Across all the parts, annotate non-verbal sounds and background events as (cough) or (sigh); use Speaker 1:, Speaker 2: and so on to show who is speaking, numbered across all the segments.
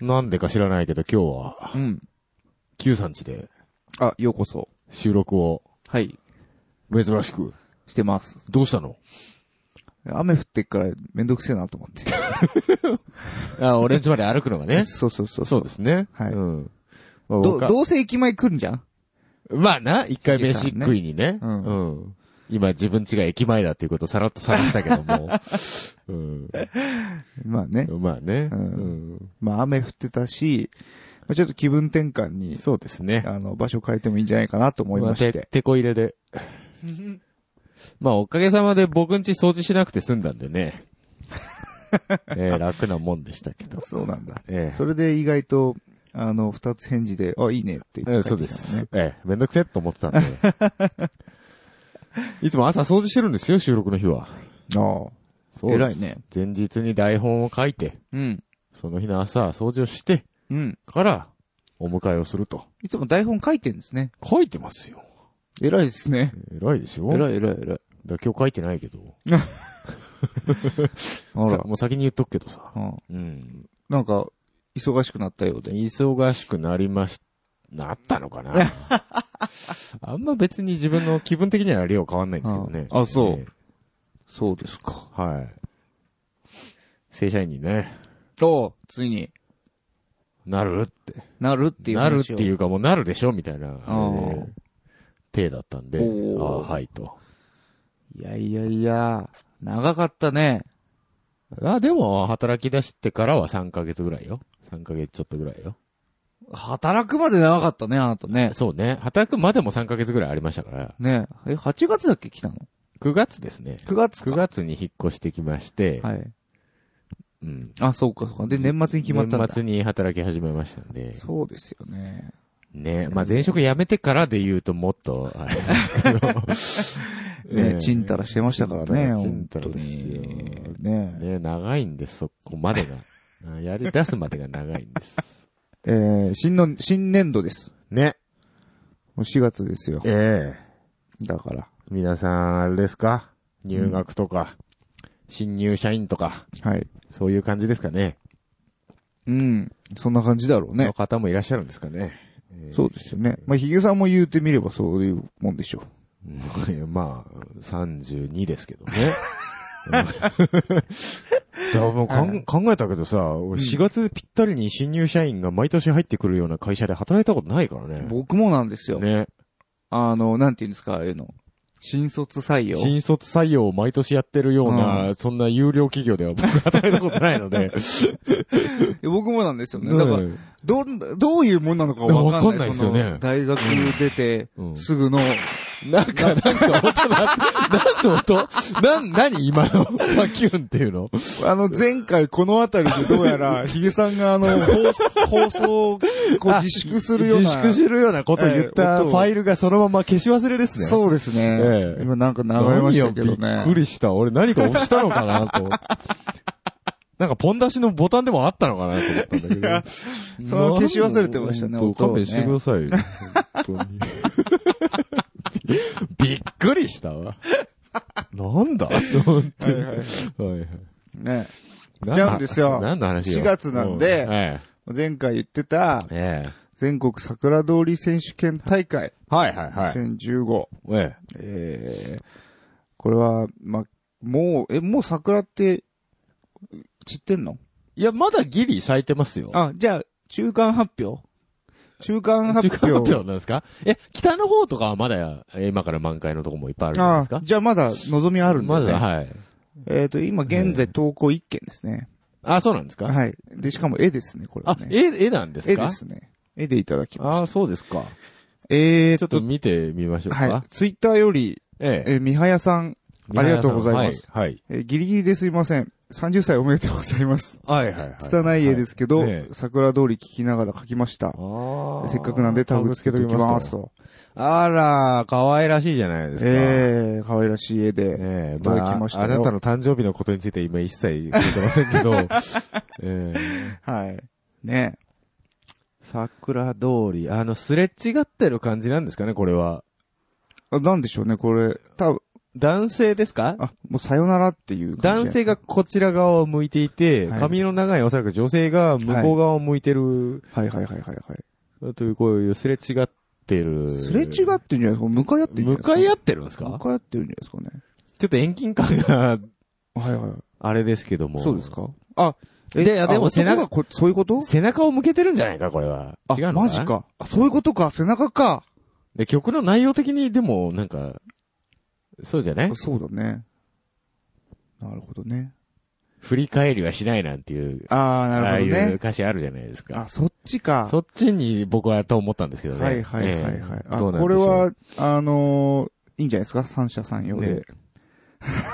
Speaker 1: なんでか知らないけど今日は、
Speaker 2: うん。
Speaker 1: Q さんちで
Speaker 2: あ、ようこそ。
Speaker 1: 収録を、
Speaker 2: はい。
Speaker 1: 珍しく。
Speaker 2: してます。
Speaker 1: どうしたの
Speaker 2: 雨降ってっからめんどくせえなと思って。
Speaker 1: あ、俺んちまで歩くのがね。
Speaker 2: (laughs) そうそうそ
Speaker 1: (laughs)
Speaker 2: う。
Speaker 1: そうですね。
Speaker 2: はい
Speaker 1: うん。まあ
Speaker 2: ど、
Speaker 1: 僕は
Speaker 2: どうせ駅前来るんじゃん
Speaker 1: まあな、一回飯食いにね。
Speaker 2: さんねう
Speaker 1: うん。今自分家が駅前だっていうことをさらっと探したけども。 (laughs) うん。
Speaker 2: まあね。
Speaker 1: まあね。う
Speaker 2: う
Speaker 1: んん。
Speaker 2: まあ雨降ってたし、まあちょっと気分転換に、
Speaker 1: そうですね。
Speaker 2: あの、場所変えてもいいんじゃないかなと思いまして
Speaker 1: て。。てこ入れ
Speaker 2: (laughs)
Speaker 1: で。まあ、おかげさまで僕ん家掃除しなくて済んだんで
Speaker 2: (laughs)
Speaker 1: ね。えー楽なもんでしたけど。
Speaker 2: そうなんだ。
Speaker 1: ええ
Speaker 2: それで意外と、あの、二つ返事で、あ、いいねって言って、
Speaker 1: えーそうです。。ええめんどくせえと思っ
Speaker 2: (laughs)
Speaker 1: てたんで。いつも朝掃除してるんですよ、収録の日は。
Speaker 2: ああ。
Speaker 1: そうです
Speaker 2: 偉いね。
Speaker 1: 前日に台本を書いて、
Speaker 2: うん。
Speaker 1: その日の朝掃除をして
Speaker 2: うん。
Speaker 1: から、お迎えをすると。
Speaker 2: いつも台本書いてんですね。
Speaker 1: 書いてますよ。
Speaker 2: 偉いですね。
Speaker 1: 偉いでしょ
Speaker 2: 偉い偉い偉い。
Speaker 1: だから今日書いてないけど。
Speaker 2: あ
Speaker 1: さもう先に言っとくけどさ。
Speaker 2: ら。うん。
Speaker 1: うん。
Speaker 2: なんか、忙しくなったようで。
Speaker 1: 忙しくなりまし、なったの
Speaker 2: (laughs)
Speaker 1: かなあんま別に自分の気分的には量変わんないんですけどね。
Speaker 2: ああそう
Speaker 1: え
Speaker 2: そうですか。
Speaker 1: えはい。正社員にね、
Speaker 2: おうついに
Speaker 1: なるって。
Speaker 2: なるっていう
Speaker 1: な
Speaker 2: 話
Speaker 1: る
Speaker 2: を。
Speaker 1: っていうかもうなるでしょみたいな、
Speaker 2: ー
Speaker 1: ええ手だったんで、あ
Speaker 2: おー
Speaker 1: あはいと。
Speaker 2: いやいやいや、長かったね。
Speaker 1: あ、でも、働き出してからは3ヶ月ぐらいよ。3ヶ月ちょっとぐらいよ。
Speaker 2: 働くまで長かったね、あなたね。
Speaker 1: そうね。働くまでも3ヶ月ぐらいありましたから。
Speaker 2: ねえ、8月だっけ来たの
Speaker 1: 9月ですね。
Speaker 2: ?9 月か。
Speaker 1: 9月に引っ越してきまして、
Speaker 2: はい。
Speaker 1: うん。
Speaker 2: あ、そうか、そうか。で、年末に決まったんだ。
Speaker 1: 年末に働き始めましたんで。
Speaker 2: そうですよね。
Speaker 1: ね。まあ、前職辞めてからで言うともっと、あれですけど。
Speaker 2: ね
Speaker 1: え
Speaker 2: え、ちんたらしてましたからね、
Speaker 1: ち
Speaker 2: 本
Speaker 1: ん
Speaker 2: 当
Speaker 1: たら
Speaker 2: に
Speaker 1: ちんたらで。
Speaker 2: ねえ。
Speaker 1: ね、 (laughs) 長いんです、そこま
Speaker 2: (laughs)
Speaker 1: でが。あやり出すまでが長いんです。
Speaker 2: えー新の、新年度です。
Speaker 1: ね。
Speaker 2: もう4月ですよ。
Speaker 1: ええ
Speaker 2: だから。
Speaker 1: 皆さん、あれですか入学とか、新入社員とか、
Speaker 2: はい。
Speaker 1: そういう感じですかね。
Speaker 2: うん。そんな感じだろうね
Speaker 1: の。方もいらっしゃるんですかね。ええ
Speaker 2: そうですよね。まあ、ヒゲさんも言うてみればそういうもんでしょ
Speaker 1: うんまあ、32ですけどね。
Speaker 2: (laughs)
Speaker 1: だからもうかん考えたけどさ、俺4月ぴったりに新入社員が毎年入ってくるような会社で働いたことないから
Speaker 2: う。
Speaker 1: ね。
Speaker 2: 僕もなんですよ。
Speaker 1: ね。
Speaker 2: あの、なんて言うんですか、ああいうの。新卒採用。
Speaker 1: 新卒採用を毎年やってるような、そんな有料企業では僕働いたことないので。
Speaker 2: いや僕 (laughs) もなんですよね。だから、
Speaker 1: ね
Speaker 2: どん、どういうもんなのかわかんない。
Speaker 1: わかんないですよね
Speaker 2: その大学出て
Speaker 1: う、ん
Speaker 2: すぐの、
Speaker 1: なんか、なんか音な、なんて音なん、何今のパキュンっていうの
Speaker 2: あの、前回このあたりでどうやら、ヒゲさん
Speaker 1: (laughs)
Speaker 2: があの、放送、放送をこう自粛するような。
Speaker 1: 自粛するようなことを言った
Speaker 2: ええ
Speaker 1: フ
Speaker 2: 音を
Speaker 1: ァイルがそのまま消し忘れですね。
Speaker 2: そうですね
Speaker 1: え。え
Speaker 2: 今なんか流れましたけど
Speaker 1: 何よ
Speaker 2: ね
Speaker 1: びっく。りした。俺何か押したのかなと。 (laughs) なんかポン出しのボタンでもあったのかなと思ったんだけ
Speaker 2: いや
Speaker 1: ど。
Speaker 2: それは消し忘れてましたね
Speaker 1: 本当
Speaker 2: 音を
Speaker 1: 勘弁
Speaker 2: ね
Speaker 1: してくださいよ。本当に。
Speaker 2: (laughs)
Speaker 1: びっくりしたわ。なんだと思って。
Speaker 2: はいはい
Speaker 1: はいはい
Speaker 2: ね。
Speaker 1: 何
Speaker 2: ち
Speaker 1: の
Speaker 2: ゃうんですよ
Speaker 1: 何の話よ
Speaker 2: 4月なんで
Speaker 1: うえ
Speaker 2: 前回言ってた、
Speaker 1: えええ
Speaker 2: 全国桜通り選手権大会、
Speaker 1: はいはいはい。
Speaker 2: 2015。
Speaker 1: え
Speaker 2: えー、これは、ま、もう、え、もう桜って、散ってんの
Speaker 1: えいや、まだギリ咲いてますよ。
Speaker 2: あ、じゃあ、中間発表中間発
Speaker 1: 中
Speaker 2: 表。
Speaker 1: 間発表なんですかえ、北の方とかはまだや、え今から満開のとこもいっぱいあるじゃないです
Speaker 2: あ
Speaker 1: か
Speaker 2: じゃあまだ望みあるんだ
Speaker 1: ま
Speaker 2: よね。
Speaker 1: だ、はい。
Speaker 2: えっ、と、今現在投稿1件ですね。
Speaker 1: あ、そうなんですか、
Speaker 2: はい。で、しかも絵ですね、これは
Speaker 1: あ、
Speaker 2: ね。
Speaker 1: 絵、絵なんです
Speaker 2: 絵
Speaker 1: か
Speaker 2: ですね。絵でいただきまし
Speaker 1: あ
Speaker 2: た。
Speaker 1: そうですか。
Speaker 2: えー
Speaker 1: ちょっと、見てみましょうか。
Speaker 2: はい。ツイッターより、
Speaker 1: ええ。
Speaker 2: えー、みはやさん、ありがとうございます。
Speaker 1: はい。はい
Speaker 2: えーギリギリですいません。30歳おめでとうございます。
Speaker 1: はいはいはい。
Speaker 2: 拙い絵ですけど、
Speaker 1: はいええ
Speaker 2: 桜通り聞きながら描きました。
Speaker 1: ああ。
Speaker 2: せっかくなんでタグつけときます
Speaker 1: と。
Speaker 2: と。
Speaker 1: あら、可愛らしいじゃないですか。
Speaker 2: ええ可愛らしい絵で。
Speaker 1: ええ
Speaker 2: いただ
Speaker 1: ま
Speaker 2: きまし
Speaker 1: あ、
Speaker 2: たよ
Speaker 1: あなたの誕生日のことについて今一切言ってません
Speaker 2: (laughs)
Speaker 1: けど、 (laughs) ええ
Speaker 2: はい。ね
Speaker 1: 桜通り、あの、すれ違ってる感じなんですかね、これは。
Speaker 2: あなんでしょうね、これ。多分
Speaker 1: 男性ですか
Speaker 2: あ、もうさよならっていう
Speaker 1: 男
Speaker 2: 感じで。
Speaker 1: 性がこちら側を向いていて、
Speaker 2: はい
Speaker 1: 髪の長いおそらく女性が向こう側を向いてる、
Speaker 2: はいはいはいはいはい。
Speaker 1: という、こういうすれ違ってる。
Speaker 2: すれ違ってるんじゃないですか向かい合ってるんじゃない
Speaker 1: 向
Speaker 2: ですか
Speaker 1: かい合ってるんですか
Speaker 2: 向かい合ってるんじゃないですかね。
Speaker 1: ちょっと遠近感が
Speaker 2: はいはい。
Speaker 1: あれですけども。
Speaker 2: そうですかあ、
Speaker 1: でいやでも
Speaker 2: あ
Speaker 1: 背
Speaker 2: 男
Speaker 1: 中
Speaker 2: がこ、そういうこと
Speaker 1: 背中を向けてるんじゃないか、これは。
Speaker 2: あ
Speaker 1: 違うのかな
Speaker 2: マジ。か。あ、そういうことか。背中か。
Speaker 1: で、曲の内容的に、でも、なんか、そうじゃない
Speaker 2: そうだね。なるほどね。
Speaker 1: 振り返りはしないなんていう、
Speaker 2: ああ、なるほど
Speaker 1: ああいう
Speaker 2: ね。
Speaker 1: 歌詞あるじゃないです
Speaker 2: あ、
Speaker 1: か。
Speaker 2: そっちか。
Speaker 1: そっちに僕はと思ったんですけどね。
Speaker 2: はいはいはいは
Speaker 1: え
Speaker 2: い
Speaker 1: え。
Speaker 2: あ、
Speaker 1: どうなん
Speaker 2: こ
Speaker 1: で
Speaker 2: れ
Speaker 1: しょう
Speaker 2: は、あのーいいんじゃないですか三者三様で。
Speaker 1: ね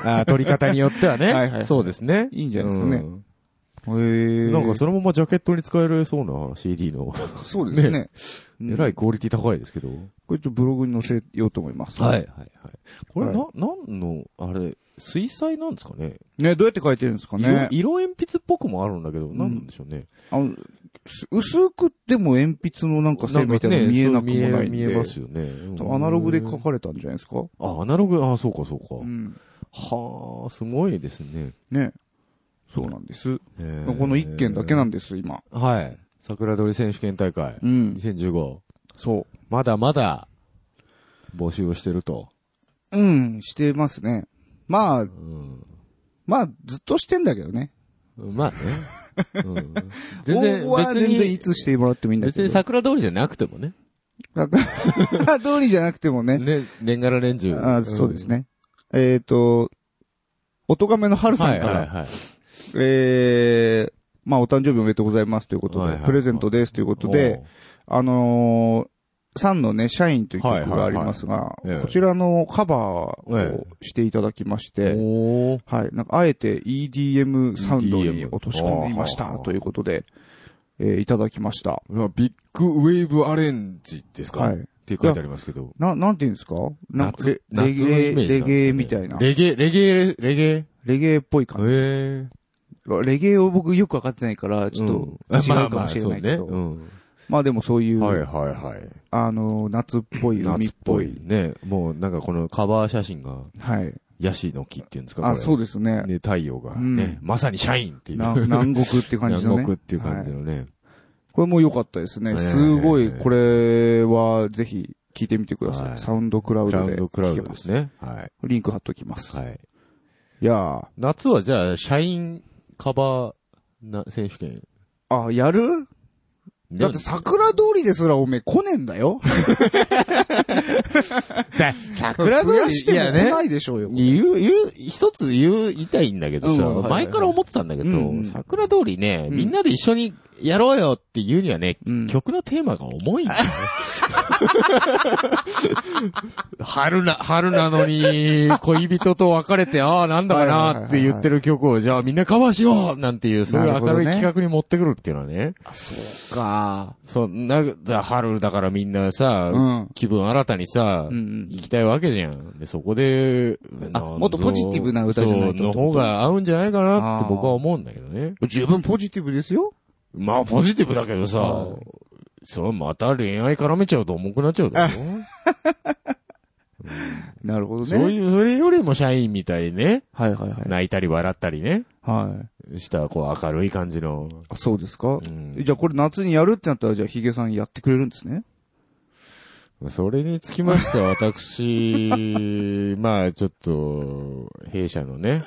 Speaker 1: あ取り方によってはね。
Speaker 2: (laughs) はいはい
Speaker 1: そうですね。
Speaker 2: いいんじゃないですかね
Speaker 1: うん
Speaker 2: へえ。
Speaker 1: なんかそのままジャケットに使えるそうな CD の、
Speaker 2: そうですね。うん
Speaker 1: えらい。クオリティ高いですけど。
Speaker 2: これちょっとブログに載せようと思います。
Speaker 1: はい。はい。これな、なんの、あれ、水彩なんですかね
Speaker 2: ね、どうやって書いてるんですかね
Speaker 1: 色、。色鉛筆っぽくもあるんだけど、なんなんでしょうね。
Speaker 2: あの、す薄くでも鉛筆のなんか線みたいなの見えなくもないんで。
Speaker 1: 見え見えますよね。うん
Speaker 2: 多分アナログで書かれたんじゃないですか
Speaker 1: あ、アナログ、あ、そうかそうか。
Speaker 2: うん。
Speaker 1: はあ、すごいですね。
Speaker 2: ね。そうなんです。
Speaker 1: こ
Speaker 2: この一件だけなんんです、今。
Speaker 1: はい。桜鳥選手権大会
Speaker 2: う、ん。
Speaker 1: 2015。
Speaker 2: そ
Speaker 1: まだまだ、募集をしてると。
Speaker 2: う。うん、してますね。まあ、
Speaker 1: うん
Speaker 2: まあ、ずっとしてんだけどね。
Speaker 1: まあね。
Speaker 2: (laughs)
Speaker 1: うん全
Speaker 2: 応
Speaker 1: 然、
Speaker 2: 募は
Speaker 1: 別
Speaker 2: 全然い
Speaker 1: に、
Speaker 2: つしてもらってもいいんだ
Speaker 1: 別
Speaker 2: け
Speaker 1: に
Speaker 2: ど。
Speaker 1: 桜通りじゃなくてもね。
Speaker 2: (laughs) 桜通りじゃなくてもね。
Speaker 1: ね、年がら年中。
Speaker 2: あそうですね。えっと、おとがめの
Speaker 1: う
Speaker 2: 春
Speaker 1: ん。
Speaker 2: さ
Speaker 1: は
Speaker 2: ん
Speaker 1: い
Speaker 2: か
Speaker 1: は
Speaker 2: ら
Speaker 1: い、はい。
Speaker 2: ええまあ、お誕生日おめでとうございますということで、
Speaker 1: はいはいはい
Speaker 2: プレゼントですということで、あのー、サンのね、社員という曲がありますが、
Speaker 1: いはいええ
Speaker 2: こちらのカバー
Speaker 1: え
Speaker 2: をしていただきまし
Speaker 1: おー、
Speaker 2: て、
Speaker 1: おー
Speaker 2: はい、なんかあえて EDM サウンドに
Speaker 1: EDM
Speaker 2: 落とし込んでみまし
Speaker 1: あ
Speaker 2: た
Speaker 1: ー
Speaker 2: ということで、えーいただきました。
Speaker 1: うわビッグウェーブアレンジですか
Speaker 2: は
Speaker 1: っ
Speaker 2: い。
Speaker 1: て書いてありますけど。
Speaker 2: な、なんて言うんですかなんかレ
Speaker 1: 夏夏の
Speaker 2: レゲ
Speaker 1: イ
Speaker 2: エ、
Speaker 1: メージな
Speaker 2: レ
Speaker 1: んですね
Speaker 2: ゲエみたいな。
Speaker 1: レゲエ、レゲエ、レゲエ。へ
Speaker 2: レゲエっぽい
Speaker 1: え
Speaker 2: 感じ。レゲエを僕よくわかってないから、ちょっと (laughs) 違うかもしれない
Speaker 1: (laughs)
Speaker 2: けど。まあでもそういう、
Speaker 1: はいはいはい。
Speaker 2: あの、夏っぽい、海っぽい。
Speaker 1: ね。もうなんかこのカバー写真が、
Speaker 2: はい。
Speaker 1: ヤシの木っていうんですか
Speaker 2: あ、そう
Speaker 1: う
Speaker 2: ですね。
Speaker 1: ね、太陽が、
Speaker 2: うん
Speaker 1: ね。まさにシャインっていう。
Speaker 2: な南国って感じのね。
Speaker 1: 南国っていう感じ
Speaker 2: はい
Speaker 1: のね。
Speaker 2: これも良かったですね。
Speaker 1: ね
Speaker 2: すごい、これはぜひ聞いてみてくださ。
Speaker 1: はいい
Speaker 2: サウンドクラウ
Speaker 1: クラ
Speaker 2: ド
Speaker 1: ウ
Speaker 2: で
Speaker 1: ドクラ
Speaker 2: 聞
Speaker 1: ウ
Speaker 2: け
Speaker 1: ド
Speaker 2: ま。
Speaker 1: ですすね。はい。
Speaker 2: リンク貼っときます。
Speaker 1: はい。
Speaker 2: いや
Speaker 1: 夏はじゃあ、社員カバーな選手権。
Speaker 2: ーあ、やるだって桜通りですらおめえ来ねえんだよ。
Speaker 1: だ (laughs) 桜通
Speaker 2: 増や
Speaker 1: り
Speaker 2: しても来ないでしょうよ。
Speaker 1: 言う、言う、一つ言う、言いたいんだけどさ、
Speaker 2: うんはいはい
Speaker 1: 前から思ってたんだけど、
Speaker 2: うんうん
Speaker 1: 桜通りね、
Speaker 2: うん
Speaker 1: みんなで一緒にやろうよって言うにはね、
Speaker 2: うん
Speaker 1: 曲のテーマが重い
Speaker 2: (laughs)
Speaker 1: んだよね。春な、春なのに、恋人と別れて、ああ、なんだかなって言ってる曲を、じゃあみんなカバーしようなんていう、そういう
Speaker 2: なるほ
Speaker 1: 明
Speaker 2: ど
Speaker 1: る
Speaker 2: ね
Speaker 1: い企画に持ってくるっていうのはね。
Speaker 2: そうか。
Speaker 1: そう、な、だ春だからみんなさ、
Speaker 2: うん。
Speaker 1: 気分新たにさ、
Speaker 2: うん
Speaker 1: 行きたいわけじゃん。で、そこで、な
Speaker 2: あ
Speaker 1: んぞ
Speaker 2: もっとポジティブな歌じゃないと
Speaker 1: そうの方が合うんじゃないかなって僕は思うんだけどね。
Speaker 2: うん。十分ポジティブですよ。
Speaker 1: まあ、ポジティブだけどさ
Speaker 2: は、
Speaker 1: そう、また恋愛絡めちゃうと重くなっちゃうだろ。
Speaker 2: なるほどね。
Speaker 1: (laughs) そういう、それよりも社員みたいにね、
Speaker 2: はいはいはい。
Speaker 1: 泣いたり笑ったりね、
Speaker 2: はい。
Speaker 1: した、こう、明るい感じの。
Speaker 2: あそうですか
Speaker 1: うん
Speaker 2: じゃあこれ夏にやるってなったら、じゃあヒゲさんやってくれるんですね。
Speaker 1: それにつきましては、
Speaker 2: (laughs)
Speaker 1: 私、まあ、ちょっと、弊社のね、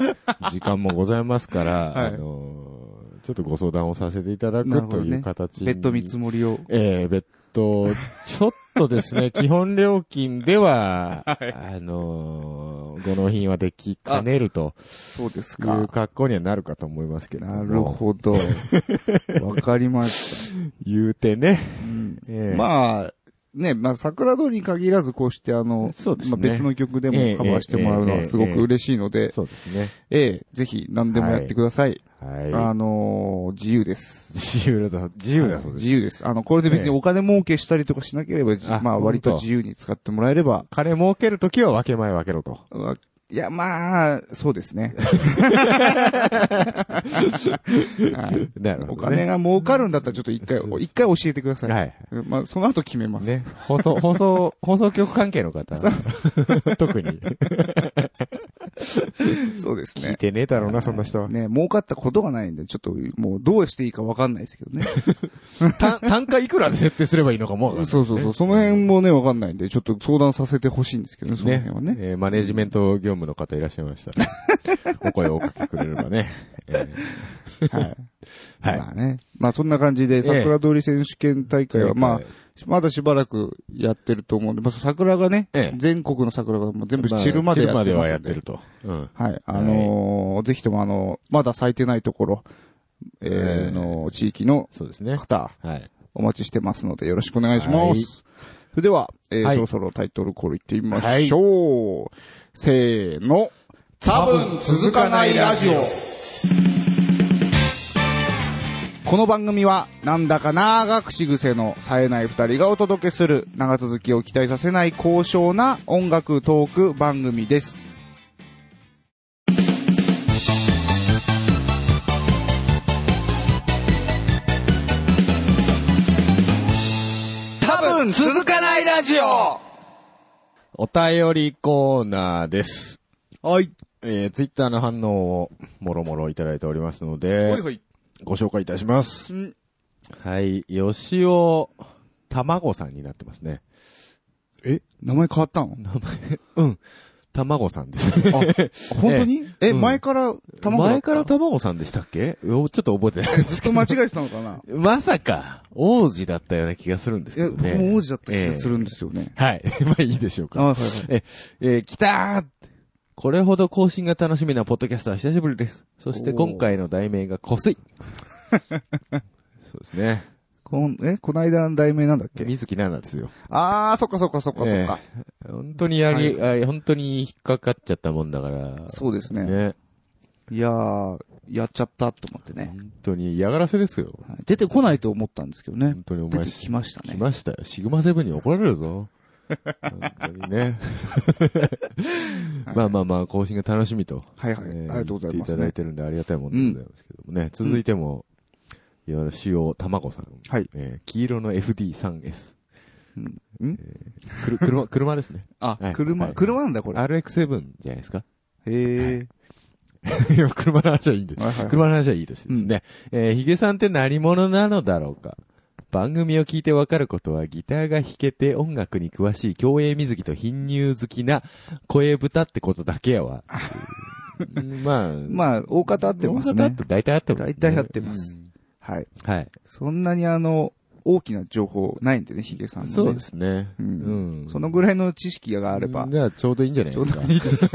Speaker 1: 時間もございますから、
Speaker 2: はい
Speaker 1: あの、ちょっとご相談をさせていただ
Speaker 2: なる
Speaker 1: く
Speaker 2: ほ
Speaker 1: と
Speaker 2: どね
Speaker 1: いう形に。
Speaker 2: ベッド見積もりを。
Speaker 1: ええ別途、ちょっとです
Speaker 2: (laughs)
Speaker 1: ね、基本料金では、あのご納品はできかねると
Speaker 2: そうです
Speaker 1: い
Speaker 2: か
Speaker 1: う。格好にはなるかと思いますけども。
Speaker 2: なるほど。わかりまし
Speaker 1: 言うて (laughs) ね。
Speaker 2: た。うん
Speaker 1: ええ
Speaker 2: まあ、ね、まあ、桜通りに限らずこうして、あの、
Speaker 1: そうですね
Speaker 2: まあ、別の曲で
Speaker 1: え
Speaker 2: も
Speaker 1: え
Speaker 2: カバーしてもらうの
Speaker 1: え
Speaker 2: は
Speaker 1: え
Speaker 2: すごく嬉しいので、
Speaker 1: そうですね。
Speaker 2: ええ、ぜひ何でもやってください。あ
Speaker 1: はい。
Speaker 2: のー、自由です。
Speaker 1: 自由だ、自由だそうです
Speaker 2: 自。由です。あの、これで別にお金儲けしたりとかしなければ、
Speaker 1: あ
Speaker 2: まあ、割と
Speaker 1: 本当
Speaker 2: 自由に使ってもらえれば、
Speaker 1: 金儲けるときは分け前分けろと。
Speaker 2: わいや、まあ、そうで
Speaker 1: (laughs)
Speaker 2: すね。はい
Speaker 1: なるほど、ね。
Speaker 2: お金が儲かるんだったらちょっと一回、一回教えてください。
Speaker 1: はい。
Speaker 2: まあ、その後決めます。
Speaker 1: ね。放 (laughs) 送、放送、放送局関係の方。 (laughs) 特に。
Speaker 2: そうです
Speaker 1: 聞い
Speaker 2: ね。
Speaker 1: てねえだろうな、そんな人は。
Speaker 2: ね、儲かったことがないんで、ちょっともうどうしていいかわかんないですけどね。
Speaker 1: 単単価いくらで設定すればいいのかもわかんない
Speaker 2: そうそうそう。その辺もね、わかんないんで、ちょっと相談させてほしいんですけどね、その辺はね。
Speaker 1: えーマネジメント業務の方いらっしゃいま (laughs) したらお声をおかけくれればね。え
Speaker 2: はい。
Speaker 1: ーはい。
Speaker 2: まあね。まあそんな感じで、桜通り選手権大会は、まあ、まだしばらくやってると思うんで、まあ桜がね、
Speaker 1: ええ
Speaker 2: 全国の桜がもう全部
Speaker 1: まあ
Speaker 2: 散るまでやってま
Speaker 1: 散るまでは
Speaker 2: すんで。
Speaker 1: やってると。うん。
Speaker 2: はい。あのーぜひともあのまだ咲いてないところ、えー、の、地域の
Speaker 1: そうですね。
Speaker 2: 方、
Speaker 1: はい。
Speaker 2: お待ちしてますので、よろしくお願いします。
Speaker 1: はい
Speaker 2: それでは、えー
Speaker 1: はい
Speaker 2: そろそろタイトルコールいってみましょう。せーの。多分続かないラジオ。この番組は、なんだか長くし癖の冴えない二人がお届けする、長続きを期待させない高尚な音楽トーク番組です。多分続かないラジオ
Speaker 1: お便りコーナーです。
Speaker 2: はい。
Speaker 1: えー、ツイッターの反応をもろもろいただいておりますので
Speaker 2: はい、はい。
Speaker 1: ご紹介いたします。
Speaker 2: ん
Speaker 1: はい。吉尾卵さんになってますね。
Speaker 2: え名前変わったの
Speaker 1: 名前、うん。 (laughs) 卵さんです。
Speaker 2: あ、本当にえ、
Speaker 1: うん
Speaker 2: 前から卵だ
Speaker 1: 前
Speaker 2: った
Speaker 1: から卵さんでしたっけおちょっと覚えてないです
Speaker 2: ずっと間違えてたのかな
Speaker 1: まさか、王子だったような気がするんです
Speaker 2: い
Speaker 1: け
Speaker 2: や、
Speaker 1: ど
Speaker 2: 僕
Speaker 1: ね。
Speaker 2: も王子だった気がするんですよね。
Speaker 1: はい。 (laughs) まあいいでしょう
Speaker 2: あ、
Speaker 1: か。
Speaker 2: はいはい。
Speaker 1: え、えー来たーこれほど更新が楽しみなポッドキャストは久しぶりです。そして
Speaker 2: おー
Speaker 1: 今回の題名がこすい。そうですね。
Speaker 2: こん、え、こないだの題名なんだっけ
Speaker 1: 水木奈々ですよ。
Speaker 2: あー、そっかそっかそっかそっか。
Speaker 1: 本当にやり、あ本当に引っかかっちゃったもんだから。
Speaker 2: そうです
Speaker 1: う
Speaker 2: ね。
Speaker 1: ね。
Speaker 2: いやー、やっちゃったと思ってね。
Speaker 1: 本当に嫌がらせですよ。
Speaker 2: はい出てこないと思ったんですけどね
Speaker 1: 本。当にお
Speaker 2: 出
Speaker 1: 前
Speaker 2: てきました
Speaker 1: 来
Speaker 2: ね。
Speaker 1: ましたよ。シグマセブンに怒られるぞ。本当に
Speaker 2: (laughs)
Speaker 1: ね。まあまあまあ、更新が楽しみと。
Speaker 2: はいはい。
Speaker 1: え
Speaker 2: あり
Speaker 1: ー
Speaker 2: がとうござい
Speaker 1: 言
Speaker 2: ま
Speaker 1: って
Speaker 2: す
Speaker 1: いただ
Speaker 2: ね
Speaker 1: い。てるんでありがたいもんでございますけどもね。続いても、いわゆる主要たまこさん。
Speaker 2: はい。
Speaker 1: えー黄色の FD3S。
Speaker 2: うん
Speaker 1: くる車、車ですね。は、
Speaker 2: あ
Speaker 1: いは
Speaker 2: 車、
Speaker 1: い
Speaker 2: 車なんだこれ。
Speaker 1: RX7 じゃない
Speaker 2: (laughs)
Speaker 1: ですか。
Speaker 2: へ
Speaker 1: いや車の話はいいんです
Speaker 2: ー。。はいはいはい
Speaker 1: 車の話はいいとしてですね。えーヒゲさんって何者なのだろうか番組を聞いてわかることは、ギターが弾けて音楽に詳しい、競泳水着と貧乳好きな声豚ってことだけや
Speaker 2: (laughs)
Speaker 1: わ。うんまあ、
Speaker 2: まあ、大方合ってますね。
Speaker 1: 大体合ってます、
Speaker 2: 大体合ってます。はい。
Speaker 1: うん。はい。
Speaker 2: そんなにあの、大きな情報ないんでね、ヒゲさんのね。
Speaker 1: そうですね。う
Speaker 2: う
Speaker 1: んん。
Speaker 2: そのぐらいの知識があれば。
Speaker 1: じゃあちょうどいいんじゃないですか。
Speaker 2: いいです。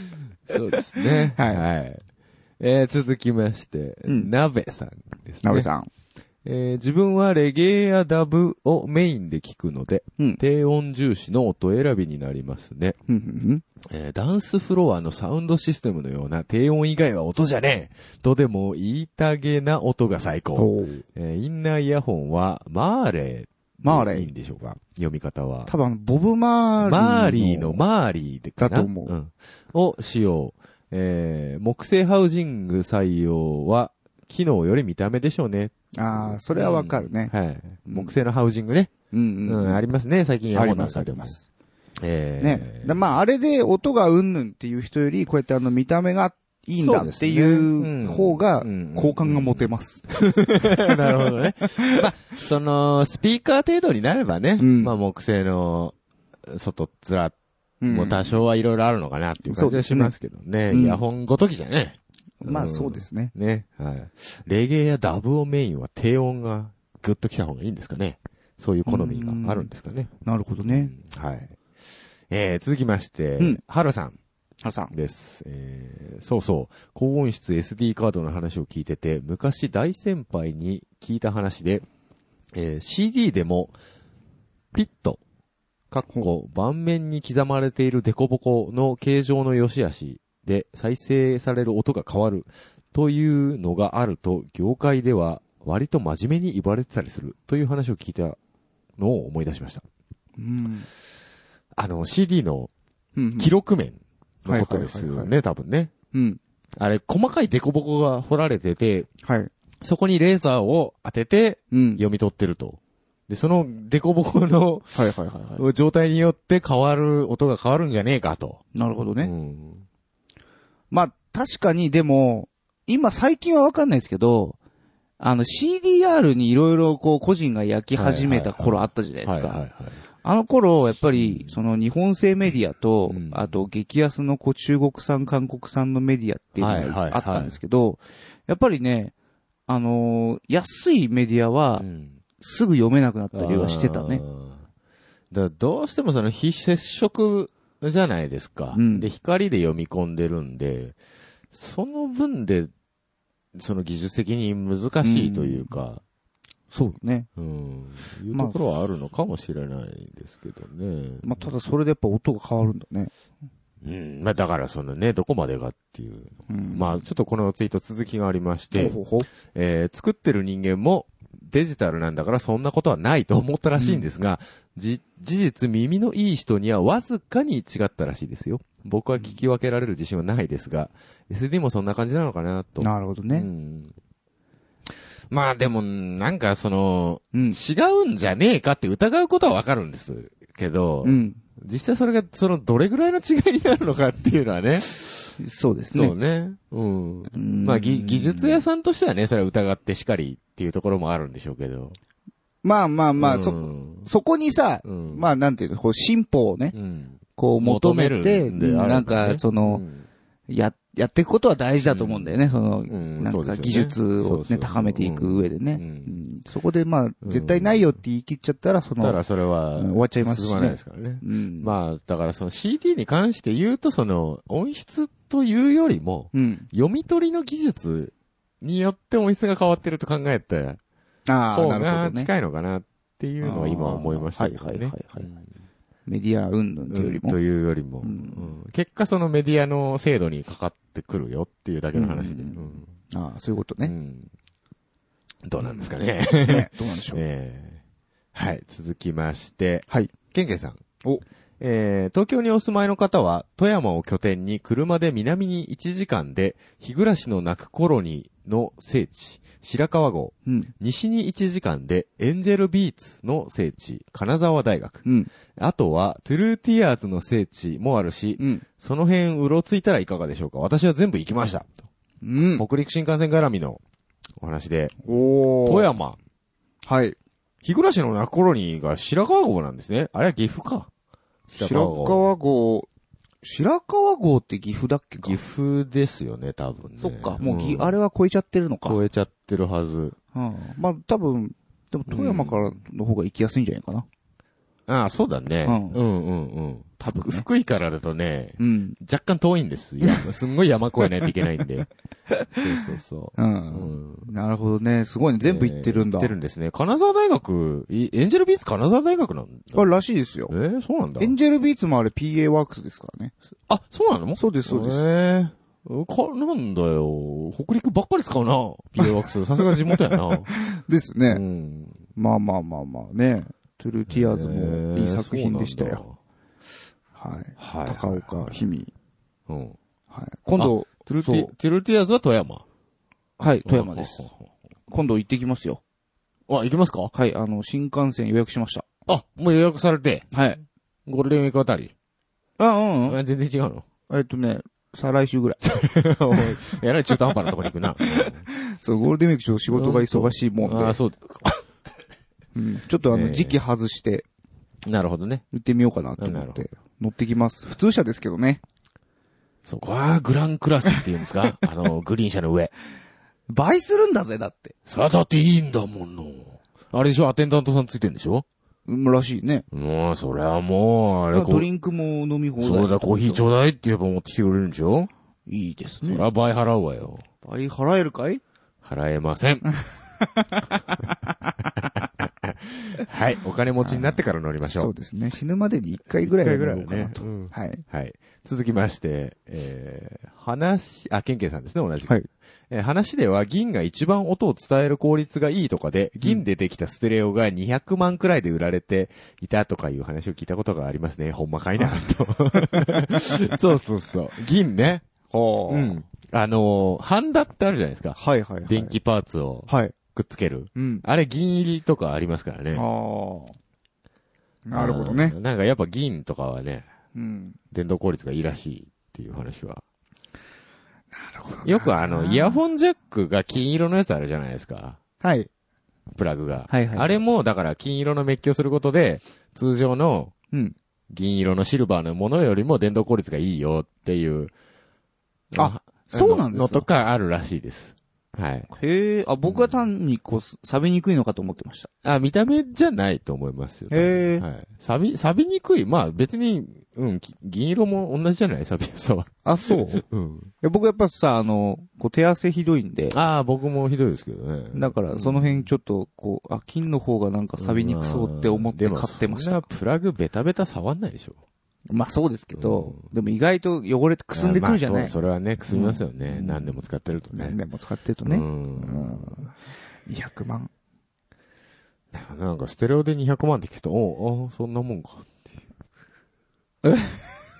Speaker 1: (laughs) そうですね。
Speaker 2: はい
Speaker 1: えー続きまして、
Speaker 2: うん
Speaker 1: 鍋さんですね。
Speaker 2: なべさん。
Speaker 1: えー自分はレゲエやダブをメインで聞くので、
Speaker 2: うん
Speaker 1: 低音重視の音選びになりますね、
Speaker 2: うんうん
Speaker 1: えーダンスフロアのサウンドシステムのような低音以外は音じゃねえとでも言いたげな音が最
Speaker 2: うん。
Speaker 1: 高。
Speaker 2: おー
Speaker 1: えーインナーイヤホンはマーレー。
Speaker 2: マーレー
Speaker 1: いいんでしょうか読み方は。
Speaker 2: 多分、ボブ・マーリー。
Speaker 1: マーリーの。マーリーでかな。
Speaker 2: だと思うん
Speaker 1: を使用。えー、木製ハウジング採用は、機能より見た目でしょうね。
Speaker 2: ああ、それはわかるね。
Speaker 1: はい。木製のハウジングね。
Speaker 2: うん
Speaker 1: う
Speaker 2: うん
Speaker 1: ん、。ありますね。最近
Speaker 2: あ
Speaker 1: 山
Speaker 2: り
Speaker 1: 本
Speaker 2: ま
Speaker 1: なん
Speaker 2: す、
Speaker 1: か
Speaker 2: あ
Speaker 1: で
Speaker 2: り
Speaker 1: も
Speaker 2: ま。す。
Speaker 1: え
Speaker 2: ね
Speaker 1: ー。。
Speaker 2: だまあ、あれで音がうんぬんっていう人より、こうやってあの、見た目がいいんだっていう方
Speaker 1: そ
Speaker 2: が
Speaker 1: うですねうん、
Speaker 2: 好感が持てます。
Speaker 1: なるほどね。 (laughs) まあ、その、スピーカー程度になればね、
Speaker 2: うん
Speaker 1: まあ木製の、外っ面
Speaker 2: うん
Speaker 1: も多少はいろいろあるのかなっていう感じはしますけどね。
Speaker 2: そうですねうん
Speaker 1: イヤホンごときじゃね。
Speaker 2: まあ、そうですね。
Speaker 1: ね。はい。レゲエやダブをメインは低音がグッときた方がいいんですかね。そういう好みがあるんですかね。
Speaker 2: なるほどね。
Speaker 1: はい。えー、続きまして、
Speaker 2: うん
Speaker 1: ハルさん
Speaker 2: ハルさん。
Speaker 1: です。えー、そうそう。高音質 SD カードの話を聞いてて、昔大先輩に聞いた話で、えー、CD でも、ピット、
Speaker 2: かっ
Speaker 1: こう、盤面に刻まれているデコボコの形状の良し悪しで再生される音が変わるというのがあると、業界では割と真面目に言われてたりするという話を聞いたのを思い出しました。
Speaker 2: うん。
Speaker 1: あの、CD の
Speaker 2: うん
Speaker 1: 記録面のことです
Speaker 2: はい
Speaker 1: よ
Speaker 2: はいはい
Speaker 1: ね、多分ね。
Speaker 2: うん。
Speaker 1: あれ、細かい凸凹が掘られてて、
Speaker 2: はい。
Speaker 1: そこにレーザーを当てて
Speaker 2: うん。
Speaker 1: 読み取ってると。で、その凸凹の
Speaker 2: はいはいはいは
Speaker 1: 状態によって変わる、音が変わるんじゃねえかと。
Speaker 2: い。なるほど
Speaker 1: う
Speaker 2: ね。
Speaker 1: ん。
Speaker 2: まあ、確かにでも、今最近はわかんないですけど、あの CDR にいろいろこう個人が焼き始めた頃あったじゃないですか。あの頃、やっぱり、その日本製メディアと、
Speaker 1: うん
Speaker 2: あと激安のこう中国産、韓国産のメディアっていうの
Speaker 1: はいはい
Speaker 2: が
Speaker 1: は
Speaker 2: あ
Speaker 1: い
Speaker 2: ったんですけど、やっぱりね、あのー安いメディアは
Speaker 1: うん。
Speaker 2: すぐ読めなくなったりはしてたね
Speaker 1: あ。ー。だからどうしてもその非接触じゃないですか。
Speaker 2: うん
Speaker 1: で、光で読み込んでるんで、その分で、その技術的に難しいというか、
Speaker 2: そうね。
Speaker 1: うん、いう
Speaker 2: まあ
Speaker 1: ところはあるのかもしれないですけどね。
Speaker 2: まあ、ただそれでやっぱ音が変わるんだね。
Speaker 1: うん、まあだからそのね、どこまでがっていう。
Speaker 2: うん
Speaker 1: まあちょっとこのツイート続きがありまして、
Speaker 2: ほうほうほう
Speaker 1: えー作ってる人間もデジタルなんだからそんなことはないと思ったらしいんですが、じ、事実耳のいい人にはわずかに違ったらしいですよ。僕は聞き分けられる自信はないですが、SD もそんな感じなのかなと。
Speaker 2: なるほど
Speaker 1: う
Speaker 2: ね。
Speaker 1: ん。まあでも、なんかその、
Speaker 2: うん。
Speaker 1: 違うんじゃねえかって疑うことはわかるんですけど、
Speaker 2: うん。
Speaker 1: 実際それがそのどれぐらいの違いになるのかっていうのはね、
Speaker 2: そうです
Speaker 1: そ
Speaker 2: ね
Speaker 1: う。ね。うん。
Speaker 2: うん
Speaker 1: まあ、ぎ技術屋さんとしてはね、それは疑ってしかりっていうところもあるんでしょうけど。
Speaker 2: まあまあまあ、
Speaker 1: う
Speaker 2: そ、
Speaker 1: ん
Speaker 2: そこにさ、
Speaker 1: うん
Speaker 2: まあなんていうの、こう進歩をね、
Speaker 1: うん
Speaker 2: こう求め
Speaker 1: 求め
Speaker 2: て、
Speaker 1: るんであればね
Speaker 2: なんかその、
Speaker 1: うん
Speaker 2: や、やっていくことは大事だと思うんだよね、その、
Speaker 1: ん
Speaker 2: なん
Speaker 1: そうです
Speaker 2: か
Speaker 1: よね
Speaker 2: 技術
Speaker 1: そう
Speaker 2: を
Speaker 1: です
Speaker 2: ね、
Speaker 1: よ
Speaker 2: 高めていく上でね。
Speaker 1: うん
Speaker 2: うんそこでまあ、絶対ないよって言い切っちゃったら、そ
Speaker 1: た
Speaker 2: の、
Speaker 1: だそれは、
Speaker 2: うん終わっちゃいますしね
Speaker 1: 進まないですからね。
Speaker 2: うん。あ、
Speaker 1: まあ、だからその CD に関して言うと、その、音質というよりも、
Speaker 2: うん。
Speaker 1: 読み取りの技術によって音質が変わってると考えて、
Speaker 2: ああ、
Speaker 1: 方
Speaker 2: なるほ
Speaker 1: が
Speaker 2: どね。
Speaker 1: 近いのかなっていうのは今思いましたけどね。
Speaker 2: はいはいはいはい
Speaker 1: うん
Speaker 2: メディア云々というより
Speaker 1: うんと
Speaker 2: も。
Speaker 1: いうよりも、
Speaker 2: うん
Speaker 1: うん結果そのメディアの制度にかかってくるよっていうだけの話で。
Speaker 2: うん
Speaker 1: うん
Speaker 2: ああ、そういうことね。
Speaker 1: うんどうなんですかね。
Speaker 2: ねどうなんでしょう。
Speaker 1: (laughs) えーはい、続きまして、
Speaker 2: はい。
Speaker 1: ケンケンさん。
Speaker 2: お
Speaker 1: えー東京にお住まいの方は、富山を拠点に車で南に1時間で、日暮らしの泣く頃にの聖地、白川郷。
Speaker 2: うん。
Speaker 1: 西に1時間で、エンジェルビーツの聖地、金沢大学。
Speaker 2: うん。
Speaker 1: あとは、トゥルーティアーズの聖地もあるし、
Speaker 2: うん。
Speaker 1: その辺うろついたらいかがでしょうか私は全部行きました。
Speaker 2: うん。
Speaker 1: 北陸新幹線絡みのお話で、
Speaker 2: おー
Speaker 1: 富。山、
Speaker 2: はい。
Speaker 1: 日暮らしの泣く頃にが白川郷なんですね。あれは岐阜か。
Speaker 2: 白川郷、白川郷って岐阜だっけか
Speaker 1: 岐阜ですよね、多分ね。
Speaker 2: そっか、もうぎ、
Speaker 1: ん
Speaker 2: あれは超えちゃってるのか。
Speaker 1: 超えちゃってるはず。
Speaker 2: うん、まあ多分、でも富山からの方が行きやすいんじゃないかな。
Speaker 1: ああ、そうだね。
Speaker 2: う
Speaker 1: う
Speaker 2: ん
Speaker 1: んうんうん。
Speaker 2: 多分ね
Speaker 1: 福福井からだとね、
Speaker 2: うん。
Speaker 1: 若干遠いんです。 (laughs) いやすんごい山越えないといけないんで。そうそう
Speaker 2: う
Speaker 1: そう。
Speaker 2: ん。
Speaker 1: ん
Speaker 2: なるほどね。すごいね。全部行ってるん
Speaker 1: えー行
Speaker 2: だ。
Speaker 1: ってるんですね。金沢大学、いエンジェルビーツ金沢大学なんだ。
Speaker 2: あれらしいですよ
Speaker 1: え。ー、そうなんだ
Speaker 2: エ。ンジェルビーツもあれ PA ワークスですからね。
Speaker 1: あ、そうなの
Speaker 2: そうです、そうです。
Speaker 1: えーか、なんだよ。北陸ばっかり使うな。PA ワック
Speaker 2: (laughs)
Speaker 1: ス。さすが地元やな。
Speaker 2: です
Speaker 1: う
Speaker 2: ね。
Speaker 1: ん。
Speaker 2: まあまあまあまあね。トゥルーティアーズもいい作品でしたよ。はい。
Speaker 1: えー。そうなんだ
Speaker 2: 高
Speaker 1: はい。
Speaker 2: 岡、氷見。
Speaker 1: うん。
Speaker 2: はい。今度、
Speaker 1: トゥルテ
Speaker 2: そ
Speaker 1: ィ、
Speaker 2: う
Speaker 1: トゥルティアーズは富山。
Speaker 2: はい、富山です。今度行ってきますよ。
Speaker 1: あ、行きますか
Speaker 2: はい、あの、新幹線予約しました。
Speaker 1: あ、もう予約されて。
Speaker 2: はい。
Speaker 1: ゴールデンウィークあたり。
Speaker 2: あ、うんうん。
Speaker 1: あ全然違
Speaker 2: (laughs)
Speaker 1: うの。
Speaker 2: えっとね、再来週ぐらい。
Speaker 1: えらい中途半端なとこに行くな。
Speaker 2: (laughs) そう、ゴールデンウィークちょっと仕事が忙しいもんで。
Speaker 1: ああ、そうですか。
Speaker 2: うんちょっとあ
Speaker 1: え
Speaker 2: の、
Speaker 1: え
Speaker 2: 時期外して、
Speaker 1: なるほどね。
Speaker 2: 行ってみようかなと思
Speaker 1: な
Speaker 2: っ
Speaker 1: るほ
Speaker 2: て、乗ってきます。普通車ですけどね。
Speaker 1: そこはグランクラスって言うんです
Speaker 2: (laughs)
Speaker 1: かあの、グリーン車の上。
Speaker 2: 倍するんだぜ、だって。
Speaker 1: さあ、だっていいんだもの。あれでしょアテンダントさんついてんでしょ
Speaker 2: うんらしいね。
Speaker 1: もう、それはもう、あれ
Speaker 2: ドリンクも飲み放題。
Speaker 1: そうだ、コーヒーちょうだいって言えば持ってきてくれるんでしょ、
Speaker 2: いいです
Speaker 1: そ
Speaker 2: ね
Speaker 1: り。ゃ倍払うわよ。
Speaker 2: 倍払えるかい
Speaker 1: 払えません。はい、お金持ちになってから乗りましょ
Speaker 2: そう
Speaker 1: う。
Speaker 2: ですね。死ぬまでに一回ぐらいは乗ろうかなと。
Speaker 1: 一回ぐらいはね
Speaker 2: はい。
Speaker 1: はい。続きまして、えー、話、あ、ケンケンさんですね、同じく。
Speaker 2: はい
Speaker 1: えー話では銀が一番音を伝える効率がいいとかで、銀でできたステレオが200万くらいで売られていたとかいう話を聞いたことがあります (laughs) ね。ほんまかいな、と。 (laughs) そうそうそう。銀ね。
Speaker 2: ほう
Speaker 1: う。ん。あのー、ハンダってあるじゃないですか。
Speaker 2: はいはいはい。
Speaker 1: 電。気パーツを
Speaker 2: はい。
Speaker 1: くっつける。
Speaker 2: うん。
Speaker 1: あれ銀入りとかありますから
Speaker 2: ああ
Speaker 1: ね。。
Speaker 2: なるほどね
Speaker 1: う。ん。なんかやっぱ銀とかはね、
Speaker 2: うん。
Speaker 1: 電動効率がいいらしいっていう話は。
Speaker 2: なるほどな
Speaker 1: よくあの、イヤホンジャックが金色のやつあるじゃないですか。
Speaker 2: はい。
Speaker 1: プラグが。
Speaker 2: はいはい
Speaker 1: あれも、だから金色のメッキをすることで、通常の
Speaker 2: うん。
Speaker 1: 銀色のシルバーのものよりも電動効率がいいよっていう。
Speaker 2: あ、そうなんで
Speaker 1: の
Speaker 2: すか
Speaker 1: とかあるらしいです。はい。
Speaker 2: へえ、あ、僕は単にこう、錆びにくいのかと思ってました。
Speaker 1: あ、見た目じゃないと思いますよ。
Speaker 2: へー
Speaker 1: はい。錆び、錆びにくい。まあ別に、うん、き銀色も同じじゃない錆びやすさは。
Speaker 2: あ、そう (laughs) い
Speaker 1: うん。
Speaker 2: や僕やっぱさ、あの、こう手汗ひどいんで、
Speaker 1: ああ、僕もひどいですけどね。
Speaker 2: だからその辺ちょっとこう、あ、金の方がなんか錆びにくそうって思って
Speaker 1: うん
Speaker 2: 買ってまし
Speaker 1: でも
Speaker 2: た。
Speaker 1: そんなプラグベタベタ触んないでしょ。
Speaker 2: まあそうですけど、でも意外と汚れてくすんでくるじゃ
Speaker 1: ま
Speaker 2: な
Speaker 1: あ
Speaker 2: い
Speaker 1: そうそれはね、くすみますよね。
Speaker 2: うん
Speaker 1: 何年も使ってるとね。
Speaker 2: 何年も使ってると
Speaker 1: う。
Speaker 2: ね。うんん。200万。
Speaker 1: なんか、ステレオで200万って聞くと、おうああ、そんなもんか。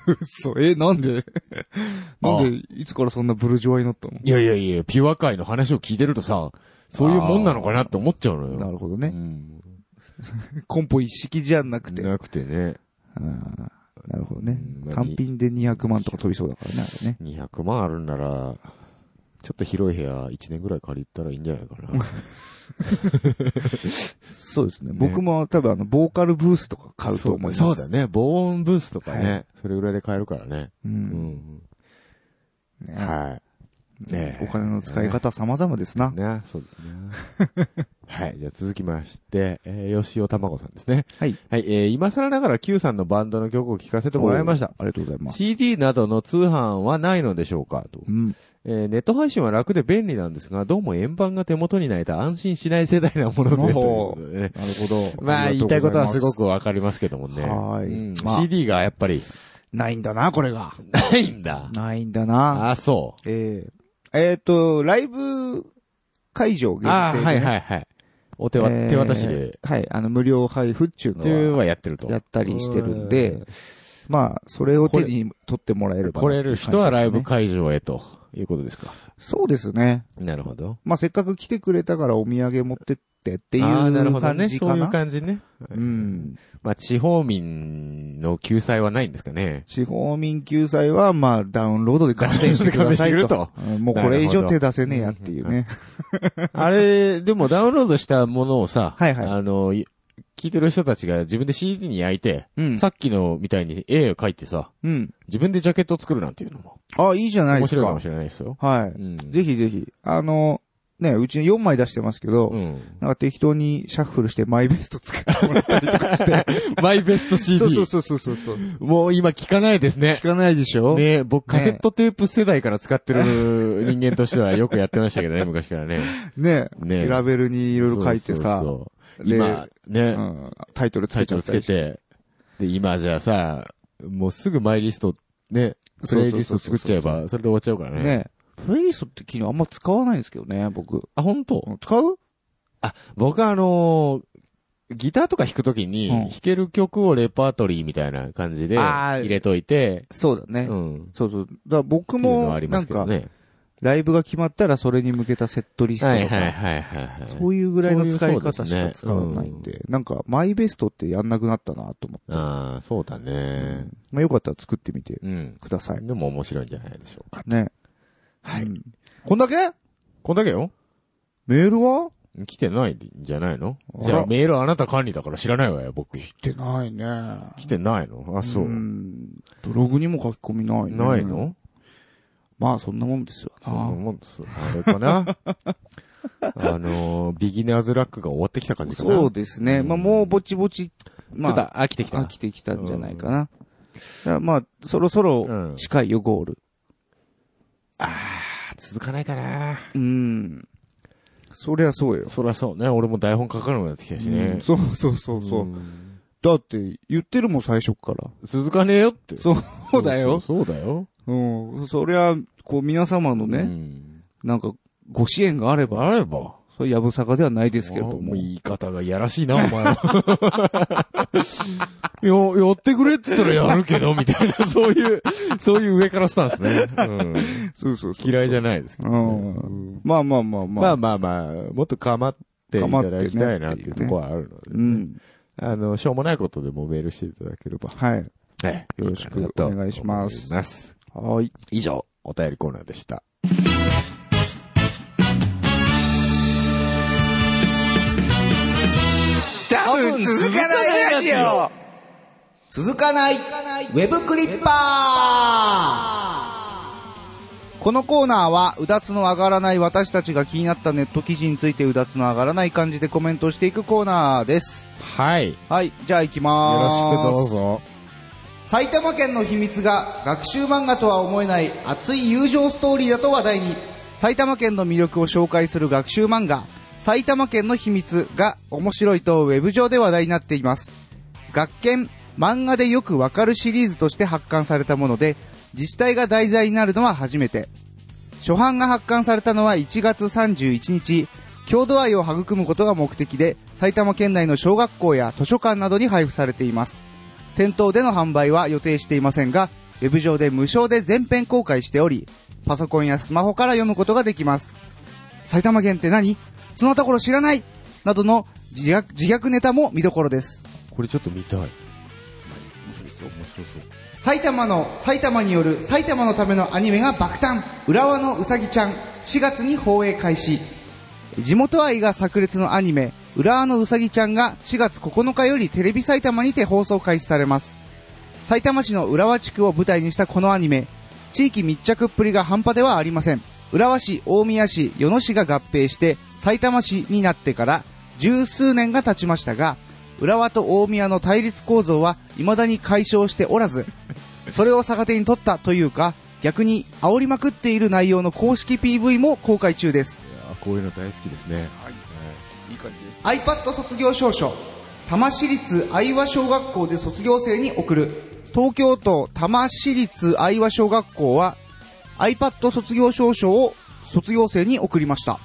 Speaker 2: 嘘、え、なんで (laughs)
Speaker 1: あ
Speaker 2: なんで、いつからそんなブルジョワになったの
Speaker 1: いやいやいや、ピュア界の話を聞いてるとさ、そういうもんなのかなって思っちゃうのよ。
Speaker 2: なるほど
Speaker 1: ど
Speaker 2: ね。コンポ一式じゃなくて。
Speaker 1: なくてね。
Speaker 2: あーなるほどね
Speaker 1: う。ん
Speaker 2: 単品で200万とか飛びそうだからね、あれね。
Speaker 1: 200万あるんなら、ちょっと広い部屋1年ぐらい借りたらいいんじゃないかな。
Speaker 2: そうですね。
Speaker 1: ね
Speaker 2: 僕も多分あの、ボーカルブースとか (laughs) 買うと思います。
Speaker 1: そうだ。ね。防音ブースとかね。
Speaker 2: は
Speaker 1: それぐらいで買えるからね。
Speaker 2: う。
Speaker 1: うんん。
Speaker 2: ね
Speaker 1: はい。ねえ
Speaker 2: お金の使い方様々ですな。
Speaker 1: ね、そうですね。はい。じゃあ続きまして、えー、吉尾たまごさんですね。
Speaker 2: はい。
Speaker 1: はい。えー、今更ながら Q さんのバンドの曲を聴かせてもらいました。
Speaker 2: ありがとうございます。
Speaker 1: CD などの通販はないのでしょうかと
Speaker 2: う。ん。
Speaker 1: えー、ネット配信は楽で便利なんですが、どうも円盤が手元にないと安心しない世代なもので。と
Speaker 2: おー
Speaker 1: いうことでね
Speaker 2: なるほど。
Speaker 1: まあ、
Speaker 2: り
Speaker 1: 言
Speaker 2: が
Speaker 1: いたい
Speaker 2: ご
Speaker 1: こと
Speaker 2: ざ
Speaker 1: は
Speaker 2: ます
Speaker 1: ごく。わかりますけどもね。
Speaker 2: はーい
Speaker 1: うん
Speaker 2: まあ
Speaker 1: CD がやっぱり、
Speaker 2: ないんだな、これが。
Speaker 1: ないんだ。
Speaker 2: ないんだな。
Speaker 1: あ、そ
Speaker 2: えー、えっと、ライブ会場
Speaker 1: う。
Speaker 2: 限
Speaker 1: あ
Speaker 2: 定
Speaker 1: ー
Speaker 2: でね。
Speaker 1: はいはいはい。お手わ
Speaker 2: えー
Speaker 1: 手渡しで、。
Speaker 2: はい、あの、無料配布っていう
Speaker 1: っていう
Speaker 2: の
Speaker 1: の
Speaker 2: は、
Speaker 1: はやってると。
Speaker 2: やったりしてるん
Speaker 1: う
Speaker 2: で、まあ、それを手に取ってもらえれば
Speaker 1: 来
Speaker 2: なって
Speaker 1: れる
Speaker 2: いう感じですかね。
Speaker 1: 人はライブ会場へということですか。
Speaker 2: そうですね。
Speaker 1: なるほど。っ
Speaker 2: まあ、せっかく来てくれたからお土産持ってってって
Speaker 1: て
Speaker 2: いう感じかな。
Speaker 1: ね。そういう感じね。
Speaker 2: うん。
Speaker 1: まあ、地方民の救済はないんですか
Speaker 2: (laughs)
Speaker 1: ね。
Speaker 2: 地方民救済は、まあ、ダウンロードで勘弁してくださいと。
Speaker 1: 勘弁
Speaker 2: うんもうこれ以上手出せねえやっていうね。
Speaker 1: あれ、でもダウンロードしたものをさ、
Speaker 2: はいはい
Speaker 1: あの、い聞いてる人たちが自分で CD に焼いて、
Speaker 2: うん
Speaker 1: さっきのみたいに絵を描いてさ、
Speaker 2: うん。
Speaker 1: 自分でジャケットを作るなんていうのも、
Speaker 2: あ、いいじゃない
Speaker 1: 面
Speaker 2: です
Speaker 1: 白いか
Speaker 2: か
Speaker 1: も。しれないですよ。
Speaker 2: は
Speaker 1: うん。
Speaker 2: い。ぜひぜひ。あの、ね、うち4枚出してますけど、
Speaker 1: うん。
Speaker 2: なんか適当にシャッフルしてマイベスト作ってもらったりと
Speaker 1: (laughs)
Speaker 2: かして。
Speaker 1: マイベ
Speaker 2: (laughs)
Speaker 1: スト CD。
Speaker 2: そうそうそうそうそうそう。
Speaker 1: もう今聞かないですね
Speaker 2: 聞。かないでしょ
Speaker 1: ね僕カセットテープ世代から使ってる人間としてはよくやってましたけどね、昔からね。
Speaker 2: ね
Speaker 1: ね
Speaker 2: ラベルにいろいろ書いてさ、
Speaker 1: そうそうそう
Speaker 2: で
Speaker 1: 今、
Speaker 2: う
Speaker 1: ね、
Speaker 2: んタイトルつ
Speaker 1: タ
Speaker 2: け
Speaker 1: イ
Speaker 2: ち
Speaker 1: ト
Speaker 2: ゃっ
Speaker 1: ルつ
Speaker 2: たり
Speaker 1: け
Speaker 2: して。
Speaker 1: て、で、今じゃあさ、もうすぐマイリスト、ね、プレイリスト作っちゃえば、それで終わっちゃうからね。
Speaker 2: ねプレイリストって機能あんま使わないんですけどね、僕。
Speaker 1: あ、本当
Speaker 2: 使う
Speaker 1: 僕はあのーギターとか弾くときに、
Speaker 2: うん
Speaker 1: 弾ける曲をレパートリーみたいな感じで、
Speaker 2: あー
Speaker 1: 入れといて、
Speaker 2: そうだね。
Speaker 1: うん。
Speaker 2: そうそう。だから僕
Speaker 1: っていうの
Speaker 2: も
Speaker 1: はあ、りま
Speaker 2: なん
Speaker 1: すけど
Speaker 2: か、
Speaker 1: ね。
Speaker 2: ライブが決まったらそれに向けたセットリスト
Speaker 1: はい
Speaker 2: と
Speaker 1: はい
Speaker 2: か、
Speaker 1: はいはいはい。
Speaker 2: そういうぐらいの使い
Speaker 1: そう
Speaker 2: 方
Speaker 1: で
Speaker 2: し
Speaker 1: す
Speaker 2: か
Speaker 1: ね
Speaker 2: 使わないんで、なんか、マイベストってやんなくなったなと思って。
Speaker 1: ああ、そうだね。
Speaker 2: まあよかったら作ってみて
Speaker 1: うん。
Speaker 2: ください。
Speaker 1: でも面白いんじゃないでしょうか。
Speaker 2: ね。はい。こんだけ
Speaker 1: こんだけよ
Speaker 2: メールは
Speaker 1: 来てないんじゃないの
Speaker 2: あら
Speaker 1: じゃあメールあなた管理だから知らないわよ、僕。来
Speaker 2: ってないね。
Speaker 1: てないのあ、そう。
Speaker 2: ん。ブログにも書き込みないね。
Speaker 1: ないの
Speaker 2: まあ、そんなもんですよ
Speaker 1: そんな
Speaker 2: な。
Speaker 1: もんです。あれか
Speaker 2: (laughs)
Speaker 1: なあのー、ビギナーズラックが終わってきた感じかな。
Speaker 2: そうですね。
Speaker 1: うん
Speaker 2: まあ、もうぼちぼち、
Speaker 1: ちょっと
Speaker 2: まあ、
Speaker 1: 飽きてきた
Speaker 2: 飽
Speaker 1: な。
Speaker 2: きてきたんじゃないかな。だからまあ、そろそろ近いよ、ゴール。
Speaker 1: 続かないかな。
Speaker 2: うん。そりゃそうよ。
Speaker 1: そりゃそうね。俺も台本書かなくなってきたし
Speaker 2: う
Speaker 1: ね
Speaker 2: ん。そうそうそうそう。
Speaker 1: ん
Speaker 2: だって、言ってるもん、最初から。
Speaker 1: 続かねえよって。
Speaker 2: そうだよ。
Speaker 1: そうそうだよ。
Speaker 2: うん。そりゃ、こう皆様のね、
Speaker 1: うん
Speaker 2: なんかご支援があれば、
Speaker 1: あれば。
Speaker 2: そうやぶさかではないですけれど
Speaker 1: あ
Speaker 2: も。
Speaker 1: 言い方がいやらしいな、お前は。 (laughs) よ、寄ってくれって言ったらやるけ
Speaker 2: (laughs)
Speaker 1: ど、みたいな、そういう、そういう上からスタンスね。うん
Speaker 2: そうそうそう。
Speaker 1: 嫌いじ
Speaker 2: ゃ
Speaker 1: ゃないですけど
Speaker 2: う
Speaker 1: ね。
Speaker 2: ん。まあまあまあま
Speaker 1: ま
Speaker 2: あ。
Speaker 1: あまあまあ、もっと構っていただきたいなっていうところはあるので、
Speaker 2: うん。
Speaker 1: あの、しょうもないことでもメールしていただければ。
Speaker 2: はい。
Speaker 1: ええ
Speaker 2: よろしくお願いします
Speaker 1: 思います
Speaker 2: はい。
Speaker 1: 以上、お便りコーナーでした。
Speaker 2: 多分続かないラジオ続かないウェブクリッパーこのコーナーは、うだつの上がらない私たちが気になったネット記事についてうだつの上がらない感じでコメントしていくコーナーです。
Speaker 1: はい。よ
Speaker 2: はい、じゃあ行きまーす。
Speaker 1: ろしくどうぞ。
Speaker 2: 埼玉県の秘密が学習漫画とは思えない熱い友情ストーリーだと話題に埼玉県の魅力を紹介する学習漫画「埼玉県の秘密」が面白いとウェブ上で話題になっています学研漫画でよくわかるシリーズとして発刊されたもので自治体が題材になるのは初めて初版が発刊されたのは1月31日郷土愛を育むことが目的で埼玉県内の小学校や図書館などに配布されています店頭での販売は予定していませんが、ウェブ上で無償で全編公開しており、パソコンやスマホから読むことができます。埼玉県って何そのところ知らないなどの自虐自虐ネタも見どころです。
Speaker 1: これちょっと見たい。面。
Speaker 2: 白そう
Speaker 1: 面白そう。
Speaker 2: 埼玉の、埼玉による埼玉のためのアニメが爆誕浦和のうさぎちゃん4月に放映開始地元愛が炸裂のアニメ浦和のうさぎちゃんが4月9日よりテレビ埼玉にて放送開始されます埼玉市の浦和地区を舞台にしたこのアニメ地域密着っぷりが半端ではありません浦和市大宮市与野市が合併して埼玉市になってから十数年が経ちましたが浦和と大宮の対立構造は未だに解消しておらずそれを逆手に取ったというか逆に煽りまくっている内容の公式 PV も公開中です
Speaker 1: いやーこういうの大好きですね。
Speaker 2: はい。いい感じです。iPad 卒業証書。多摩市立愛和小学校で卒業生に送る。東京都多摩市立愛和小学校は iPad 卒業証書を卒業生に送りました。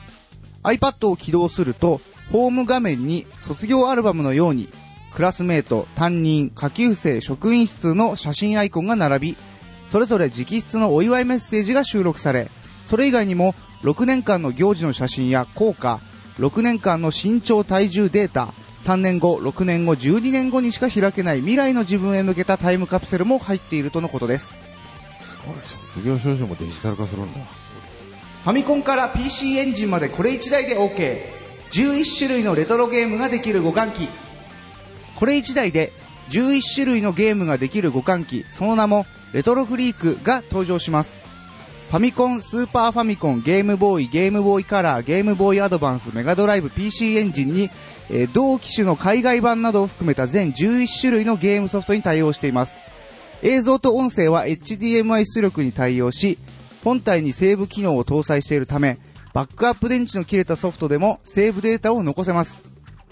Speaker 2: iPad を起動すると、ホーム画面に卒業アルバムのように、クラスメート、担任、下級生、職員室の写真アイコンが並び、それぞれ直筆のお祝いメッセージが収録され、それ以外にも、6年間の行事の写真や効果、6年間の身長体重データ、3年後、6年後、12年後にしか開けない未来の自分へ向けたタイムカプセルも入っているとのことです。
Speaker 1: すごい。卒業証書もデジタル化するんだ。
Speaker 2: ファミコンから PC エンジンまでこれ1台で OK。11種類のレトロゲームができる互換機。これ1台で11種類のゲームができる互換機、その名もレトロフリークが登場します。ファミコン、スーパーファミコン、ゲームボーイ、ゲームボーイカラー、ゲームボーイアドバンス、メガドライブ、PC エンジンに、えー同機種の海外版などを含めた全11種類のゲームソフトに対応しています。映像と音声は HDMI 出力に対応し、本体にセーブ機能を搭載しているため、バックアップ電池の切れたソフトでもセーブデータを残せます。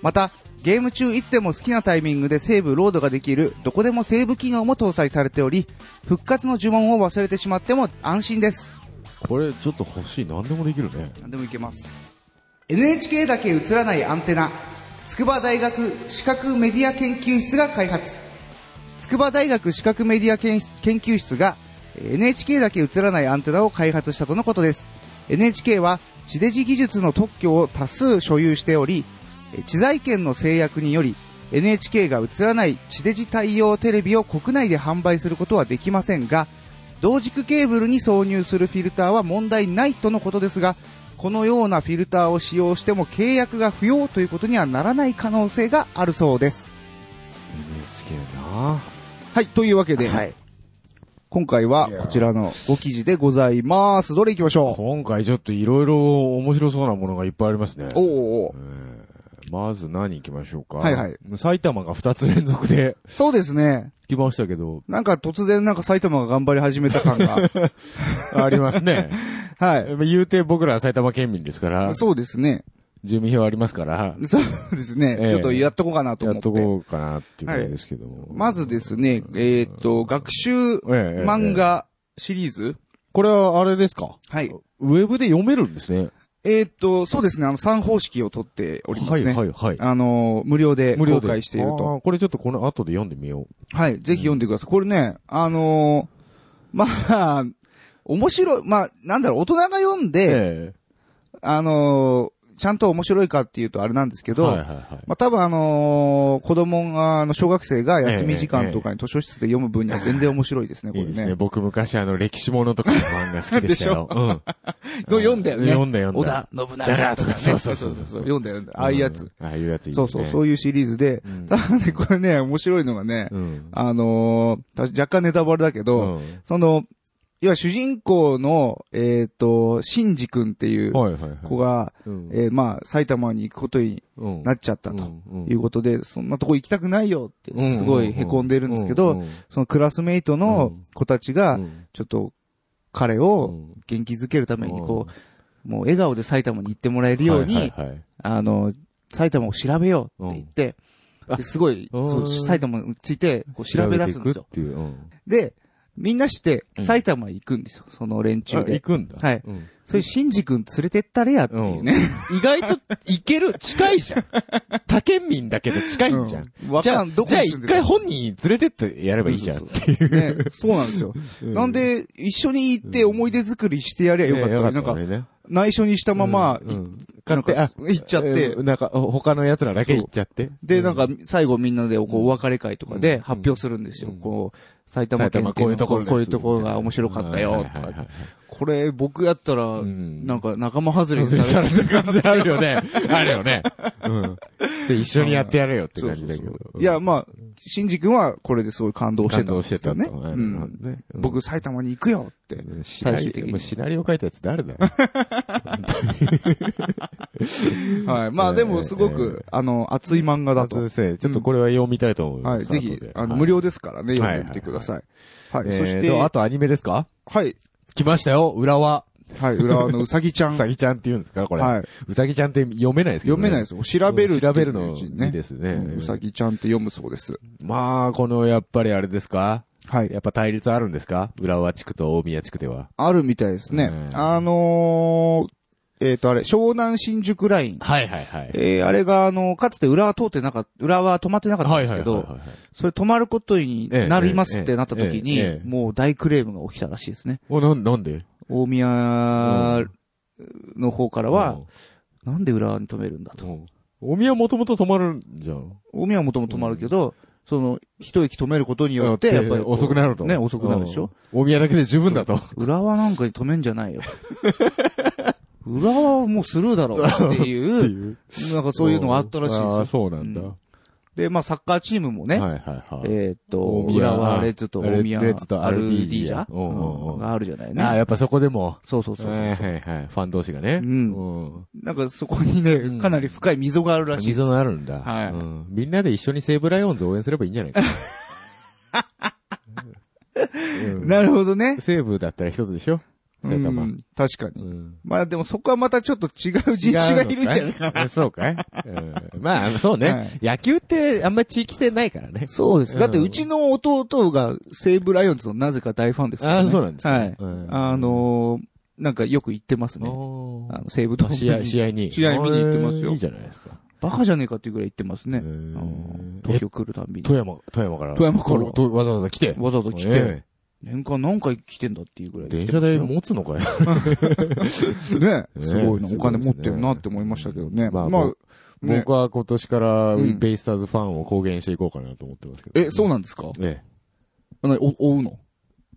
Speaker 2: また、ゲーム中いつでも好きなタイミングでセーブロードができる、どこでもセーブ機能も搭載されており、復活の呪文を忘れてしまっても安心です。
Speaker 1: これちょっと欲しい。何でもできるね。
Speaker 2: 何でもいけます。NHK だけ映らないアンテナ、筑波大学視覚メディア研究室が開発。筑波大学視覚メディア研研究室がえー NHK だけ映らないアンテナを開発したとのことです。NHK は地デジ技術の特許を多数所有しており、えー知財権の制約により NHK が映らない地デジ対応テレビを国内で販売することはできませんが、同軸ケーブルに挿入するフィルターは問題ないとのことですが、このようなフィルターを使用しても契約が不要ということにはならない可能性があるそうです。
Speaker 1: NHK な
Speaker 2: はい、というわけで、今回はこちらの5記事でございます。どれ行きましょ
Speaker 1: 今回ちょっといろいろ面白そうなものがいっぱいありますね
Speaker 2: う。おおお
Speaker 1: えーまず何行きましょうか。
Speaker 2: はいはい。
Speaker 1: 埼玉が2つ連続で (laughs)
Speaker 2: そうですね。
Speaker 1: 来ましたけど、
Speaker 2: なんか突然なんか埼玉が頑張り始めた感が。 (laughs)
Speaker 1: あります (laughs) ね。
Speaker 2: は
Speaker 1: 言うて僕らは埼玉県民ですから
Speaker 2: い。、そうですね。
Speaker 1: 住民票ありますから、
Speaker 2: そうですね。
Speaker 1: ええ
Speaker 2: ちょっとやっとこうかなと
Speaker 1: や
Speaker 2: 思
Speaker 1: っ
Speaker 2: って
Speaker 1: と。こうかなっていうことですけども。
Speaker 2: まずですね、えーっと、学習
Speaker 1: ええ、
Speaker 2: 漫画シリーズ
Speaker 1: これはあれですか
Speaker 2: はい。
Speaker 1: ウェブで読めるんですね。
Speaker 2: えーっと、そうですね、あの、3方式を取っております
Speaker 1: は
Speaker 2: ね。
Speaker 1: いはいはい。
Speaker 2: あの、無料で
Speaker 1: 無料
Speaker 2: 公
Speaker 1: で。
Speaker 2: 開していると。
Speaker 1: あー。これちょっとこの後で読んでみよ
Speaker 2: はい、ぜひ読んでください。これね、あのーまあ、面白い、まあ、なんだろう、大人が読ん
Speaker 1: う。
Speaker 2: で、
Speaker 1: え
Speaker 2: あのーちゃんと面白いかっていうとあれなんですけ
Speaker 1: え。
Speaker 2: ど、
Speaker 1: はいはいはい。
Speaker 2: まあ、多分あのー子供が、あの、小学生が休み時間とかに図書室で読む分には全然面白いですね、
Speaker 1: (laughs)
Speaker 2: こ
Speaker 1: いい
Speaker 2: れ
Speaker 1: で
Speaker 2: ね。
Speaker 1: すね。僕昔あの歴史ものとかの漫画好きでした
Speaker 2: (laughs)
Speaker 1: よ。うん。
Speaker 2: これ読んだよね。
Speaker 1: 読んだ読ん
Speaker 2: 織
Speaker 1: だ
Speaker 2: 田信 (laughs) 長とかね。
Speaker 1: そう (laughs) そうそうそう
Speaker 2: 読んだ読んだ。ああいうやつ。。
Speaker 1: ああいうやついいね。
Speaker 2: そうそう、そういうシリーズで
Speaker 1: う。ん
Speaker 2: ただね、これね、面白いのがね、
Speaker 1: うん。
Speaker 2: あのーた若干ネタバレだけ
Speaker 1: う
Speaker 2: ど、
Speaker 1: ん。
Speaker 2: その、要は主人公の、えっ、と、シンジ君っていう
Speaker 1: はいはいはい。
Speaker 2: 子が、
Speaker 1: うん、
Speaker 2: えーまあ、埼玉に行くことに
Speaker 1: うん
Speaker 2: なっちゃったということで、そんなとこ行きたくないよって、
Speaker 1: うん
Speaker 2: すごい凹んでるんですけ
Speaker 1: う
Speaker 2: ど、
Speaker 1: う
Speaker 2: そのクラスメイトの子たち
Speaker 1: う
Speaker 2: が、
Speaker 1: ん
Speaker 2: ちょっと、彼
Speaker 1: う
Speaker 2: を
Speaker 1: ん
Speaker 2: 元気づけるために、こう、もう笑顔で埼玉に行ってもらえるよう
Speaker 1: はい
Speaker 2: に、
Speaker 1: はいはい
Speaker 2: あの、埼玉を調べようって言って、
Speaker 1: うん
Speaker 2: ですごい、
Speaker 1: あ
Speaker 2: そう埼玉についてこう調べ出すんですよ
Speaker 1: 調。べていくっていう。うん
Speaker 2: で、みんなして
Speaker 1: うん
Speaker 2: 埼玉行くんですよ、その連中
Speaker 1: あ行
Speaker 2: で。
Speaker 1: くんだ。
Speaker 2: はい
Speaker 1: うん
Speaker 2: それ、シンジ君連れてったれやっていうね。
Speaker 1: 意外と行ける、近いじゃん。他県民だけど近い
Speaker 2: (laughs)
Speaker 1: んじゃん。
Speaker 2: うわ
Speaker 1: じゃ
Speaker 2: か
Speaker 1: あ、
Speaker 2: ん、どこ
Speaker 1: じゃあ一回本人連れてってやればいいじゃんっていう。
Speaker 2: ね、そうなんですよ。なんで、一緒に行って思い出作りしてやりゃよかったのになんか、
Speaker 1: ねよ
Speaker 2: 内緒にした
Speaker 1: た
Speaker 2: まま、
Speaker 1: うんう
Speaker 2: い
Speaker 1: ん
Speaker 2: な
Speaker 1: 買
Speaker 2: ん
Speaker 1: って、
Speaker 2: か
Speaker 1: あ、
Speaker 2: 行っちゃって
Speaker 1: う、んなんか、ほ他の奴らだけ行っちゃって。
Speaker 2: で、なんか、最後みんなで、こう、お別れ会とか
Speaker 1: う
Speaker 2: で
Speaker 1: ん
Speaker 2: 発表するんですよ。
Speaker 1: うん
Speaker 2: こう、埼玉
Speaker 1: 埼
Speaker 2: 県
Speaker 1: 玉
Speaker 2: って
Speaker 1: こういうところです
Speaker 2: こういうところが面白かったよ、と
Speaker 1: はいはいはいは
Speaker 2: か
Speaker 1: い。
Speaker 2: これ、僕やったら、
Speaker 1: ん
Speaker 2: なんか、仲間外れに
Speaker 1: さ
Speaker 2: さ
Speaker 1: れ
Speaker 2: れ
Speaker 1: た感じあるよね。あるよね。うん。それ一緒にやってやれよって
Speaker 2: そ
Speaker 1: 感
Speaker 2: う
Speaker 1: じ
Speaker 2: そう
Speaker 1: だ
Speaker 2: そ
Speaker 1: けど。
Speaker 2: う。いや、まあ、シンジ君はこれですごい感動してたんですけどね。
Speaker 1: 感動してたと
Speaker 2: うん
Speaker 1: なるほどねうん
Speaker 2: 僕埼玉に行くよって。
Speaker 1: シナ
Speaker 2: 最終
Speaker 1: リ
Speaker 2: 的
Speaker 1: オ、
Speaker 2: に
Speaker 1: もうシナリオ書いたやつ誰だよ。
Speaker 2: はい。まあでもすごく、あの、熱い漫画 (laughs) だ
Speaker 1: そう
Speaker 2: と
Speaker 1: で。すね。ちょっとこれは読みたいと思います。
Speaker 2: はい。ぜひ
Speaker 1: 後で、
Speaker 2: あの、
Speaker 1: はい
Speaker 2: 無料ですからね、読んでみてください。はい。
Speaker 1: えー
Speaker 2: そして、
Speaker 1: とあ
Speaker 2: は
Speaker 1: とアニメですか
Speaker 2: い。
Speaker 1: 来ましたよ、浦和。
Speaker 2: はい。浦和のうさぎち
Speaker 1: (laughs)
Speaker 2: ゃ。
Speaker 1: うんさぎちゃんって言うんですかこれ。
Speaker 2: はい。
Speaker 1: うさぎちゃんって読めないですけど、。
Speaker 2: 読めないですすよ。調べる。
Speaker 1: 調べるの
Speaker 2: 字
Speaker 1: いいですね
Speaker 2: うんうさぎちゃんって読むそうです。
Speaker 1: まあ、この、やっぱりあれですか
Speaker 2: はい。
Speaker 1: やっぱ対立あるんですか浦和地区と大宮地区では。
Speaker 2: あるみたいですね
Speaker 1: う。ん
Speaker 2: あのー、えっと、あれ、湘南新宿ライン。
Speaker 1: はいはいはい。
Speaker 2: えー、あれが、あの、かつて浦和通ってなかった、浦和止まってなかったんですけ
Speaker 1: はい
Speaker 2: ど
Speaker 1: はい、はいはいはい
Speaker 2: それ止まることになりますってなった時
Speaker 1: えええええ
Speaker 2: に
Speaker 1: え、
Speaker 2: もう大クレームが起きたらしいですね。
Speaker 1: お、なん、なんで
Speaker 2: 大宮の方からは、なんで浦和に止めるんだ
Speaker 1: う
Speaker 2: と。
Speaker 1: ん、うん大宮もともと止まるんじゃん。
Speaker 2: 大宮はもともと止まるけど、その、一息止めることによって、
Speaker 1: だ
Speaker 2: やっぱりこう。
Speaker 1: 遅くなると。
Speaker 2: ね、遅くなるでしょ。
Speaker 1: うん大宮だけで十分だと。
Speaker 2: 浦和なんかに止めんじゃないよ。 (laughs) 浦和はもうスルーだろうって
Speaker 1: (laughs) って
Speaker 2: いう、
Speaker 1: いう。
Speaker 2: なんかそういうのがあったらしい
Speaker 1: ああー、
Speaker 2: です
Speaker 1: そ
Speaker 2: よ。
Speaker 1: うなんだ。
Speaker 2: うんで、まあサッカーチームもね、
Speaker 1: はいはいはい。
Speaker 2: えーっと
Speaker 1: 大、宮
Speaker 2: 浦和レッズと大宮、
Speaker 1: レッズとアルディージャ
Speaker 2: RDJ
Speaker 1: うんうんうん
Speaker 2: があるじゃない
Speaker 1: ああ、
Speaker 2: ね。
Speaker 1: やっぱそこでも。
Speaker 2: そうそうそうそう。
Speaker 1: はいはいはい。ファン同士がね。
Speaker 2: うん
Speaker 1: うん。
Speaker 2: なんかそこにね、かなり深い溝があるらしいです。
Speaker 1: 溝があるんだ。
Speaker 2: はい
Speaker 1: うんみんなで一緒に西武ライオンズ応援すればいいんじゃない
Speaker 2: (laughs)
Speaker 1: かな。うん
Speaker 2: なるほどね。
Speaker 1: 西武だったら一つでしょ埼玉。
Speaker 2: うん確か
Speaker 1: う
Speaker 2: に。
Speaker 1: ん
Speaker 2: まあでもそこはまたちょっと違う人種がいるんじゃないかな。
Speaker 1: な。そうかいうんまああの、そう
Speaker 2: は
Speaker 1: ね
Speaker 2: い。
Speaker 1: 野球ってあんまり地域性ないからね。
Speaker 2: そうですす。だってうちの弟が西武ライオンズのなぜか大ファンですからね。
Speaker 1: あそうなんですか
Speaker 2: はい
Speaker 1: うん。
Speaker 2: あのー、なんかよく行ってますね。
Speaker 1: おー
Speaker 2: あの西武と
Speaker 1: 試合、試合に。
Speaker 2: 試合見に行ってますよ
Speaker 1: あーいいじゃないですか。
Speaker 2: バカじゃねえかっていうぐらい行ってますね。
Speaker 1: へー
Speaker 2: うん東京来るたんびに。
Speaker 1: 富山、富山から。
Speaker 2: 富山から
Speaker 1: ととわざわざ来て。
Speaker 2: わざわざ来て、
Speaker 1: え
Speaker 2: 年間何回来てんだっていうぐら
Speaker 1: え
Speaker 2: い
Speaker 1: 電
Speaker 2: 来て
Speaker 1: 車代
Speaker 2: ましたよ。
Speaker 1: 持つのかよ。
Speaker 2: ね
Speaker 1: ね
Speaker 2: すごいな、
Speaker 1: す
Speaker 2: お金
Speaker 1: ご
Speaker 2: 持
Speaker 1: いですね
Speaker 2: ってるなって思いましたけどね。
Speaker 1: ま
Speaker 2: ま
Speaker 1: あ
Speaker 2: あ、ね
Speaker 1: 僕は今年から
Speaker 2: うん
Speaker 1: ベイスターズファンを公言していこうかなと思ってますけど。
Speaker 2: え、そうなんですか
Speaker 1: ええ。
Speaker 2: あのお追うの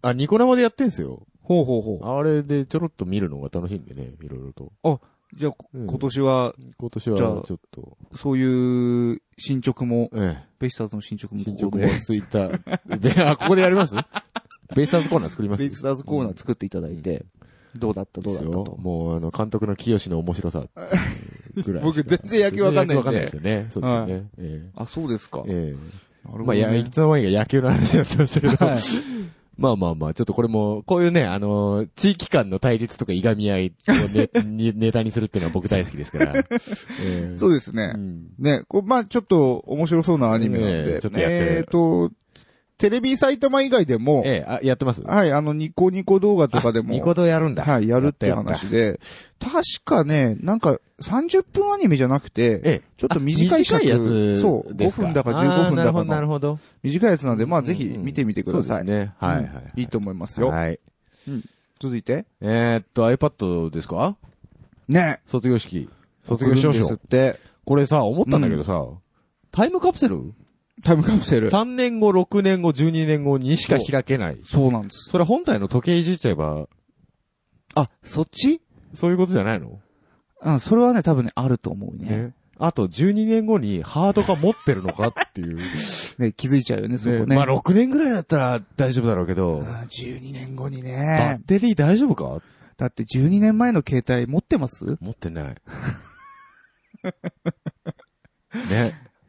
Speaker 1: あ、ニコ生でやってんすよ。
Speaker 2: ほうほうほ
Speaker 1: あれでちょろっと見るのが楽しいんでね、いろいろと。
Speaker 2: う。じゃあ、こ
Speaker 1: うん
Speaker 2: 今年は、
Speaker 1: 今年はち
Speaker 2: じゃ
Speaker 1: ょ
Speaker 2: あ
Speaker 1: っと、
Speaker 2: そういう進捗も、
Speaker 1: ええ。
Speaker 2: ベイスターズの進捗も
Speaker 1: 進捗
Speaker 2: ここ
Speaker 1: も
Speaker 2: で、
Speaker 1: ついた。べあ、ここ (laughs) でやり
Speaker 2: (laughs)
Speaker 1: ますベイスターズコーナー作ります
Speaker 2: ベイスターズコーナー作っていただいて、どうだったどうだった
Speaker 1: ですよ
Speaker 2: と。
Speaker 1: もう、あの、監督の清の面白さっていうぐらいしか。
Speaker 2: 僕全然野球わかんない
Speaker 1: 全然野
Speaker 2: んで
Speaker 1: 球わかんないですよね。そうですよね。え
Speaker 2: あ、そうですか。
Speaker 1: え。え
Speaker 2: な
Speaker 1: え。
Speaker 2: る
Speaker 1: まあ、や、いつの間にか野球の話になってましたけど。まあまあまあ、ちょっとこれも、こういうね、あのー地域間の対立とかいがみ合いをねにネタにするっていうのは僕大好きです
Speaker 2: (laughs)
Speaker 1: から。ええ
Speaker 2: そうです
Speaker 1: う
Speaker 2: ね。
Speaker 1: ん
Speaker 2: ね、こうまあちょっと面白そうなアニメなん
Speaker 1: ええ
Speaker 2: で
Speaker 1: ちょっ。とやって
Speaker 2: えーと、テレビ埼玉以外でも、
Speaker 1: ええ、あ、やってます
Speaker 2: はい、あの、ニコニコ動画とかでも、
Speaker 1: ニコ動やるんだ。
Speaker 2: はい、やるっていう
Speaker 1: やったやった
Speaker 2: 話で、確かね、なんか、30分アニメじゃなくて、
Speaker 1: ええ。
Speaker 2: ちょっと短い尺
Speaker 1: あ短やつ
Speaker 2: そう
Speaker 1: です
Speaker 2: 5分だか15分だかの
Speaker 1: あーなるほど、なるほど。
Speaker 2: 短いやつなんで、まあ、ぜひ見てみてください。
Speaker 1: そうですね。はいはいは
Speaker 2: うんいいと思いますよ。
Speaker 1: はい。
Speaker 2: 続いて。
Speaker 1: えーっと、iPad ですか
Speaker 2: ね。
Speaker 1: 卒業式。卒業証
Speaker 2: 送るんです
Speaker 1: 書
Speaker 2: っ。て、
Speaker 1: これさ、思ったんだけどさ、タイムカプセル
Speaker 2: タイムカプセル。
Speaker 1: ?3 年後、6年後、12年後にしか開けない。
Speaker 2: そうなんです。
Speaker 1: それ本体の時計いじっちゃえば、
Speaker 3: あ、そっち
Speaker 1: そういうことじゃないの
Speaker 3: うん、それはね、多分ね、あると思うね。
Speaker 1: ね。あと12年後にハードが持ってるのかっていう。
Speaker 3: ね、気づいちゃうよね、そこね。
Speaker 1: ねまあ6年ぐらいだったら大丈夫だろうけど、
Speaker 3: うん12年後に
Speaker 1: バ
Speaker 3: ね
Speaker 1: ッ。テリー大丈夫か
Speaker 3: だって12年前の携帯持ってます
Speaker 1: 持ってない。ね。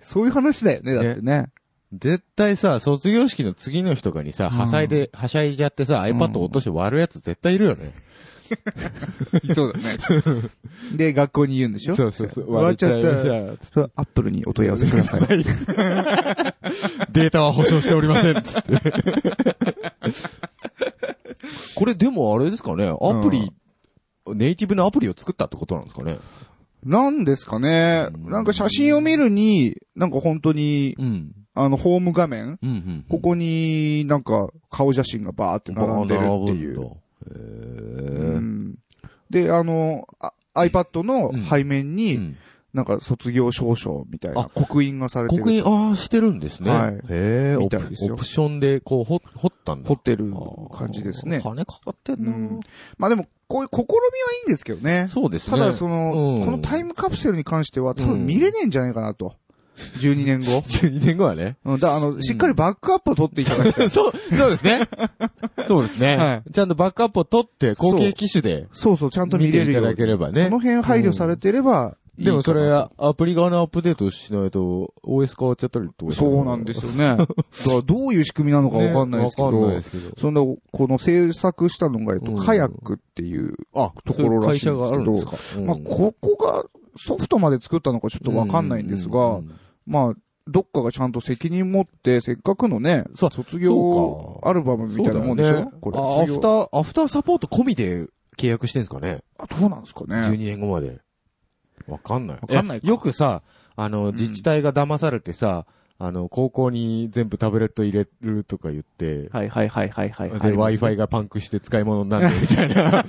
Speaker 3: そういう話だよね、だってね。
Speaker 1: 絶対さ、卒業式の次の日とかにさ、はしゃいで、はしゃいじゃってさ、iPad 落として割るやつ絶対いるよね。
Speaker 3: そうだね。で、学校に言うんでしょ
Speaker 1: そうそうそう。
Speaker 3: 割っ
Speaker 1: 割っ
Speaker 3: ち
Speaker 1: ち
Speaker 3: ゃっ
Speaker 1: ゃったた。
Speaker 3: それはアップルにお問い合わせください。
Speaker 1: データは保証しておりません。つって。これでもあれですかね、アプリ、ネイティブのアプリを作ったってことなんですかね。
Speaker 2: なんですかね。なんか写真を見るに、なんか本当に、
Speaker 1: うん。
Speaker 2: あの、ホーム画面
Speaker 1: うんうん。
Speaker 2: ここになんか顔写真がバーって並んでるっていう。。
Speaker 1: へ
Speaker 2: うんで、あの、あ iPad の背面
Speaker 1: え。
Speaker 2: に、なんか卒業証書みたいな
Speaker 1: あ
Speaker 2: 刻印がされてる。
Speaker 1: 刻印、ああ、してるんですね。
Speaker 2: はい
Speaker 1: へえ、オ
Speaker 2: み
Speaker 1: プ
Speaker 2: たいですよ
Speaker 1: オプションで、こう、ほ掘ったんだ。
Speaker 2: 彫ってる感じです
Speaker 1: あ
Speaker 2: ね
Speaker 1: ー。金かかってん
Speaker 2: うん
Speaker 1: な
Speaker 2: まあでも、こういう試みはいいんですけどね。
Speaker 1: そうです
Speaker 2: た
Speaker 1: ね。
Speaker 2: だその
Speaker 1: う、ん。
Speaker 2: このタイムカプセルに関しては多分見れねえんじゃないかなと。12年後
Speaker 1: 12年後はね。
Speaker 2: うん、だあの、しっかりバックアップを取っていただきた
Speaker 1: (laughs)
Speaker 2: い。
Speaker 1: そう、そうですね。 (laughs) そうですね。
Speaker 2: は
Speaker 1: ちゃんとバックアップを取って、後継機種で
Speaker 2: そうそう、ちゃんと見
Speaker 1: 見
Speaker 2: れ
Speaker 1: て
Speaker 2: る
Speaker 1: い
Speaker 2: よ
Speaker 1: た
Speaker 2: う
Speaker 1: だ
Speaker 2: に。こ
Speaker 1: ければね。
Speaker 2: の辺配慮されてればい
Speaker 1: で
Speaker 2: いかな
Speaker 1: も
Speaker 2: と
Speaker 1: それ、アプリ側のアップデートしないと、OS 変わっちゃったりとか。
Speaker 2: そうなんですよね。だからどういう仕組みなのかわかんないですけど、
Speaker 1: ねわかんないですけど。
Speaker 2: そんな、この制作したのが、えっと、
Speaker 1: うん
Speaker 2: カヤックっていう、あ、ところらしいんですけ
Speaker 1: そ
Speaker 2: ど、
Speaker 1: ういう会社があるんですか
Speaker 2: まあ、ここがソフトまで作ったのかちょっとわかんないんですが、
Speaker 1: うんうんうん
Speaker 2: まあ、どっかがちゃんと責任持って、せっかくのね、
Speaker 1: そう
Speaker 2: 卒業
Speaker 1: そうか
Speaker 2: アルバムみたいなもんでし
Speaker 1: そ
Speaker 2: ょ
Speaker 1: うだよね
Speaker 2: これ。
Speaker 1: あアフ
Speaker 2: 卒
Speaker 1: タ
Speaker 2: 業
Speaker 1: ー、アフターサポート込みで契約してんすかね
Speaker 2: あ、どうなんですかね
Speaker 1: ?12。年後まで。わかんない。
Speaker 2: わかんないか
Speaker 1: えよくさ、あの、自治体が騙されてさ、あの、高校に全部タブレット入れるとか言って、
Speaker 3: はいはいはいはいはい。
Speaker 1: で、Wi-Fi がパンクして使い物に
Speaker 2: (laughs)
Speaker 1: なるみたいな、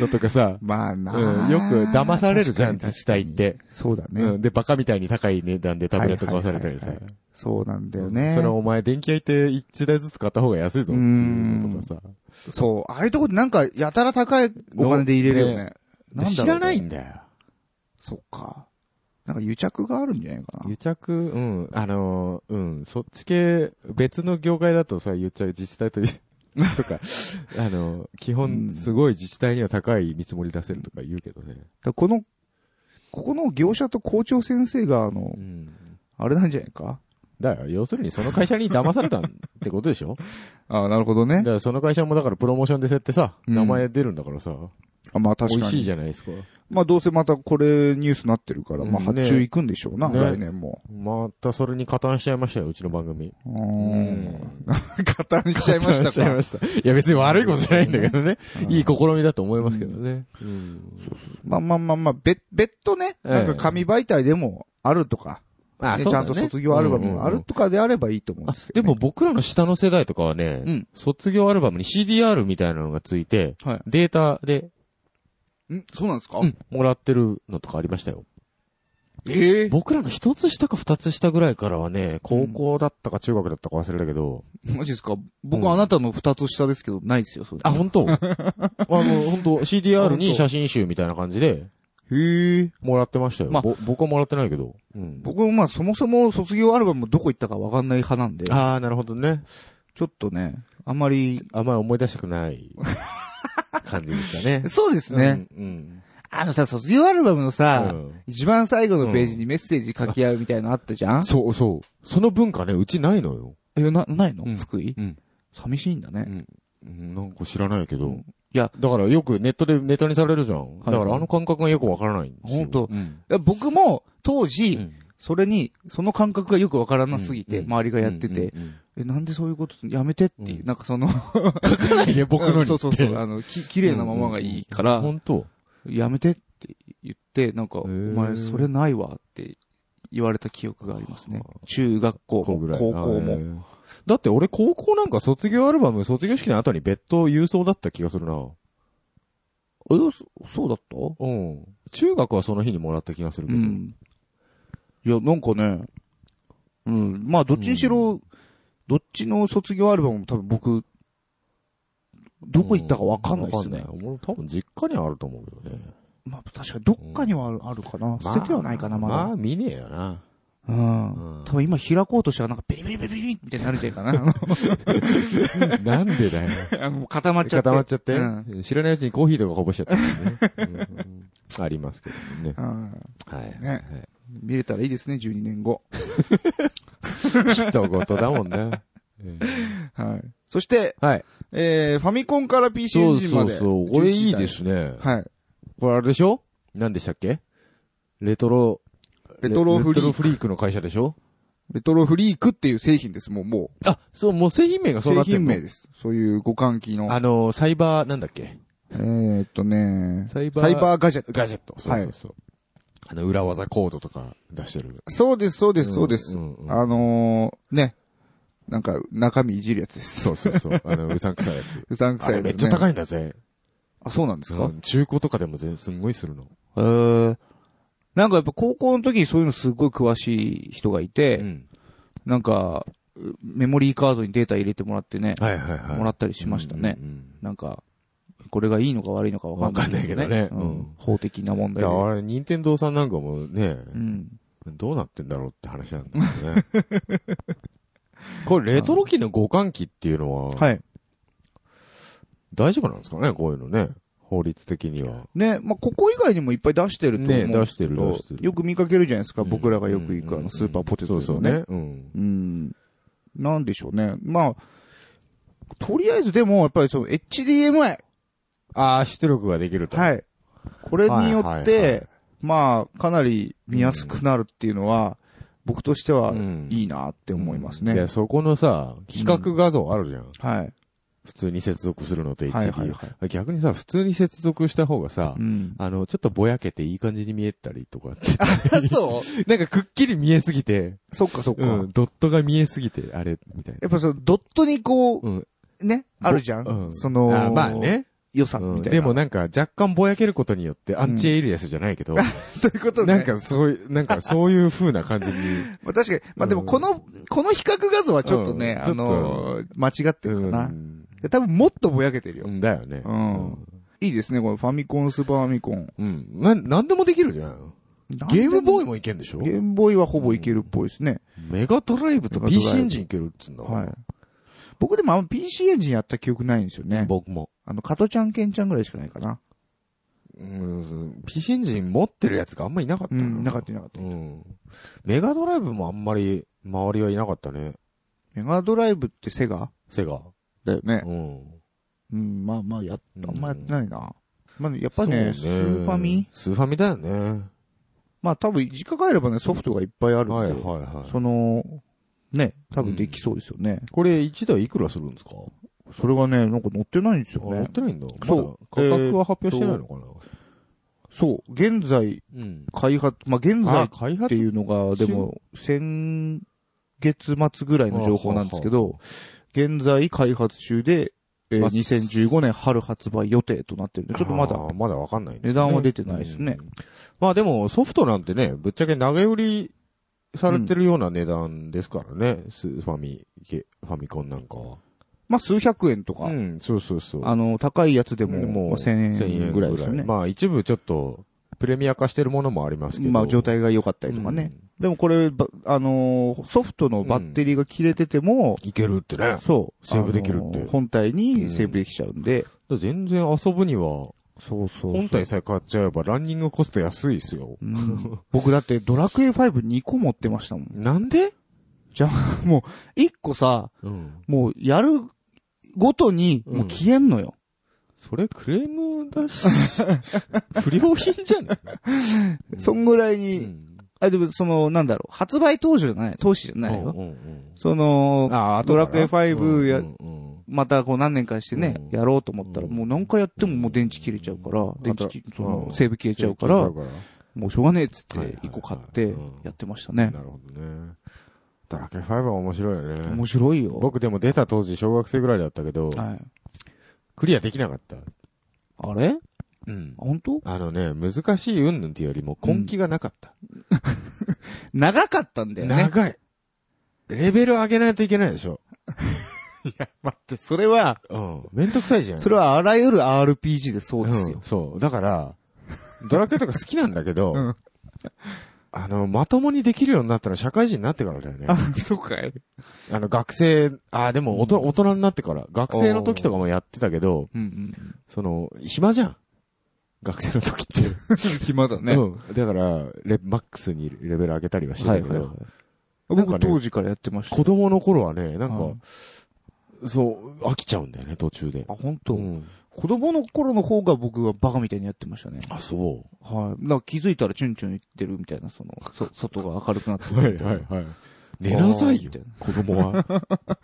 Speaker 1: のとかさ、
Speaker 2: まあ
Speaker 1: う
Speaker 2: な、
Speaker 1: ん、よく騙されるじゃん、
Speaker 2: 確か
Speaker 1: 自
Speaker 2: に
Speaker 1: 治体って。
Speaker 2: そうだね、
Speaker 1: うん、で、バカみたいに高い値段でタブレット買わされたりさ
Speaker 2: はい。はいはいはいそうなんだよ
Speaker 1: うん
Speaker 2: ね
Speaker 1: それ。お前電気屋行って1台ずつ買った方が安いぞっていうのとかさ。
Speaker 2: そう。ああいうとこでなんか、やたら高いお金で入れるよね。
Speaker 1: ね
Speaker 2: なんだろう
Speaker 1: 知らないんだよ。
Speaker 2: そっか。なんか癒着があるんじゃないかな
Speaker 1: 癒。着、うん、あのーうん、そっち系、別の業界だとさ、言っちゃう自治体と
Speaker 2: (laughs)
Speaker 1: 一緒、とか、あのー基
Speaker 2: うん
Speaker 1: 本、すごい自治体には高い見積もり出せるとか言うけどね。
Speaker 2: だこの、ここの業者と校長先生が、あの
Speaker 1: う、ん。
Speaker 2: あれなんじゃないか
Speaker 1: だから、要するにその会社に騙されたんってことでし
Speaker 2: (laughs)
Speaker 1: ょ
Speaker 2: ああ、なるほどね
Speaker 1: だから、その会社もだからプロモーションでそうやってさ、
Speaker 2: うん
Speaker 1: 名前出るんだからさ、
Speaker 2: あまあ
Speaker 1: 美
Speaker 2: 確
Speaker 1: 味
Speaker 2: か
Speaker 1: しい
Speaker 2: に。
Speaker 1: じゃないですか。
Speaker 2: まあどうせまたこれニュースになってるから、まあ
Speaker 1: うんね
Speaker 2: 発注行くんでしょうな、
Speaker 1: ね
Speaker 2: 来年も。
Speaker 1: またそれに加担しちゃいましたよ、うちの番組。
Speaker 2: う
Speaker 1: うん
Speaker 2: ん。加担しちゃいました
Speaker 1: ちゃい
Speaker 2: か。
Speaker 1: ました。いや別に悪いことじゃないんだけどね。
Speaker 2: うん
Speaker 1: いい試みだと思いますけどね。
Speaker 2: まあまあまあまあ、別、別途ね、
Speaker 1: ええ
Speaker 2: なんか紙媒体でもあるとか、
Speaker 1: あ
Speaker 2: ねちゃんと卒業アルバムがあるとかであればいいと思うん
Speaker 1: あ
Speaker 2: ですけど
Speaker 1: で
Speaker 2: ね。
Speaker 1: も僕らの下の世代とかはね、
Speaker 2: うん
Speaker 1: 卒業アルバムに CDR みたいなのがついて、
Speaker 2: はい
Speaker 1: データで、
Speaker 2: ん、そうなんですか
Speaker 1: うんもらってるのとかありましたよ。
Speaker 2: ええ。
Speaker 1: 僕らの一つ下か二つ下ぐらいからはね、高校だったか中学だったか忘れたけど、
Speaker 2: マジですか
Speaker 1: う
Speaker 2: 僕
Speaker 1: ん
Speaker 2: あなたの二つ下ですけど、ないですよ、それ。
Speaker 1: あ、本当 (laughs) あの、本当 CDR に写真集みたいな感じで、
Speaker 2: へえ。
Speaker 1: もらってましたよ。
Speaker 2: まあ
Speaker 1: ぼ僕はもらってないけど。うん
Speaker 2: 僕もまあそもそも卒業アルバムどこ行ったかわかんない派なんで、
Speaker 1: ああ、なるほどね。
Speaker 2: ちょっとね、あんまり、
Speaker 1: あんまり思い出したくない感じですかね。
Speaker 2: (laughs) そうですね。
Speaker 1: うん。
Speaker 3: あのさ、卒業アルバムの
Speaker 1: うん
Speaker 3: さ、
Speaker 1: うん
Speaker 3: 一番最後のページにメッセージ書き合うみたいなのあったじゃん、
Speaker 1: そうそう。その文化ね、うちないのよ。
Speaker 3: え、な、ないの、
Speaker 1: うん
Speaker 3: 福井
Speaker 1: うん。
Speaker 3: 寂しいんだね。
Speaker 1: うんなんか知らないけど。
Speaker 3: んいや、
Speaker 1: だからよくネットでネタにされるじゃん。
Speaker 3: い
Speaker 1: だからあの感覚がよくわからないんですよ。
Speaker 3: ほんと
Speaker 1: うん
Speaker 3: 僕も当時、
Speaker 1: うん
Speaker 2: それに、その感覚がよくわからなすぎて、
Speaker 1: うん
Speaker 2: 周りがやってて、
Speaker 1: うんうん
Speaker 2: え、なんでそういうことやめてっていう、
Speaker 1: うん
Speaker 2: なんかその、
Speaker 1: うん書かないで、僕のに。
Speaker 2: (laughs) そうそうそう、あの、き、綺麗なままがいいから、
Speaker 1: 本当
Speaker 2: やめてって言って、なんか、
Speaker 1: へ
Speaker 2: お
Speaker 1: ー
Speaker 2: 前それないわって言われた記憶がありますね
Speaker 1: は。
Speaker 2: 中学校も高校も。。
Speaker 1: だって俺高校なんか卒業アルバム、卒業式の後に別途郵送だった気がするな。
Speaker 2: え、そそうだった
Speaker 1: うん。中学はその日にもらった気がするけ
Speaker 2: う
Speaker 1: ど。
Speaker 2: ん。いや、なんかね、うん、まあどっちにしろ、どっちの卒業アルバムも多分僕、どこ行ったかわかんないですね。
Speaker 1: わかんない俺多分実家にはあると思うけどね。
Speaker 2: まあ確かにどっかにはある,、あるかな。捨ててはないかな、まだ。
Speaker 1: まあ見ねえよな。
Speaker 2: うん。
Speaker 1: うん
Speaker 2: 多分今開こうとしたらなんかペリペリペリペリみたいになるんじゃないか
Speaker 1: (laughs)
Speaker 2: な。
Speaker 1: なんでだよ。
Speaker 2: (laughs) あのもう固まっちゃって。
Speaker 1: 固まっちゃって
Speaker 2: うん。
Speaker 1: 知らないうちにコーヒーとかこぼしちゃったりね。うんありますけどね。
Speaker 2: うん。
Speaker 1: はい。
Speaker 2: ね見れたらいいですね、12年後。
Speaker 1: はい。人事だもんな。うん
Speaker 2: はい。そして、
Speaker 1: はい。
Speaker 2: えー、ファミコンから PC エ
Speaker 1: そ
Speaker 2: ン
Speaker 1: う
Speaker 2: ジン
Speaker 1: そ
Speaker 2: ま
Speaker 1: う
Speaker 2: で。
Speaker 1: そう。これいいで
Speaker 2: 11
Speaker 1: すね。
Speaker 2: 台。はい。
Speaker 1: これあれでしょ何でしたっけレトロ、
Speaker 2: レトロフ
Speaker 1: レ
Speaker 2: リ
Speaker 1: トロ
Speaker 2: ー
Speaker 1: フ
Speaker 2: ク。
Speaker 1: リークの会社でしょ
Speaker 2: レトロフリークっていう製品です、もう、も
Speaker 1: あ、そう、もう製品名が
Speaker 2: う。
Speaker 1: そう
Speaker 2: 製
Speaker 1: なってる
Speaker 2: 品名です。そういう互換機の。
Speaker 1: あの、サイバー、なんだっけ
Speaker 2: えーっとね、
Speaker 1: サイバー
Speaker 2: サイバーガジェット。
Speaker 1: ガジェット。
Speaker 2: はい
Speaker 1: そうそうそう。あの、裏技コードとか出してる。
Speaker 2: そうです、そうです、そうで
Speaker 1: う
Speaker 2: す。
Speaker 1: んうん
Speaker 2: あのー、ね。なんか、中身いじるやつです。
Speaker 1: そうそうそう。あの、うさんくさいやつ。
Speaker 2: うさんく
Speaker 1: あ
Speaker 2: さい
Speaker 1: れ
Speaker 2: やつ、ね。
Speaker 1: めっちゃ高いんだぜ。
Speaker 2: あ、そうなんですか、
Speaker 1: うん中古とかでも全すんごいするの。
Speaker 2: えー、なんかやっぱ高校の時にそういうのすごい詳しい人がいて、
Speaker 1: うん。
Speaker 2: なんか、うメモリーカードにデータ入れてもらってね、
Speaker 1: はいはいはい。
Speaker 2: もらったりしましたね。
Speaker 1: うんうん
Speaker 2: なんか、これがいいのか悪いのかわかんない
Speaker 1: わかんないけどね
Speaker 2: う
Speaker 1: うん
Speaker 2: ん法的な問
Speaker 1: うん。だ
Speaker 2: 題
Speaker 1: か
Speaker 2: で。
Speaker 1: らあれ、任天堂さんなんかもね、
Speaker 2: うん。
Speaker 1: どうなってんだろうって話なんだけ (laughs) どね。これ、レトロ機の互換機っていうのは、
Speaker 2: はい。
Speaker 1: 大丈夫なんですかねこういうのね。法律的には。
Speaker 2: ね、まあ、ここ以外にもいっぱい出してると思う
Speaker 1: ね
Speaker 2: ん
Speaker 1: 出
Speaker 2: で
Speaker 1: し
Speaker 2: す
Speaker 1: て
Speaker 2: け
Speaker 1: る
Speaker 2: ど。
Speaker 1: 出してる
Speaker 2: よく見かけるじゃないですか、僕らがよく行
Speaker 1: う
Speaker 2: く
Speaker 1: ん
Speaker 2: あの、スーパーポテ
Speaker 1: そ
Speaker 2: ト
Speaker 1: う
Speaker 2: と
Speaker 1: そう
Speaker 2: か
Speaker 1: ね。。うん。
Speaker 2: うん。なんでしょうね。まあ、とりあえずでも、やっぱりその HDMI。
Speaker 1: ああ、出力ができると。
Speaker 2: はい。これによ
Speaker 1: はい
Speaker 2: っ
Speaker 1: はいは
Speaker 2: て、まあ、かなり見やすくなるっていうのは、僕としては
Speaker 1: うん
Speaker 2: いいなって思いますね。
Speaker 1: いや、そこのさ、比較画像あるじゃん。
Speaker 2: はい。
Speaker 1: 普通に接続するのと HD、
Speaker 2: はいはいは
Speaker 1: 逆にさ、普通に接続した方がさ、
Speaker 2: うん。
Speaker 1: あの、ちょっとぼやけていい感じに見えたりとかって。
Speaker 2: そ
Speaker 1: なんかくっきり見えすぎて、
Speaker 2: う (laughs) そっかそっか。
Speaker 1: うん、ドットが見えすぎて、あれ、みたいな。
Speaker 2: やっぱそのドットにこう、
Speaker 1: うん。
Speaker 2: ね、あるじゃん。
Speaker 1: うん
Speaker 2: その、
Speaker 1: あーまあね。
Speaker 2: 良さ
Speaker 1: うん
Speaker 2: みたいな。
Speaker 1: でもなんか若干ぼやけることによってアンチエイリアスじゃないけど、
Speaker 2: そういう (laughs) ことね。
Speaker 1: なんかそういう、なんかそういう風な感じに、
Speaker 2: まあ確かに、まあでもこの、この比較画像はちょっとね、
Speaker 1: うん
Speaker 2: あのー間違ってるかな。
Speaker 1: う
Speaker 2: い
Speaker 1: ん
Speaker 2: や多分もっとぼやけてるよ。
Speaker 1: うんだよね。
Speaker 2: うんいいですね、このファミコン、スーパーファミコン。
Speaker 1: うん。な、なんでもできるじゃん。ゲームボーイもいけんでしょ
Speaker 2: ゲームボーイはほぼいけるっぽいですね。
Speaker 1: メガドライブと
Speaker 2: メガドライブ
Speaker 1: PC エンジンいけるって言うんだ。
Speaker 2: はい。僕でもあんま PC エンジンやった記憶ないんですよね。
Speaker 1: 僕も。
Speaker 2: あの、加トちゃん、ケンちゃんぐらいしかないかな。
Speaker 1: うん、PC エンジン持ってるやつがあんまいなかった
Speaker 2: う
Speaker 1: な。
Speaker 2: ん、なかったいなかった
Speaker 1: う。ん。メガドライブもあんまり周りはいなかったね。
Speaker 2: メガドライブってセガ
Speaker 1: セガ。
Speaker 2: だよね。
Speaker 1: うん。
Speaker 2: うん、まあまあ、やっ、あんまやってないな。まあ、やっぱ
Speaker 1: そう
Speaker 2: ね、スーファミ
Speaker 1: スーファミだよね。は
Speaker 2: まあ多分、実家帰ればね、ソフトがいっぱいあるんで、
Speaker 1: いはいはい。
Speaker 2: その、ね、多分できそうですよね。
Speaker 1: これ一台いくらするんですか
Speaker 2: それがね、なんか載ってないんですよ
Speaker 1: 売っ
Speaker 2: ね。
Speaker 1: てないんだ。
Speaker 2: そう
Speaker 1: まだ価格は発表してないのかな
Speaker 2: そう、現在、
Speaker 1: うん。
Speaker 2: 開発、まあ現在
Speaker 1: あ開
Speaker 2: って
Speaker 1: 発
Speaker 2: いうのが、でも、先月末ぐらいの情報なんですけど、現在開発中で、えー
Speaker 1: まあ
Speaker 2: 2015年春発売予定となってるんで、ちょっとまだ
Speaker 1: あーまだわかんないんですね、
Speaker 2: 値段は出てないですね
Speaker 1: うん。まあでも、ソフトなんてね、ぶっちゃけ投げ売りされてるような値段ですからね、スファミ、ゲファミコンなんかは。
Speaker 2: まあ数百円とか
Speaker 1: う、ん、そうそうそう。
Speaker 2: あの、高いやつでも、
Speaker 1: で
Speaker 2: まあ1000円ぐらいですよね。
Speaker 1: まあ一部ちょっと、プレミア化してるものもありますけど。
Speaker 2: まあ状態が良かったりとかね。でもこれ、ばあのーソフトのバッテリーが切れてても、
Speaker 1: うん。いけるってね。
Speaker 2: そう。
Speaker 1: セーブできるって
Speaker 2: あのー本体にセーブできちゃうんで、
Speaker 1: 全然遊ぶには、
Speaker 2: そうそうそう
Speaker 1: 本体さえ買っちゃえばランニングコスト安いですよ。 (laughs)
Speaker 2: うん僕だってドラクエ52個持ってましたもん。
Speaker 1: なんで
Speaker 2: 1個さ、
Speaker 1: うん。
Speaker 2: もうやるごとに、
Speaker 1: うん
Speaker 2: もう消えんのよ。
Speaker 1: それクレー (laughs) ムだし、不良品じゃない
Speaker 2: そんぐらいに、
Speaker 1: うん
Speaker 2: あ、でも、その、なんだろう、発売当時じゃない、当時じゃない
Speaker 1: うん
Speaker 2: よ。
Speaker 1: うんうん
Speaker 2: その、
Speaker 4: ああ、
Speaker 2: ドラクエ
Speaker 4: エ
Speaker 2: 5や、
Speaker 1: うんうん
Speaker 2: またこう何年かしてね、
Speaker 1: うん
Speaker 2: やろうと思ったら、
Speaker 1: うん
Speaker 2: もう何回やってももう電池切れちゃうから、電池切その、セーブ消えちゃうから、もうしょうがねえっつっ
Speaker 1: はいはい
Speaker 2: て
Speaker 1: は、い
Speaker 2: 一個買って
Speaker 1: うん、
Speaker 2: やってましたね。
Speaker 4: なるほどね。ドラクエ5は面白いよね。
Speaker 2: 面白いよ。
Speaker 1: 僕でも出た当時小学生ぐらいだったけど、
Speaker 2: はい。
Speaker 1: クリアできなかった。
Speaker 2: あれ
Speaker 1: うん。
Speaker 2: 本当
Speaker 1: あのね、難しい云々っていうよりも根気がなかった。
Speaker 2: 長かったんだよね。
Speaker 1: 長い。レベル上げないといけないでしょ。
Speaker 2: 待って、それは、
Speaker 1: うん。めんどくさいじゃん。
Speaker 2: それはあらゆる RPG でそうです
Speaker 1: う
Speaker 2: よ
Speaker 1: ん。そう。だから、ドラクエとか好きなんだけど、
Speaker 2: (laughs) うん
Speaker 1: あの、まともにできるようになったのは社会人になってからだよね。
Speaker 2: あ、そうかい
Speaker 1: あの、学生、あ、でも大人、大人になってから。学生の時とかもやってたけど、
Speaker 2: うんうん。
Speaker 1: その、暇じゃん。学生の時って。
Speaker 2: 暇だね。
Speaker 1: うん。だから、レ、マックスにレベル上げたりはしてたけど、なんか
Speaker 2: 僕
Speaker 1: ね
Speaker 2: 当時からやってました
Speaker 1: 子
Speaker 2: よ。
Speaker 1: 供の頃はね、なんか、
Speaker 2: うん
Speaker 1: そう、飽きちゃうんだよね、途中で。
Speaker 2: あ、本当、
Speaker 1: ん
Speaker 2: 子供の頃の方が僕はバカみたいにやってましたね。
Speaker 1: あ、そ
Speaker 2: はい。なんか気づいたらチュンチュン言ってるみたいな、その、そ、外が明るくなって
Speaker 1: う。
Speaker 2: るみたいな。
Speaker 1: はい。寝なさいよ
Speaker 2: あーみたいな、
Speaker 1: 子供は。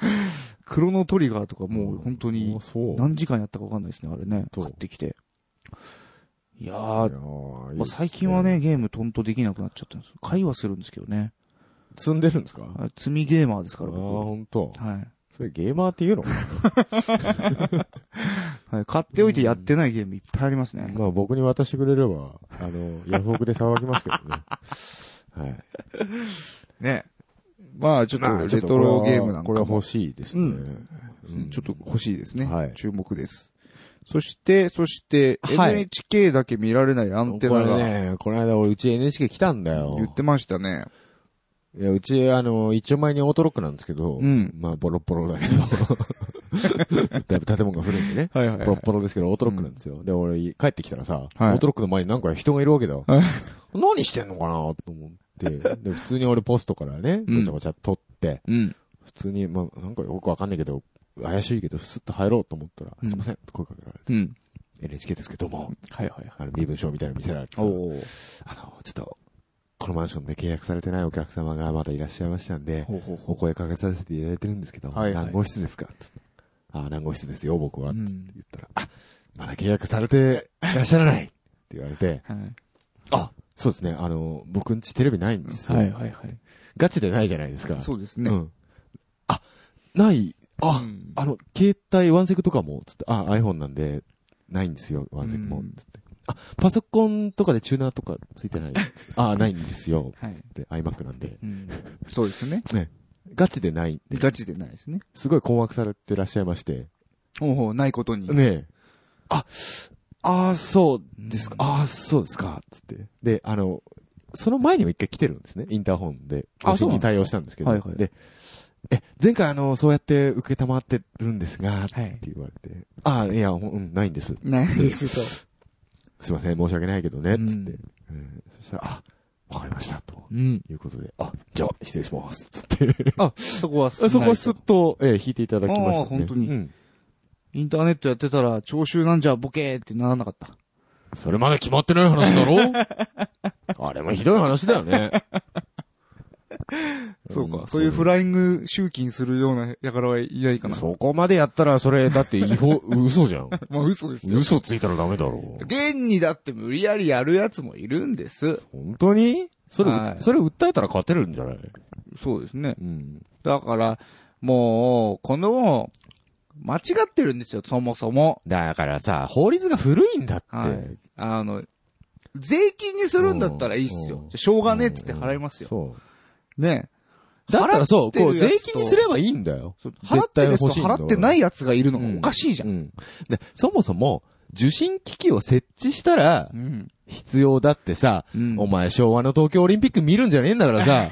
Speaker 2: クロノトリガーとかもう本当に
Speaker 1: あ、そう。
Speaker 2: 何時間やったかわかんないですね、あれね。
Speaker 1: そう
Speaker 2: 買ってきて。
Speaker 1: い
Speaker 2: いや
Speaker 1: や
Speaker 2: ー、
Speaker 1: ーいい
Speaker 2: まあ
Speaker 1: です
Speaker 2: 最近はね、ゲームトントできなくなっちゃったんです。会話するんですけどね。
Speaker 1: 積んでるんですか
Speaker 2: あ積みゲーマーですから、
Speaker 1: あー
Speaker 2: 僕。
Speaker 1: ほんと。
Speaker 2: はい。
Speaker 1: それゲーマーって言うの
Speaker 2: はい。買っておいてやってないゲームいっぱいありますね。
Speaker 1: まあ僕に渡してくれれば、あの、ヤフオクで騒ぎますけどね。はい。
Speaker 2: ね。
Speaker 4: まあ、ちょ
Speaker 1: まあ
Speaker 4: っと、
Speaker 1: ちょ
Speaker 4: レ
Speaker 1: っと
Speaker 4: トロゲームなんか
Speaker 1: これは
Speaker 4: も
Speaker 1: 欲しいですね。うん
Speaker 4: ちょっと欲しいですね。
Speaker 1: はい
Speaker 4: 注目です。そして、そして、
Speaker 1: はい
Speaker 4: NHK だけ見られないアンテ
Speaker 1: こ
Speaker 4: ナ
Speaker 1: れ
Speaker 4: が
Speaker 1: ね、この間俺うち NHK 来たんだよ。
Speaker 4: 言ってましたね。
Speaker 1: いや、うち、あの、一丁前にオートロックなんですけど、
Speaker 4: うん
Speaker 1: まあ、ボロッボロだけど、だいぶ (laughs) 建物が古いんでね。
Speaker 4: はいはい
Speaker 1: ボロッボロですけど、オートロックなんですよ。で、俺、帰ってきたらさ、
Speaker 4: はい
Speaker 1: オートロックの前に何か人がいるわけだわ。
Speaker 4: はい
Speaker 1: 何してんのかなと思って、で、普通に俺ポストからね、
Speaker 4: うん
Speaker 1: ごちゃごちゃ取って、
Speaker 4: うん。
Speaker 1: 普通に、まあ、なんかよくわかんないけど、怪しいけど、スッと入ろうと思ったら、
Speaker 2: うん
Speaker 1: すいません、と声かけられて、
Speaker 4: うん。
Speaker 1: NHK ですけども、
Speaker 2: はいはいはい。
Speaker 1: あの、身分証みたいなの見せられてさ、
Speaker 2: おー
Speaker 1: あの、ちょっと、このマンションで契約されてないお客様がまだいらっしゃいましたんで、
Speaker 2: ほうほう
Speaker 1: お
Speaker 2: ほ
Speaker 1: 声かけさせていただいてるんですけど、
Speaker 4: はいはい
Speaker 1: 何号室ですかってあ何号室ですよ、僕は。
Speaker 2: う
Speaker 1: って
Speaker 2: ん
Speaker 1: 言ったら、あ、まだ契約されていらっしゃらないって言われて、
Speaker 2: う。はい
Speaker 1: あ、そうですね、あの、僕んちテレビないんですよ。
Speaker 2: はいはいはい。
Speaker 1: ガチでないじゃないですか。
Speaker 2: そうです
Speaker 1: う
Speaker 2: ね。
Speaker 1: ん。あ、ない、あ、
Speaker 4: うん
Speaker 1: あの、携帯ワンセクとかも、つって、あ、iPhone なんで、ないんですよ、ワンセクも。
Speaker 2: うん
Speaker 1: つってあ、パソコンとかでチューナーとかついてない。つってあ、ないんですよ。
Speaker 2: はい。
Speaker 1: で、iMac なんで。
Speaker 2: うん。
Speaker 4: そうですね。
Speaker 1: ガチでない。
Speaker 4: ガチでないですね。
Speaker 1: すごい困惑されてらっしゃいまして。
Speaker 4: ほうほう、ないことに。
Speaker 1: ねえ。あ、ああ、そうですか。ああ、そうですか。つって。で、あの、その前にも一回来てるんですね。インターホンで。
Speaker 2: あそうなん
Speaker 1: に
Speaker 2: ですか
Speaker 1: 対応したんですけど。
Speaker 2: はいはい
Speaker 1: で、え、前回あの、そうやって受けたまってるんですが、って
Speaker 2: はい。
Speaker 1: 言われて。ああ、いや、ほんうん、ないんです。
Speaker 2: ないですと。
Speaker 1: (laughs) すいません、申し訳ないけどね。つって。
Speaker 2: うん
Speaker 1: うんそしたら、あ、わかりました、と。
Speaker 2: うん。
Speaker 1: いうことで、あ、じゃあ、失礼します。つって。
Speaker 2: あ、そこは、
Speaker 1: そこはすっと、ええ、引いていただきました、ね。
Speaker 2: ああ本当に
Speaker 1: うん。
Speaker 2: インターネットやってたら、聴衆なんじゃボケーってならなかった。
Speaker 1: それまだ決まってない話だろ (laughs) あれもひどい話だよね。
Speaker 2: (laughs)
Speaker 4: そうか。そういうフライング集金するような輩はいないかな。
Speaker 1: そこまでやったら、それ、だって違
Speaker 2: (laughs)
Speaker 1: 法、嘘じゃん。
Speaker 4: まあ嘘ですよ。
Speaker 1: 嘘ついたらダメだろ。
Speaker 2: 現にだって無理やりやるやつもいるんです。
Speaker 1: (laughs) 本当にそれ、
Speaker 2: はい
Speaker 1: それ訴えたら勝てるんじゃない
Speaker 2: そうですね。
Speaker 1: うん。
Speaker 2: だから、もう、この、間違ってるんですよ、そもそも。
Speaker 1: だからさ、法律が古いんだって。
Speaker 2: はい。あの、税金にするんだったらいいっす
Speaker 1: うん
Speaker 2: よ。しょうがねえっつって払いますよ。
Speaker 1: そ
Speaker 2: ね
Speaker 1: う。だったらそう、こう、税金にすれ
Speaker 2: ば、
Speaker 1: ばいいんだよ。
Speaker 2: 払ってるやつと
Speaker 1: 絶対欲しいんだ
Speaker 2: 払ってないやつがいるのがおかしいじゃ。
Speaker 1: うんんで、そもそも、受信機器を設置したら
Speaker 2: う、ん。
Speaker 1: 必要だってさ、
Speaker 2: うん
Speaker 1: お前昭和の東京オリンピック見るんじゃねえんだから
Speaker 2: (laughs)
Speaker 1: さ、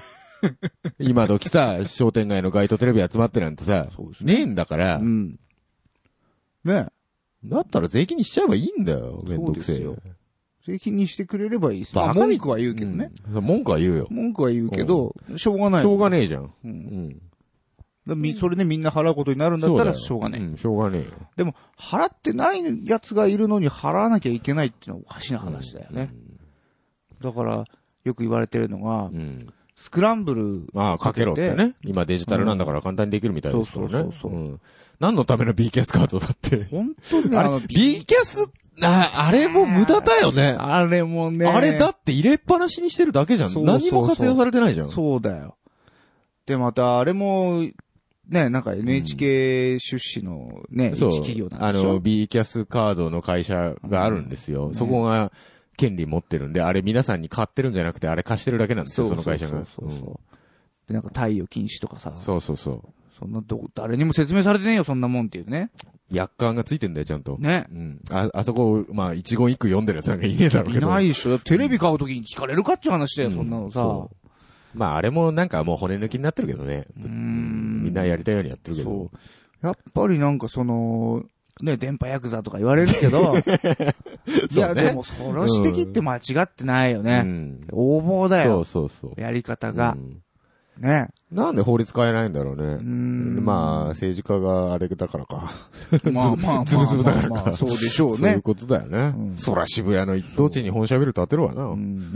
Speaker 1: 今時さ、商店街の街頭テレビ集まってなんてさ、
Speaker 2: そうです
Speaker 1: ねえんだから、
Speaker 2: うん。
Speaker 4: ね。
Speaker 1: だったら税金にしちゃえばいいんだよ、めんどくせえ。
Speaker 2: そうです税金にしてくれればいいっすよ。まあ
Speaker 1: バカみ
Speaker 2: 文句は言うけどね。
Speaker 1: うん文句は言うよ。
Speaker 2: 文句は言うけど、しょうがない。
Speaker 1: しょうがねえじゃん。
Speaker 2: う
Speaker 1: うんん。
Speaker 2: だみそれでみんな払うことになるんだったらしょうがない。
Speaker 1: ん、しょうがねえよ。
Speaker 2: でも、払ってないやつがいるのに払わなきゃいけないっていうのはおかしな話だよね。だから、よく言われてるのが
Speaker 1: う、ん。
Speaker 2: スクランブル、
Speaker 1: まあ、かけろってね。今デジタルなんだから簡単にできるみたいですからね。
Speaker 2: うんそうそうそうそうん
Speaker 1: 何のための B キャスカードだって。
Speaker 2: 本当にね、
Speaker 1: あ
Speaker 2: あ
Speaker 1: れ
Speaker 2: の、、
Speaker 1: B キャス、ああれも無駄だよね。
Speaker 2: あれもね、
Speaker 1: あれだって入れっぱなしにしてるだけじゃ
Speaker 2: そ
Speaker 1: ん。
Speaker 2: うそうそう
Speaker 1: 何も活用されてないじゃん。
Speaker 2: そうだよ。
Speaker 4: で、また、あれも、
Speaker 2: ね、なんか NHK 出資のね、一企業なん
Speaker 1: あ
Speaker 2: でしょ
Speaker 1: の、B キャスカードの会社があるんですよ。そこが権利持ってるんで、あれ皆さんに買ってるんじゃなくて、あれ貸してるだけなんですよ、その会社が。
Speaker 2: そうそうそうそうで、なんか貸与禁止とかさ、
Speaker 1: うん
Speaker 2: そ
Speaker 1: そうそうそ
Speaker 2: んなど、誰にも説明されてねえよ、そんなもんっていうね。
Speaker 1: う。薬管がついてんだよ、ちゃんと。
Speaker 2: ね
Speaker 1: う。ん。あ、あそこ、まあ、一言一句読んでるやつなんかいねえだろう
Speaker 2: い
Speaker 1: けど。
Speaker 2: ないでしょ。テレビ買うときに聞かれるかっていう話だよ、
Speaker 1: うん
Speaker 2: そんなのさ。
Speaker 1: そまあ、あれもなんかもう骨抜きになってるけどね。
Speaker 2: うーん
Speaker 1: みんなやりたいようにやってるけど。
Speaker 2: そう。やっぱりなんかその、ね、電波ヤクザとか言われるけ
Speaker 1: (laughs)
Speaker 2: ど、いや、でもその指摘って間違ってないよ
Speaker 1: う
Speaker 2: ね。
Speaker 1: ん。
Speaker 2: 横暴だ
Speaker 1: そう
Speaker 2: よ。
Speaker 1: そうそう。
Speaker 2: やり方が
Speaker 1: う。ん
Speaker 2: ね。
Speaker 1: なんで法律変えないんだろう
Speaker 2: うー
Speaker 1: ね。
Speaker 2: ん
Speaker 1: まあ、政治家があれだからか。
Speaker 2: まあまあ、
Speaker 1: (laughs) (laughs) ズブズブだからか
Speaker 2: まあまあそうでしょう
Speaker 1: そうい
Speaker 2: ね
Speaker 1: う。ことだよね。
Speaker 2: うん
Speaker 1: そら渋谷の一等地に本社ビル建てるわな。
Speaker 2: う
Speaker 1: 本
Speaker 2: ん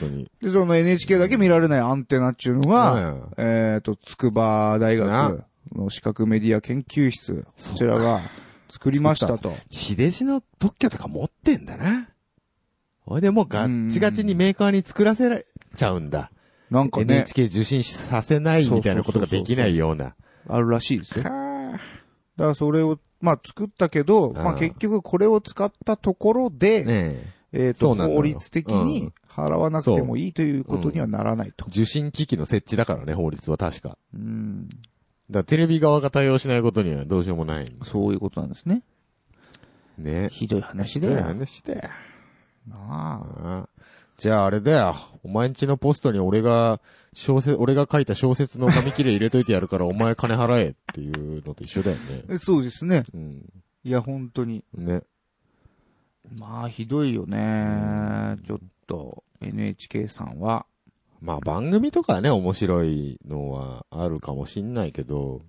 Speaker 1: 当
Speaker 2: (laughs)
Speaker 1: に。
Speaker 4: で、その NHK だけ見られないアンテナっていうのが、
Speaker 1: ねえ
Speaker 4: えっ、と、筑波大学
Speaker 1: な
Speaker 4: の視覚メディア研究室、こちらが作りましたと。
Speaker 1: 地デジの特許とか持ってんだな。ほいでもうガッチガチにメーカーに作らせられちゃうんだ。
Speaker 4: なんかね、
Speaker 1: NHK 受信させないみたいなことができないような。
Speaker 4: あるらしいですよ。だか
Speaker 1: はあ
Speaker 4: らそれを、まあ作ったけど、
Speaker 1: ん
Speaker 4: まあ結局これを使ったところで、
Speaker 1: ねえ
Speaker 4: えっ、
Speaker 1: そ
Speaker 4: と、
Speaker 1: うなんだよ
Speaker 4: 法律的
Speaker 1: う
Speaker 4: に
Speaker 1: ん
Speaker 4: 払わなくてもいいということにはならないと。
Speaker 1: 受信機器の設置だからね、法律は確か。だか
Speaker 4: うん
Speaker 1: らテレビ側が対応しないことにはどうしようもない。
Speaker 2: そういうことなんですね。
Speaker 1: ね。
Speaker 2: ひどい話だ
Speaker 1: そういう
Speaker 2: よ。
Speaker 1: 話だよ。
Speaker 2: なあ
Speaker 1: ああじゃああれだよ。お前んちのポストに俺が、小説、俺が書いた小説の紙切れ入れといてやるからお前金払えっていうのと一緒だよね。
Speaker 4: えそうですね。
Speaker 1: うん。
Speaker 4: いや、本当に。
Speaker 1: ね。
Speaker 2: まあ、ひどいよね。ちょっと、NHK さんは。
Speaker 1: まあ番組とかね、面白いのはあるかもしんないけど、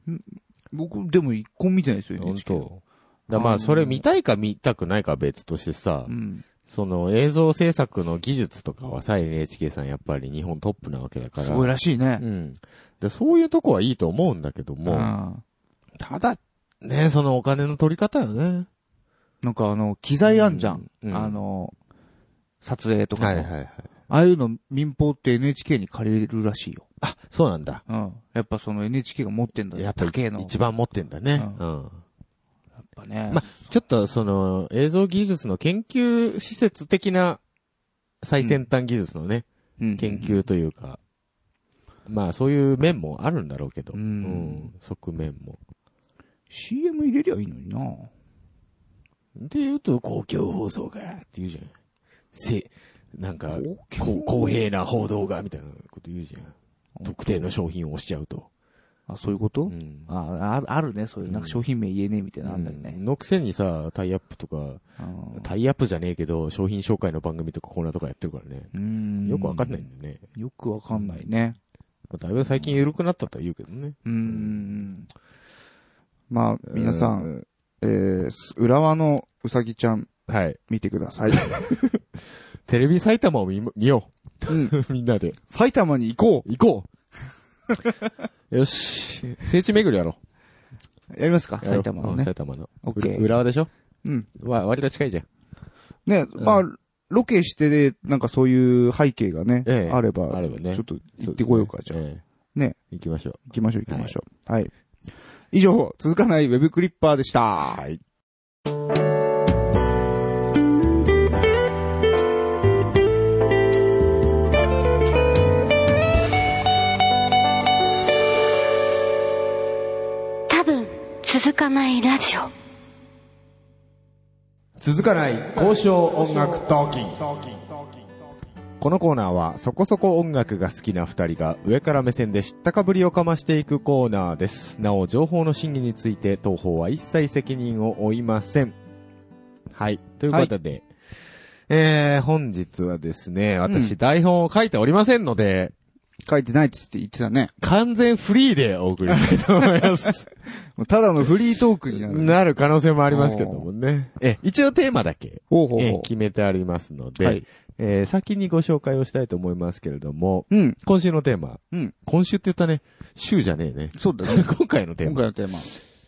Speaker 2: 僕、でも一個見てないですよ、
Speaker 1: 本
Speaker 2: NHK は。
Speaker 1: 当だまあそれ見たいか見たくないかは別としてさ、
Speaker 2: うん。
Speaker 1: その映像制作の技術とかはさ、NHK さんやっぱり日本トップなわけだから。
Speaker 2: すごいらしいね
Speaker 1: う。ん。で、そういうとこはいいと思うんだけども、
Speaker 2: ん
Speaker 1: ただ、ね、そのお金の取り方よね。
Speaker 2: なんかあの、機材あんじゃん。
Speaker 1: うんうん
Speaker 2: あの、撮影とか
Speaker 1: は
Speaker 2: の
Speaker 1: いはいはい。
Speaker 2: ああいうの民放って NHK に借りれるらしいよ。
Speaker 1: あ、そうなんだ。
Speaker 2: うん。やっぱその NHK が持ってんだ
Speaker 1: やっぱ
Speaker 2: 高えの。
Speaker 1: 一番持ってんだね。う。
Speaker 2: うんやっぱね。
Speaker 1: まちょっとその映像技術の研究施設的な最先端技術のね、
Speaker 2: うん
Speaker 1: 研。究というか、まあそういう面もあるんだろうけど、
Speaker 2: うん
Speaker 1: うん側面も。
Speaker 2: CM 入れりゃいいのにな
Speaker 1: で言うと公共放送がって言うじゃん。せ、なんか、
Speaker 2: 公
Speaker 1: こう公平な報道がみたいなこと言うじゃん。特定の商品を押しちゃうと。
Speaker 2: あ、そういうこと、
Speaker 1: ん
Speaker 2: ああ、あるね、そういう。なんか商品名言えねえみたいなのあんだよ
Speaker 1: う
Speaker 2: ね。
Speaker 1: んのくせにさ、タイアップとか、
Speaker 2: うん
Speaker 1: タイアップじゃねえけど、商品紹介の番組とかコーナーとかやってるからね。
Speaker 2: うん。
Speaker 1: よくわかんないん。だよね。
Speaker 2: よくわかんないね。
Speaker 1: まあだいぶ最近緩くなったとは言うけどね。
Speaker 2: うん。
Speaker 4: まあ、皆さん、えー、浦和のうさぎちゃん
Speaker 1: はい。
Speaker 4: 見てください。
Speaker 1: テレビ埼玉を見見よ
Speaker 4: うん。
Speaker 1: う。 (laughs) みんなで。
Speaker 4: (laughs) 埼玉に行こ
Speaker 1: 行こう (laughs) よし。聖地巡りやろ
Speaker 4: うやりますか
Speaker 1: う。
Speaker 2: 埼玉の
Speaker 1: うん
Speaker 2: ね。
Speaker 1: 埼玉の。
Speaker 2: オッケー
Speaker 1: う浦和でしょ
Speaker 4: うん。
Speaker 1: わ、割と近いじゃん。
Speaker 4: ね、
Speaker 1: ん
Speaker 4: まあ、ロケしてで、なんかそういう背景がね、
Speaker 1: ええ
Speaker 4: あれば、
Speaker 1: あればね
Speaker 4: ちょっと行ってこようか、じゃあ。
Speaker 1: ええ
Speaker 4: ね。
Speaker 1: 行きましょう。
Speaker 4: 行きましょう、行きましょう。はい。以上、続かないウェブクリッパーでした。
Speaker 1: はい。
Speaker 5: 多分続かないラジオ
Speaker 1: 続かない交渉音楽トーキンこのコーナーはそこそこ音楽が好きな2人が上から目線で知ったかぶりをかましていくコーナーですなお情報の審議について東方は一切責任を負いませんはいということで、えー、本日はですね私台本を書いておりませんので、
Speaker 4: 書いてないっつって言ってたね。
Speaker 1: 完全フリーでお送りしたいと思います。
Speaker 4: もうただのフリートークになる。
Speaker 1: なる可能性もありますけどもね。え、一応テーマだけ、
Speaker 4: ほうほう
Speaker 1: え
Speaker 4: ほう。
Speaker 1: 決めてありますので、
Speaker 2: はい。
Speaker 1: えー先にご紹介をしたいと思いますけれども、
Speaker 2: うん。
Speaker 1: 今週のテーマ。
Speaker 2: うん
Speaker 1: 今週って言ったね、週じゃねえ (laughs) ね。
Speaker 2: そう
Speaker 4: (laughs)
Speaker 2: だね。
Speaker 1: 今回のテー
Speaker 2: 今
Speaker 1: マ。
Speaker 2: 回のテーマ。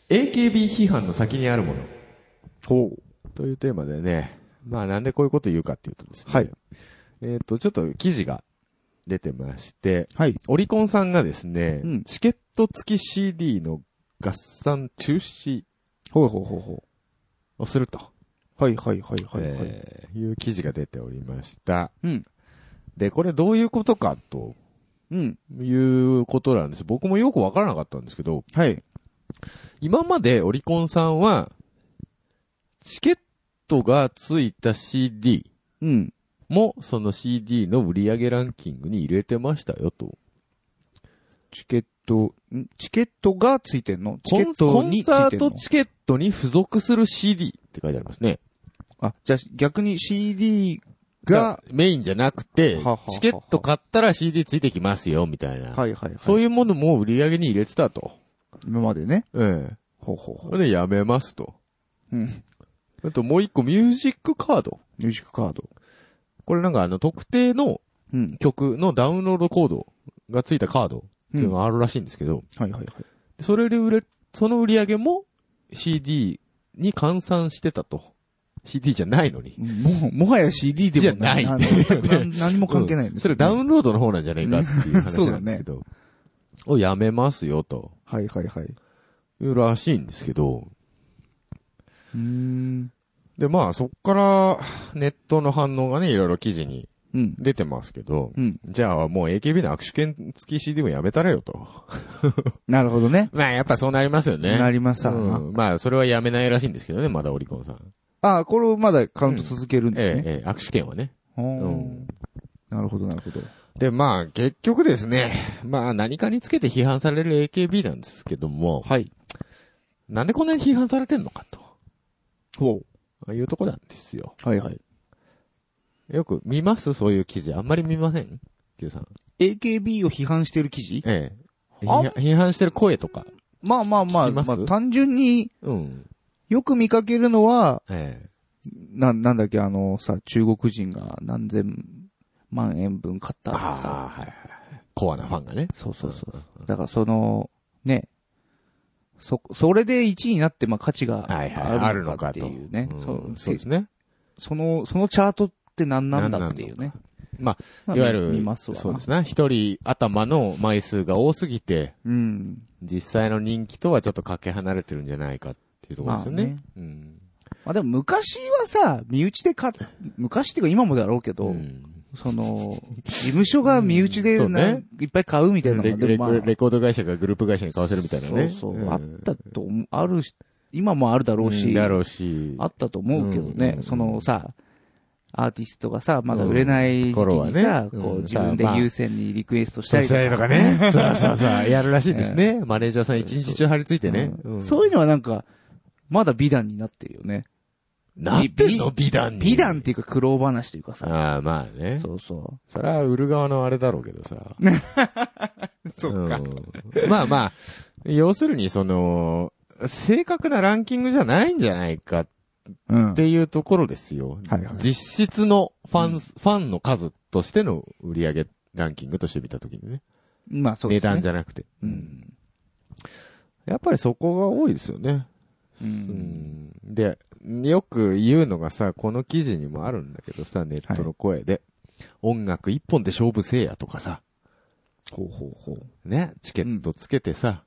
Speaker 1: AKB 批判の先にあるもの。
Speaker 2: ほう。
Speaker 1: というテーマでね、まあなんでこういうこと言うかっていうとですね。
Speaker 2: はい
Speaker 1: えっ、と、ちょっと記事が出てまして、
Speaker 2: はい。
Speaker 1: オリコンさんがですね、
Speaker 2: うん
Speaker 1: チケット付き CD の合算中止
Speaker 2: ほうほうほうほ
Speaker 1: をすると、
Speaker 2: う。はいはいはいはいはい。
Speaker 1: えーいう記事が出ておりました。
Speaker 2: うん。
Speaker 1: で、これどういうことかと
Speaker 2: うん。
Speaker 1: いうことなんです。僕もよくわからなかったんですけど、
Speaker 2: はい。
Speaker 1: 今までオリコンさんは、チケットが付いた CD
Speaker 2: うん。
Speaker 1: も、その CD の売り上げランキングに入れてましたよと。
Speaker 2: チケット、んチケットがついてんのチ
Speaker 1: コ
Speaker 2: ケ
Speaker 1: ン
Speaker 2: ットにつ
Speaker 1: コンサ
Speaker 2: いて
Speaker 1: ー
Speaker 2: んの
Speaker 1: トチケットに付属する CD って書いてありますね。
Speaker 2: あ、じゃあ逆に CD が、
Speaker 1: メインじゃなくて
Speaker 2: ははは、
Speaker 1: チケット買ったら CD ついてきますよ、みたいな。
Speaker 2: はいはいはい。
Speaker 1: そういうものも売り上げに入れてたと。
Speaker 2: 今までね。
Speaker 1: ええ。
Speaker 2: ほうほうほ
Speaker 1: これでやめますと。
Speaker 2: う。うん。
Speaker 1: あともう一個、ミュージックカード。
Speaker 2: ミュージックカード。
Speaker 1: これなんかあの、特定の
Speaker 2: うん。
Speaker 1: 曲のダウンロードコードがついたカードっていうのがあるらしいんですけど、
Speaker 2: はいはいはい。
Speaker 1: それで売れ、その売り上げも CD に換算してたと。CD じゃないのに。
Speaker 2: もう、もはや CD でもない。
Speaker 1: じゃ
Speaker 2: あ
Speaker 1: ない
Speaker 2: の全く何何も関係ないんです
Speaker 1: それ
Speaker 2: よね
Speaker 1: ダウンロードの方なんじゃないかっていう話
Speaker 2: そう
Speaker 1: な
Speaker 2: だ
Speaker 1: んですけ
Speaker 2: ね
Speaker 1: ど。をやめますよと。
Speaker 2: はいはいはい。う
Speaker 1: いうらしいんですけど。
Speaker 2: ーん。
Speaker 1: で、まあそっからネットの反応がね、いろいろ記事に
Speaker 2: うん。
Speaker 1: 出てますけど。
Speaker 2: うん。
Speaker 1: じゃあもう AKB の握手券付き CD もやめたらよと。
Speaker 2: なるほどね。
Speaker 1: まあやっぱそうなりますよね。
Speaker 2: なりましたな。
Speaker 1: うんまあそれはやめないらしいんですけどね、まだオリコンさん。
Speaker 2: あ、これをまだカウント続けるんです
Speaker 1: ええ
Speaker 2: ね。
Speaker 1: ええ、握手券はね。
Speaker 2: ほー
Speaker 1: うん
Speaker 2: なるほどなるほど。
Speaker 1: で、まあ、結局ですね、まあ、何かにつけて批判される AKB なんですけども、
Speaker 2: はい。
Speaker 1: なんでこんなに批判されてんのか
Speaker 2: ほ
Speaker 1: というとこなんですよ。
Speaker 2: う。はいはい。
Speaker 1: よく見ますそういう記事。あんまり見ません ?Q さん。
Speaker 2: AKB を批判してる記事
Speaker 1: ええ。
Speaker 2: あ
Speaker 1: 批批判してる声とか。
Speaker 2: まあまあまあ、
Speaker 1: 聞きま
Speaker 2: ますあ単純に
Speaker 1: うん。
Speaker 2: よく見かけるのは、
Speaker 1: え
Speaker 2: な、なんだっけ、あのさ、中国人が何千万円分買った
Speaker 1: え。
Speaker 2: とかさ。
Speaker 1: あ、はいはい。コアなファンがね。
Speaker 2: そうそうそう。だからその、ね、そ、それで1位になって、まあ価値が
Speaker 1: はいはい。
Speaker 2: あ
Speaker 1: あ
Speaker 2: る
Speaker 1: る
Speaker 2: の
Speaker 1: の
Speaker 2: か
Speaker 1: か
Speaker 2: って
Speaker 1: と。
Speaker 2: いうね。
Speaker 1: ん
Speaker 2: そう
Speaker 1: そうです
Speaker 2: せ
Speaker 1: ね。
Speaker 2: その、そのチャートって何なんだっていうね。
Speaker 1: ま
Speaker 2: ま
Speaker 1: あ、いわゆる、
Speaker 2: 見ますわな。
Speaker 1: そうですね。一人頭の枚数が多すぎて、
Speaker 2: うん。
Speaker 1: 実際の人気とはちょっとかけ離れてるんじゃないかっていうところですよね。
Speaker 2: まあね
Speaker 1: うん。
Speaker 2: まあでも昔はさ、身内でか、昔っていうか今もだろうけど、
Speaker 1: うん
Speaker 2: その、事務所が身内で
Speaker 1: うんそうね
Speaker 2: な、いっぱい買うみたいなの
Speaker 1: レ
Speaker 2: が、
Speaker 1: レ
Speaker 2: でもまあ、
Speaker 1: レコード会社がグループ会社に買わせるみたいなね。
Speaker 2: そうそう、
Speaker 1: ん
Speaker 2: あったと思う、あるし、今もあるだろうし、
Speaker 1: んだろうし。
Speaker 2: あったと思うけどね、
Speaker 1: うん
Speaker 2: そのさ、アーティストがさ、まだ売れない
Speaker 1: う
Speaker 2: 時期に
Speaker 1: ん頃は
Speaker 2: さ
Speaker 1: ね、
Speaker 2: こ
Speaker 1: う
Speaker 2: うん自分で
Speaker 1: さあまあ
Speaker 2: 優先にリクエストし
Speaker 1: そ
Speaker 2: た
Speaker 1: う
Speaker 2: りと
Speaker 1: とか
Speaker 2: か。
Speaker 1: ね。そうそうそう。やるらしいです
Speaker 2: (laughs)
Speaker 1: ね。マネージャーさん一日中張り付いてね。
Speaker 2: うん
Speaker 1: ん
Speaker 2: そういうのはなんか、まだ美談になってるよね。
Speaker 1: なってんの美談に。
Speaker 2: 美談っていうか苦労話というかさ。
Speaker 1: ああ、まあね。
Speaker 2: そうそ
Speaker 1: それは売る側のあれだろうけどさ。
Speaker 2: う。そっか。
Speaker 1: うんまあまあ、要するにその、正確なランキングじゃないんじゃないかっ
Speaker 2: うん。
Speaker 1: ていうところですよ。
Speaker 2: はいはい
Speaker 1: 実質のファン、ファンの数としての売り上げランキングとして見たときにね。
Speaker 2: まあそう
Speaker 1: 値
Speaker 2: ですね。
Speaker 1: 段じゃなくて。
Speaker 2: うん。
Speaker 1: やっぱりそこが多いですよね。
Speaker 2: う。
Speaker 1: うんん。で、よく言うのがさ、この記事にもあるんだけどさ、ネットの声で。音楽一本で勝負せえやとかさ、
Speaker 2: ほうほうほう。
Speaker 1: ね、チケットつけてさ、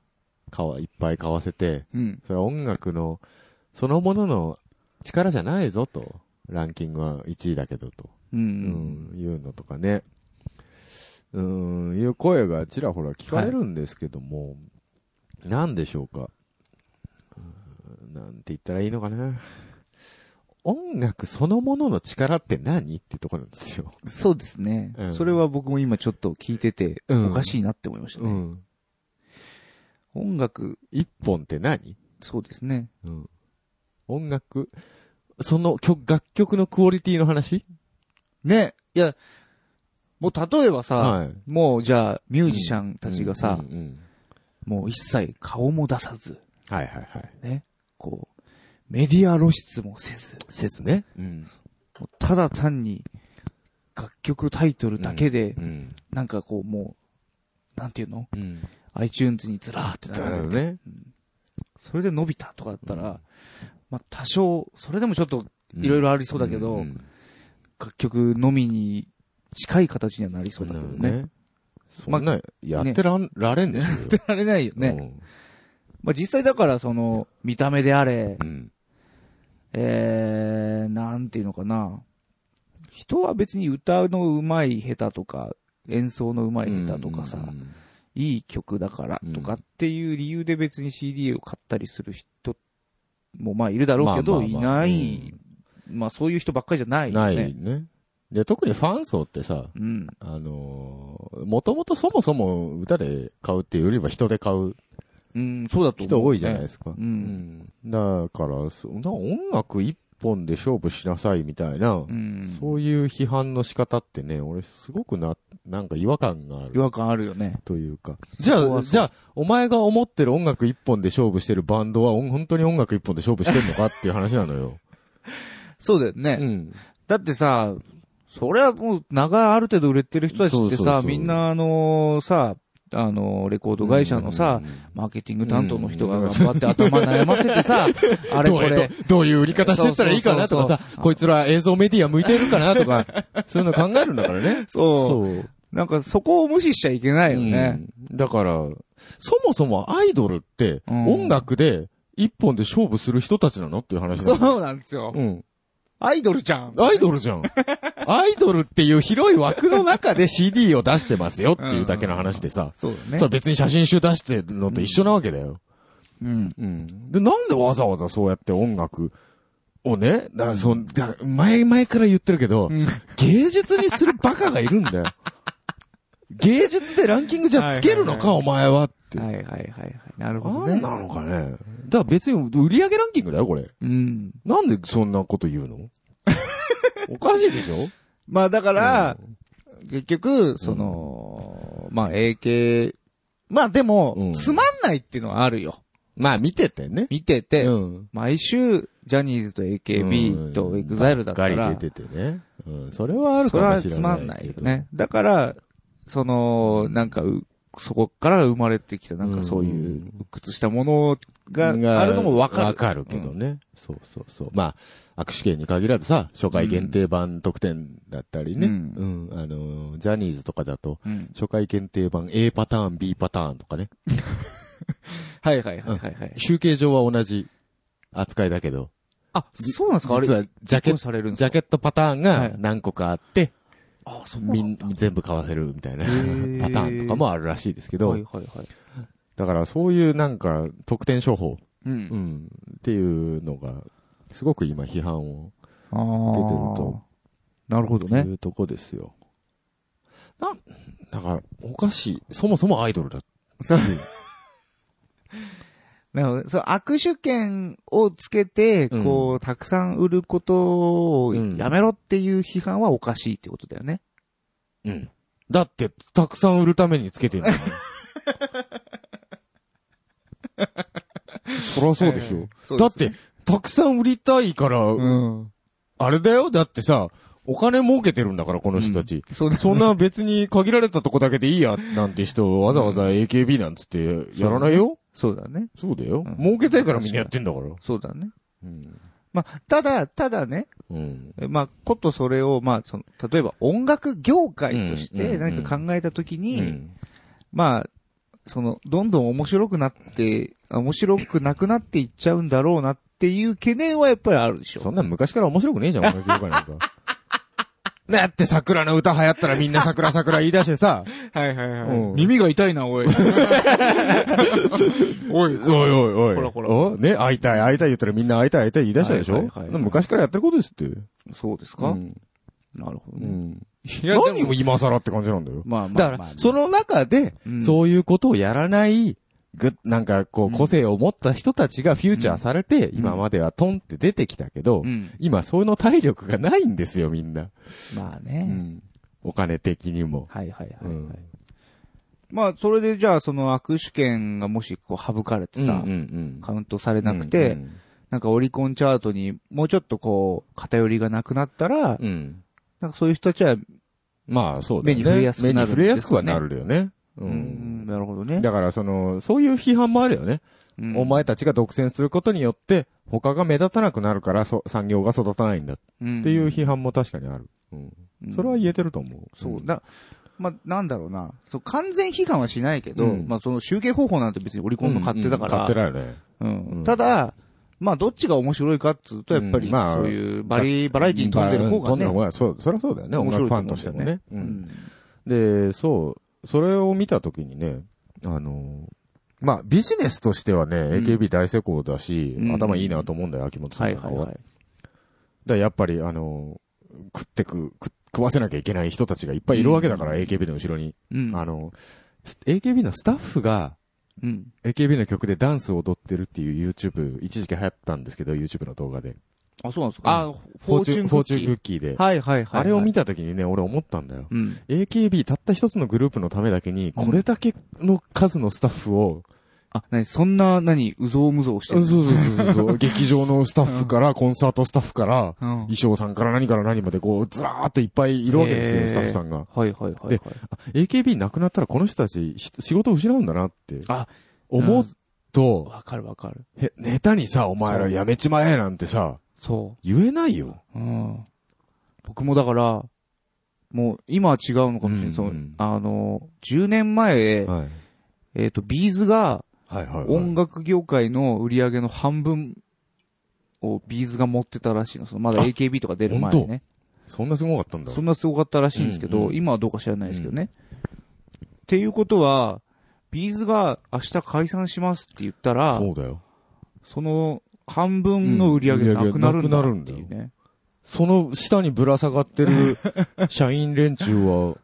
Speaker 1: 買わいっぱい買わせて、
Speaker 2: うん。
Speaker 1: それは音楽の、そのものの力じゃないぞと。ランキングは1位だけどと。
Speaker 2: う。
Speaker 1: うんん、いうのとかね。うん、いう声がちらほら聞かれるんですけども、なんでしょうか。うんなんて言ったらいいのかな。音楽そのものの力って何ってところなんですよ。
Speaker 2: そうですね
Speaker 1: う。ん
Speaker 2: それは僕も今ちょっと聞いてて、
Speaker 1: うん
Speaker 2: おかしいなって思いました
Speaker 1: う
Speaker 2: ね。
Speaker 1: ん。
Speaker 2: 音楽、
Speaker 1: 一本って何
Speaker 2: そうですね。
Speaker 1: うん。音楽、その曲、楽曲のクオリティの話
Speaker 2: ね。いや、もう例えばさ、
Speaker 1: い。
Speaker 2: もうじゃあ、ミュージシャンたちがさ、
Speaker 1: うんうん
Speaker 2: もう一切顔も出さず、
Speaker 1: はいはいはい。
Speaker 2: ね、こう、メディア露出もせず、
Speaker 1: せずね。うん。
Speaker 2: もうただ単に、楽曲タイトルだけで
Speaker 1: う、ん。
Speaker 2: なんかこうもう、なんていうの
Speaker 1: うん。
Speaker 2: ?iTunes にずらーって
Speaker 1: なる
Speaker 2: 並
Speaker 1: ほど
Speaker 2: べて、
Speaker 1: ね。
Speaker 2: それで伸びたとかだったら、
Speaker 1: うん
Speaker 2: まあ多少、それでもちょっといろいろありそうだけど、
Speaker 1: んん
Speaker 2: 楽曲のみに近い形にはなりそうだ
Speaker 1: な
Speaker 2: け
Speaker 1: る
Speaker 2: ど
Speaker 1: ほど
Speaker 2: (laughs) ね。
Speaker 1: ね。そんな、やってらんられんでしょうよ。
Speaker 2: られないよね。まあ実際だからその、見た目であれ、
Speaker 1: うん。うん。
Speaker 2: えー、なんていうのかな。人は別に歌の上手い下手とか、演奏の上手い下手とかさ、
Speaker 1: うん
Speaker 2: いい曲だからとかっていう理由で別に CD を買ったりする人もまあいるだろうけど、
Speaker 1: まあまあまあ
Speaker 2: いない、まあそういう人ばっかりじゃないよ
Speaker 1: な
Speaker 2: ね。
Speaker 1: いね。で、特にファン層ってさ、
Speaker 2: うん。
Speaker 1: あのー、もともとそもそも歌で買うっていうよりは人で買う
Speaker 2: うん、そうだと思う、
Speaker 1: 人多いじゃないですすか
Speaker 2: う。ん。
Speaker 1: うんだから、そんな音楽一本で勝負しなさいみたいな、
Speaker 2: うん。
Speaker 1: そういう批判の仕方ってね、俺すごくな、なんか違和感があ
Speaker 2: 違
Speaker 1: る。
Speaker 2: 和感あるよね。
Speaker 1: というか。
Speaker 2: そ
Speaker 1: じ
Speaker 2: こはそ
Speaker 1: ゃ
Speaker 2: う
Speaker 1: あ、じゃあ、お前が思ってる音楽一本で勝負してるバンドは、おん本当に音楽一本で勝負してんのかっていう話なのよ。
Speaker 2: そうだよ (laughs) ね。
Speaker 1: うん。
Speaker 2: だってさ、それはもう長ある程度売れてる人たち
Speaker 1: そ
Speaker 2: っ
Speaker 1: う
Speaker 2: て
Speaker 1: そうそ
Speaker 2: さ、
Speaker 1: う
Speaker 2: みんなあのさ、あの、レコード会社のさ、
Speaker 1: うん、
Speaker 2: マーケティング担当の人が頑張って頭悩ませて
Speaker 1: (laughs)
Speaker 2: さ、あれ
Speaker 1: ど
Speaker 2: こ
Speaker 1: うや
Speaker 2: れ、
Speaker 1: どどういう売り方してったらいいかなとか
Speaker 2: そう
Speaker 1: さ、こいつら映像メディア向いてるかなと
Speaker 2: (laughs)
Speaker 1: か、そういうの考えるんだからね。。
Speaker 2: そうなんかそこを無視しちゃいけないよね。
Speaker 1: うんだから、そもそもアイドルって、
Speaker 2: うん
Speaker 1: 音楽で一本で勝負する人たちなのっていう話なの
Speaker 2: そうなんですよ。
Speaker 1: うん。
Speaker 2: アイドルじゃん。
Speaker 1: アイドルじゃん。
Speaker 2: (laughs)
Speaker 1: アイドルっていう広い枠の中で CD を出してますよっていうだけの話でさ。
Speaker 2: そうだ
Speaker 1: それ。別に写真集出してるのと一緒なわけだよ。
Speaker 2: うん。
Speaker 1: うん。で、なんでわざわざそうやって音楽をね、だからその、だ前々から言ってるけど、芸術にするバカがいるんだ
Speaker 2: (laughs)
Speaker 1: よ。芸術でランキングじゃつけるのか、お前はって。
Speaker 2: はいはいはいはい。なるほど
Speaker 1: なん
Speaker 2: ね。
Speaker 1: なのかね。だから別に売り上げランキングだよ、これ。
Speaker 2: うん。
Speaker 1: なんでそんなこと言う
Speaker 2: (laughs)
Speaker 1: のおかしいでしょ
Speaker 2: まあだから、結局、その、まあ AK、まあで
Speaker 1: う
Speaker 2: も
Speaker 1: ん、
Speaker 2: つまんないっていうのはあるよ。
Speaker 1: まあ見ててね。
Speaker 2: 見てて、
Speaker 1: うん。
Speaker 2: 毎週、ジャニーズと
Speaker 1: う
Speaker 2: AKB
Speaker 1: ん
Speaker 2: と EXILE だった
Speaker 1: ばっ
Speaker 2: ら
Speaker 1: か、り出ててね。うん。それはあるか
Speaker 2: それ
Speaker 1: も
Speaker 2: は
Speaker 1: しれない。、
Speaker 2: つまんないよ。ね。だから、その、なんかう、そこから生まれてきた、なんかそういううん鬱屈したものがあるのもわかる。
Speaker 1: わかるけどね。そうそうそう。まあ、握手券に限らずさ、初回限定版特典だったりね。う。
Speaker 2: うん
Speaker 1: あのー、ジャニーズとかだと、
Speaker 2: うん。うん。
Speaker 1: 初回限定版 A パターン、B パターンとかね。
Speaker 2: はいはいはいはいはい。
Speaker 1: 集計上は同じ扱いだけど、
Speaker 2: あ、そうなんですかあれ、
Speaker 1: 実はジャケ
Speaker 2: 結婚されるんです
Speaker 1: ジャケットパターン
Speaker 2: は
Speaker 1: が
Speaker 2: い
Speaker 1: 何個かあって、
Speaker 2: かあ、そう
Speaker 1: みん全部買わせるみたいな (laughs) パタ
Speaker 2: ー
Speaker 1: ーンとかもあるらしいですけ
Speaker 2: は
Speaker 1: ど
Speaker 2: い、はいはい。
Speaker 1: だからそういうなんか特典商法、
Speaker 2: うん
Speaker 1: う。ん、っていうのが、すごく今批判を
Speaker 2: あ
Speaker 1: 受けてる
Speaker 2: あ。
Speaker 1: と
Speaker 2: なるほど
Speaker 1: い
Speaker 2: ね。
Speaker 1: うとこですよ。な、だから、おかしい。そもそもアイドルだ。
Speaker 2: そう。なるほど。そう、握手券をつけて、
Speaker 1: うん
Speaker 2: こう、たくさん売ることを
Speaker 1: うん
Speaker 2: やめろっていう批判はおかしいってことだよね。
Speaker 1: うん。だって、たくさん売るためにつけてるんだ
Speaker 2: (laughs)
Speaker 1: よねそりゃそうでしょ。
Speaker 2: そう
Speaker 1: だ
Speaker 2: で
Speaker 1: っ
Speaker 2: す
Speaker 1: て、たくさん売りたいから、
Speaker 2: うん。
Speaker 1: あれだよだってさ、お金儲けてるんだから、この人たち。
Speaker 2: そう
Speaker 1: そんな別に限られたとこだけでいいや、なんて人、わざわざ AKB なんつってやらないよ
Speaker 2: そうだね。
Speaker 1: そうだよ
Speaker 2: うん。
Speaker 1: 儲けたいからみんなやってんだから。
Speaker 2: そうだね。
Speaker 1: うん。
Speaker 2: まあ、ただ、ただね、
Speaker 1: うん。
Speaker 2: まあ、ことそれを、まあ、その、例えば音楽業界とし
Speaker 1: うんう
Speaker 2: て
Speaker 1: んうん
Speaker 2: 何か考えたとき
Speaker 1: う
Speaker 2: に、
Speaker 1: ん
Speaker 2: まあ、その、どんどん面白くなって、あ面白くなくなっていっちゃうんだろうなっていう懸念はやっぱりあるでし
Speaker 1: そ
Speaker 2: ょ。
Speaker 1: んなん昔から面白くねえじゃん、音楽業界なんか。 (laughs) だって桜の歌流行ったらみんな桜桜言い出してさ、
Speaker 2: はいはい
Speaker 1: (laughs) はい
Speaker 2: 耳が痛いな、おい。
Speaker 1: おいおいおいおい。
Speaker 2: ほらほら
Speaker 1: おね、会いたい会いたい言ったらみんな会いたい会いたい言い出したでし
Speaker 2: はい
Speaker 1: ょ
Speaker 2: はいはいはい
Speaker 1: 昔からやってることですって。
Speaker 2: (laughs) そうですか、
Speaker 1: うん
Speaker 2: なるほど
Speaker 1: う
Speaker 2: ね。
Speaker 1: ん。
Speaker 2: いや、
Speaker 1: 何
Speaker 2: でも
Speaker 1: を今更って感じなんだよ。
Speaker 2: まあまあ、
Speaker 1: だから、そ
Speaker 2: の、
Speaker 1: の中で、
Speaker 2: うん
Speaker 1: そういうことをやらない、ぐ、なんかこう、
Speaker 2: うん
Speaker 1: 個性を持った人たちがフューチャーされて、
Speaker 2: ん
Speaker 1: 今まではトンって出てきたけど、
Speaker 2: うん。
Speaker 1: 今そういうの体力がないんですよ、みんな。
Speaker 2: まあ
Speaker 1: う
Speaker 2: ね。
Speaker 1: んお金的にも。
Speaker 2: はいはいはい、はい
Speaker 1: うん
Speaker 2: まあ、それでじゃあ、その握手券がもし、こう、省かれてさ、
Speaker 1: うんうん
Speaker 2: カウントされ
Speaker 1: うん
Speaker 2: なくて、
Speaker 1: うん
Speaker 2: なんかオリコンチャートにもうちょっとこう、偏りがなくなったら、
Speaker 1: うん。
Speaker 2: なんかそういう人たちは
Speaker 1: まあ、そうだよね。
Speaker 2: 目に触れやすくなるんですかね
Speaker 1: 目に触れやすくはなるよね。う。
Speaker 2: うんなるほどね。
Speaker 1: だから、その、そういう批判もあるよね。
Speaker 2: うん
Speaker 1: お前たちが独占することによって、他が目立たなくなるから、そ産業が育たないんだっていう批判も確かにある。うん。
Speaker 2: うん
Speaker 1: それは言えてると思う。。
Speaker 2: そうんだ。まあ、なんだろうな。そう、完全批判はしないけど、
Speaker 1: うん
Speaker 2: まあ、その集計方法なんて別にオリコンの勝手だか
Speaker 1: うん
Speaker 2: ら。
Speaker 1: 勝手だよね。
Speaker 2: うん
Speaker 1: うん
Speaker 2: ただ、まあ、どっちが面白いかっつうと、やっぱ
Speaker 1: う
Speaker 2: り、
Speaker 1: んまあ
Speaker 2: そういうバリ、バラエティに飛んでる方
Speaker 1: 飛
Speaker 2: が
Speaker 1: んでる
Speaker 2: ね。
Speaker 1: 方がそう、そりゃそうだよね。音
Speaker 2: 面白
Speaker 1: 楽
Speaker 2: い
Speaker 1: フ
Speaker 2: と
Speaker 1: ァ
Speaker 2: 思
Speaker 1: ン
Speaker 2: う
Speaker 1: と
Speaker 2: んだよね
Speaker 1: してもね。う。
Speaker 2: うんん
Speaker 1: で、そう、それを見たときにね、あの、まあ、ビジネスとしてはね、
Speaker 2: ん
Speaker 1: AKB 大成功だし、
Speaker 2: うん
Speaker 1: 頭いいなと思うんだよ、秋元さ
Speaker 2: は
Speaker 1: ん
Speaker 2: い
Speaker 1: なんか
Speaker 2: は
Speaker 1: は。
Speaker 2: いはい。
Speaker 1: だからやっぱり、あの、食ってく、食食わせなきゃいけない人たちがいっぱいいるわけだから、AKB の後ろに。
Speaker 2: うん。
Speaker 1: あの、ス AKB のスタッフが、
Speaker 2: うん。
Speaker 1: AKB の曲でダンスを踊ってるっていう YouTube、一時期流行ったんですけど、YouTube の動画で。
Speaker 2: あ、そうなんですか。あ、フォーチュン
Speaker 1: フ
Speaker 2: ク
Speaker 1: ォ
Speaker 2: ッ
Speaker 1: ー
Speaker 2: キ
Speaker 1: チュン
Speaker 2: ー
Speaker 1: クッキーで。
Speaker 2: はいはいはい。
Speaker 1: あれを見たときにね、俺思ったんだよ。
Speaker 2: うん。
Speaker 1: AKB たった一つのグループのためだけに、
Speaker 2: うん
Speaker 1: これだけの数のスタッフを、
Speaker 2: あ、なに、そんな、なに、うぞうむぞうして
Speaker 1: そう
Speaker 2: る。
Speaker 1: そうそうそう
Speaker 2: (laughs)
Speaker 1: そう、劇場のスタッフから、コンサートスタッフから、
Speaker 2: うん。はい
Speaker 1: 衣装さんから何から何までこう、ずらーっといっぱいいるわけです
Speaker 2: へ
Speaker 1: よ、
Speaker 2: ー
Speaker 1: スタッフさんが。
Speaker 2: はいはいはい
Speaker 1: で。あ AKB なくなったらこの人たちひ仕事を失うんだなって
Speaker 2: あ、
Speaker 1: 思うと、
Speaker 2: わかるわかる。
Speaker 1: へ、ネタにさ、お前らやめちまえなんてさ、
Speaker 2: そ
Speaker 1: 言えないよ。
Speaker 2: う。うん。僕もだから、もう、今は違うのかもし
Speaker 1: う
Speaker 2: れなんい。その、あの、10年前、
Speaker 1: はい。
Speaker 2: えっと、ビーズが、
Speaker 1: はいはい、はい。
Speaker 2: 音楽業界の売り上げの半分をビーズが持ってたらしいの。そのまだ
Speaker 1: あ
Speaker 2: AKB とか出る前ね。
Speaker 1: そんなすごかったんだ。
Speaker 2: そんなすごかったらしいんですけど、
Speaker 1: うんうん
Speaker 2: 今はどうか知らないですけどね。っていうことは、ビーズが明日解散しますって言ったら、
Speaker 1: そうだよ。
Speaker 2: その半分の売り上げがなくなるんだ
Speaker 1: うん
Speaker 2: っていう
Speaker 1: なくな
Speaker 2: ね。
Speaker 1: その下にぶら下がって
Speaker 2: (laughs)
Speaker 1: る社員連中は、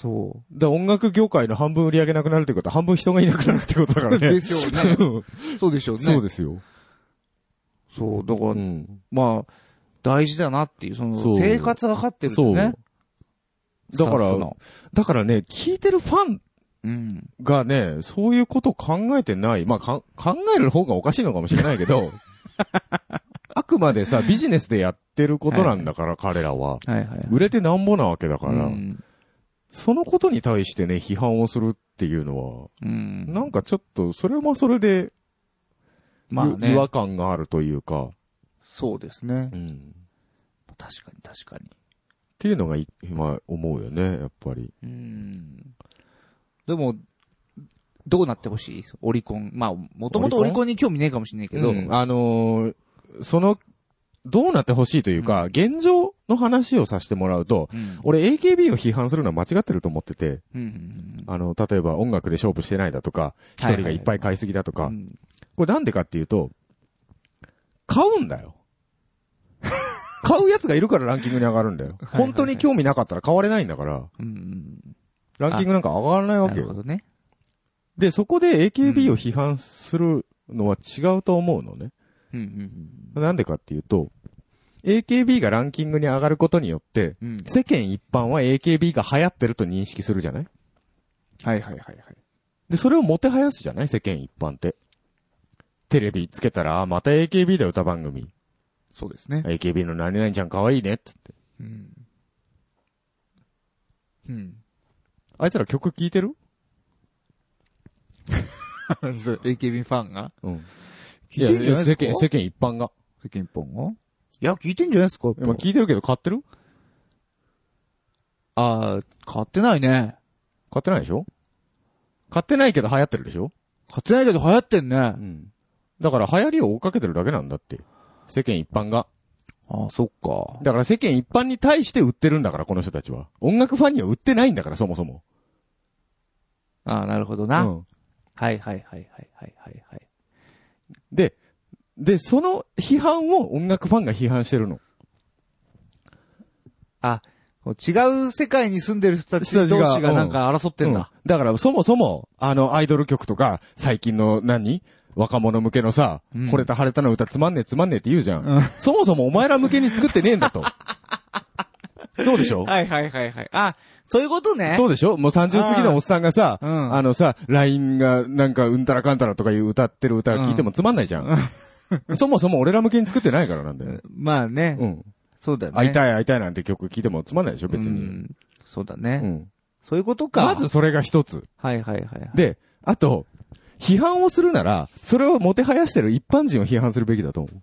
Speaker 2: そ
Speaker 1: だから音楽業界の半分売り上げなくなるってことは半分人がいなくなるってことだから
Speaker 2: う。
Speaker 1: ね。
Speaker 2: (laughs) ですよね。そうでしょうね。
Speaker 1: そうですよ。
Speaker 2: そう。だから、
Speaker 1: うん。
Speaker 2: まあ、大事だなっていう、その
Speaker 1: そう、
Speaker 2: 生活がかかってるんだ
Speaker 1: そ
Speaker 2: よ
Speaker 1: う。
Speaker 2: ね。
Speaker 1: だか
Speaker 2: スタッ
Speaker 1: ら
Speaker 2: フ、の
Speaker 1: だからね、聞いてるファン
Speaker 2: うん。
Speaker 1: がね、そういうことを考えてない。まあ、か、考える方がおかしいのかもしれないけ
Speaker 2: (laughs)
Speaker 1: ど、あくまでさ、ビジネスでやってることなんだから、彼らは。
Speaker 2: はいはい。
Speaker 1: 売れてなんぼなわけだから、
Speaker 2: うん
Speaker 1: そのことに対してね、批判をするっていうのは、
Speaker 2: うん。
Speaker 1: なんかちょっと、それはそれで、
Speaker 2: まあ
Speaker 1: ゆ違
Speaker 2: ね
Speaker 1: 和。感があるというか、
Speaker 2: そうですね
Speaker 1: う。ん
Speaker 2: 確かに確かに。
Speaker 1: っていうのがい今思うよね、やっぱり。
Speaker 2: うん。でも、どうなってほしいオリコン。まあ、もともと
Speaker 1: オ
Speaker 2: オ
Speaker 1: リ
Speaker 2: リ
Speaker 1: コ
Speaker 2: コンに興味ねえかもしれないけど。
Speaker 1: うんあのーその、どうなってほしいというか、現状の話をさせてもらうと、
Speaker 2: うん
Speaker 1: 俺 AKB を批判するのは間違ってると思ってて、
Speaker 2: うんうん
Speaker 1: あの、例えば音楽で勝負してないだとか、一
Speaker 2: はいはい
Speaker 1: 人がいっぱい買いすぎだとか、
Speaker 2: うん
Speaker 1: これなんでかっていうと、買うんだよ。 (laughs) 買うやつがいるからランキングに上がるんだよ。
Speaker 2: いはい
Speaker 1: 本当に興味なかったら買われないんだから、
Speaker 2: うん
Speaker 1: ランキングなんか上がらない
Speaker 2: うん。
Speaker 1: わ
Speaker 2: な
Speaker 1: け
Speaker 2: る
Speaker 1: よ
Speaker 2: ほ。どね。
Speaker 1: で、そこで AKB を批判するのは違うと思うのね。
Speaker 2: うんうん
Speaker 1: なんでかっていうと、AKB がランキングに上がることによって、
Speaker 2: うん。うん。
Speaker 1: 世間一般は AKB が流行ってると認識するじゃない
Speaker 2: はいはいはいはい。
Speaker 1: で、それをもてはやすじゃない世間一般って。テレビつけたら、あまた AKB だよ、歌番組。
Speaker 2: そうですね。
Speaker 1: AKB の何々ちゃん可愛いね、つって。
Speaker 2: うん。うん。 (laughs)
Speaker 1: あいつら曲聴いてる
Speaker 2: AKB ファンが
Speaker 1: うん。
Speaker 2: 聞いてんじゃないですか
Speaker 1: いや世間、世間一般が。
Speaker 2: 世間一本をいや、聞いてんじゃないですかやっぱ
Speaker 1: 今聞いてるけど買ってる
Speaker 2: あー、買ってないね。
Speaker 1: 買ってないでしょ買ってないけど流行ってるでしょ
Speaker 2: 買ってないけど流行ってんね。あ
Speaker 1: ん。だから流行りを追っかけてるだけなんだって。世間一般が。
Speaker 2: ー、そっか。
Speaker 1: だから世間一般に対して売ってるんだから、この人たちは。音楽ファンには売ってないんだから、そもそも。
Speaker 2: あー、なるほどな。
Speaker 1: うん
Speaker 2: はいはいはいはいはいはいはい。
Speaker 1: で、で、その批判を音楽ファンが批判してるの。
Speaker 2: あ、こう違う世界に住んでる人たち
Speaker 1: 人たちが
Speaker 2: 同士がなんか争ってんだ。
Speaker 1: うんだから、そもそも、あの、アイドル曲とか、最近の何若者向けのさ、
Speaker 2: うん
Speaker 1: 惚れた腫れたの歌つまんねえつまんねえって言うじゃん。そもそもお前ら向けに作ってねえんだ
Speaker 2: (laughs)
Speaker 1: と。そうでしょ、
Speaker 2: はいはいはいはい。あ、そういうことね。
Speaker 1: そうでしょもう30過ぎのおっさんがさ、
Speaker 2: うん
Speaker 1: あのさ、LINE がなんかうんたらかんたらとかいう歌ってる歌聞いてもつまんないじゃん。 (laughs) そもそも俺ら向けに作ってないからなんだよ。
Speaker 2: (laughs) まあね。
Speaker 1: うん。
Speaker 2: そうだよね。
Speaker 1: 会いたい会いたいなんて曲聞いてもつまんないでしょ別に。
Speaker 2: うんそうだね。
Speaker 1: うん
Speaker 2: そういうことか。
Speaker 1: まず、それが一つ。
Speaker 2: はいはいはいはい。
Speaker 1: で、あと、批判をするなら、それをもてはやしてる一般人を批判するべきだと思う。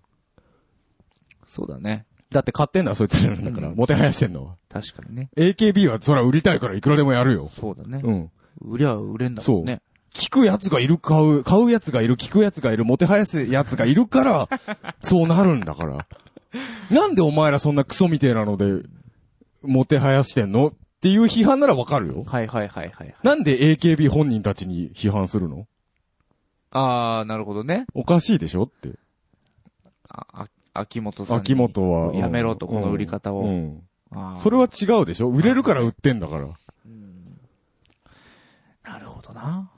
Speaker 2: そうだね。
Speaker 1: だって買ってんだ、そいつらなんだから。
Speaker 2: うん
Speaker 1: もてはやしてんのは。
Speaker 2: 確かにね。
Speaker 1: AKB はそら売りたいからいくらでもやるよ。
Speaker 2: そうだね。
Speaker 1: うん。
Speaker 2: 売りゃ売れんだもんね。
Speaker 1: 聞くやつがいる、買う、買うやつがいる、聞くやつがいる、もてはやすやつがいる
Speaker 2: (laughs)
Speaker 1: から、そうなるんだから。なんでお前らそんなクソみてえなので、もてはやしてんのっていう批判ならわかるよ。
Speaker 2: はいはいはいはいはい。
Speaker 1: なんで AKB 本人たちに批判するの
Speaker 2: あー、なるほどね。
Speaker 1: おかしいでしょって。
Speaker 2: あ、あ秋元さんに。
Speaker 1: 秋元は。
Speaker 2: やめろと、この売り方
Speaker 1: うんう
Speaker 2: を。
Speaker 1: ん
Speaker 2: あー
Speaker 1: それは違うでしょ売れるから売ってんだから。
Speaker 2: なるほどな。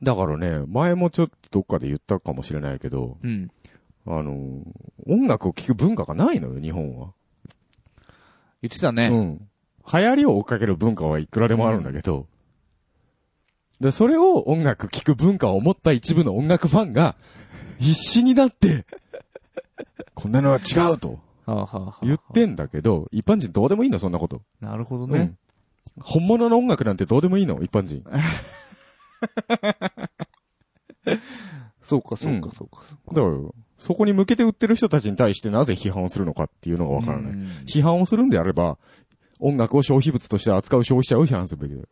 Speaker 1: だからね、前もちょっとどっかで言ったかもしれないけど、
Speaker 2: うん。
Speaker 1: あのー音楽を聴く文化がないのよ、日本は。
Speaker 2: 言ってた
Speaker 1: う
Speaker 2: ね。
Speaker 1: ん。流行りを追っかける文化はいくらでもあるんだけど、で、それを音楽聴く文化を持った一部の音楽ファンが、必死になって、こんなのは違うと
Speaker 2: はあはあはあ
Speaker 1: 言ってんだけど、一般人どうでもいいの、そんなこと。
Speaker 2: なるほど
Speaker 1: う
Speaker 2: ね
Speaker 1: ん。本物の音楽なんてどうでもいいの、一般人。
Speaker 2: そうかそううんかそうかそうか。
Speaker 1: だから、そこに向けて売ってる人たちに対してなぜ批判をするのかっていうのがわからない。
Speaker 2: うん
Speaker 1: 批判をするんであれば、音楽を消費物として扱う消費者を批判するべきだよ。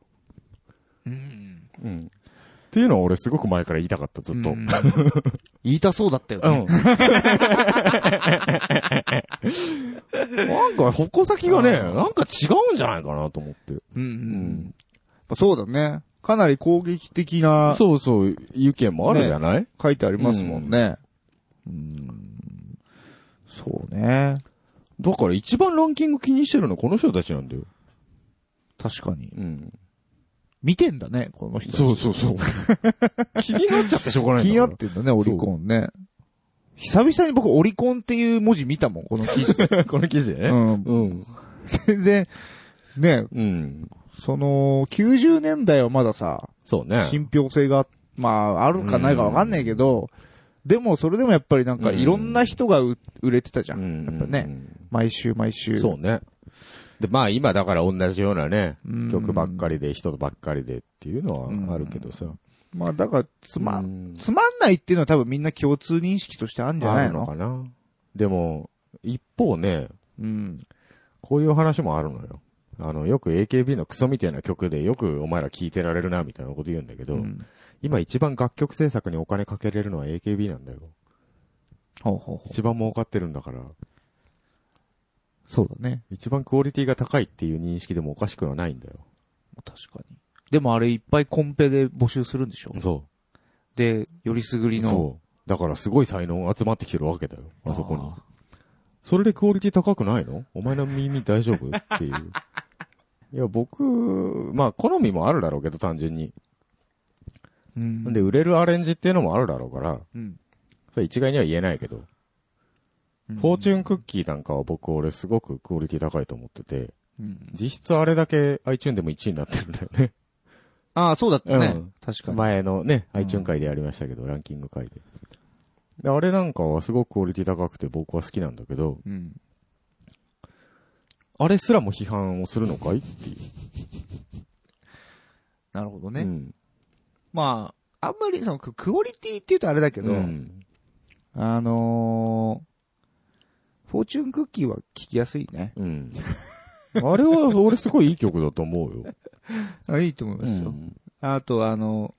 Speaker 2: うん。
Speaker 1: うん。っていうのは俺すごく前から言いたかった、ずっと。
Speaker 2: う
Speaker 1: うん
Speaker 4: (laughs)
Speaker 1: ん。
Speaker 2: 言いたそうだったよね。
Speaker 1: なんか、矛先がね、なんか違うんじゃないかなと思って。
Speaker 2: うん。うん
Speaker 1: ん
Speaker 4: そうだね。かなり攻撃的な、
Speaker 1: そうそう、意見もあるじゃない、
Speaker 4: 書いてありますもんね。うん。そうね。
Speaker 1: だから一番ランキング気にしてるのこの人たちなんだよ。
Speaker 2: 確かに。
Speaker 1: うん。
Speaker 2: 見てんだね、この人たち。
Speaker 1: そうそうそう。 (laughs) 気になっちゃってしょうがない
Speaker 4: 気
Speaker 1: ん
Speaker 4: に
Speaker 1: だ
Speaker 4: な
Speaker 1: か
Speaker 4: ってんだね、オリコンね。久々に僕、オリコンっていう文字見たもん、この記
Speaker 2: (laughs)
Speaker 4: 事。
Speaker 1: らこの記事で
Speaker 4: う
Speaker 1: ね。
Speaker 4: ん。
Speaker 1: うん。
Speaker 4: 全然、ね、
Speaker 1: うん。
Speaker 4: その、90年代はまださ、
Speaker 1: そうね。
Speaker 4: 信憑性が、まあ、あるかないかわかんないけど、でも、それでもやっぱりなんか、
Speaker 1: うん
Speaker 4: いろんな人がう売れてたじゃ。
Speaker 1: うんん
Speaker 4: やっぱね、。毎週毎週。
Speaker 1: そうね。で、まあ今だから同じようなね
Speaker 4: うん、
Speaker 1: 曲ばっかりで、人ばっかりでっていうのはあるけどさ。
Speaker 4: まあ、だから、つま、
Speaker 1: うん
Speaker 4: つまんないっていうのは多分みんな共通認識としてあるんじゃな
Speaker 1: あ
Speaker 4: い
Speaker 1: るの
Speaker 4: の
Speaker 1: かな。でも、一方ね、
Speaker 4: うん。
Speaker 1: こういう話もあるのよ。あの、よく AKB のクソみたいな曲でよくお前ら聴いてられるな、みたいなこと言うんだけど、
Speaker 4: うん
Speaker 1: 今一番楽曲制作にお金かけれるのは AKB なんだよ。
Speaker 2: ほうほうほう
Speaker 1: 一番儲かってるんだから、
Speaker 2: そうだね。
Speaker 1: 一番クオリティが高いっていう認識でもおかしくはないんだよ。
Speaker 2: 確かに。でもあれいっぱいコンペで募集するんでしょ
Speaker 1: そ
Speaker 2: で、よりすぐり
Speaker 1: う。
Speaker 2: の。
Speaker 1: そう。だからすごい才能集まってきてるわけだよ。あそこに。
Speaker 2: あ
Speaker 1: それでクオリティ高くないのお前の耳大丈夫って
Speaker 2: (laughs)
Speaker 1: いう。いや、僕、まあ、好みもあるだろうけど、単純に。
Speaker 2: ー。うん。
Speaker 1: で、売れるアレンジっていうのもあるだろうから、
Speaker 2: うん、
Speaker 1: それ一概には言えないけど、
Speaker 2: うん
Speaker 1: フォーチュンクッキーなんかは僕、俺すごくクオリティ高いと思ってて、
Speaker 2: うん
Speaker 1: 実質あれだけ iTune でも1位になってるんだよね。
Speaker 2: ああ、そうだったね。
Speaker 1: うん
Speaker 2: 確かに。
Speaker 1: 前のね、
Speaker 2: うん
Speaker 1: iTune 会でやりましたけど、ランキング会で。で、あれなんかはすごくクオリティ高くて僕は好きなんだけど、
Speaker 2: うん。
Speaker 1: あれすらも批判をするのかいっていう。
Speaker 2: なるほどね。
Speaker 1: うん
Speaker 2: ま
Speaker 4: あんまりその、ククオリティって言うとあれだけど、
Speaker 1: うん
Speaker 4: あのー、フォーチュンクッキーは聞きやすいね。
Speaker 1: うん。あれは、俺すごいいい曲だと思うよ。
Speaker 4: あ、いいと思いますよ。
Speaker 1: ん。
Speaker 4: あと、あの、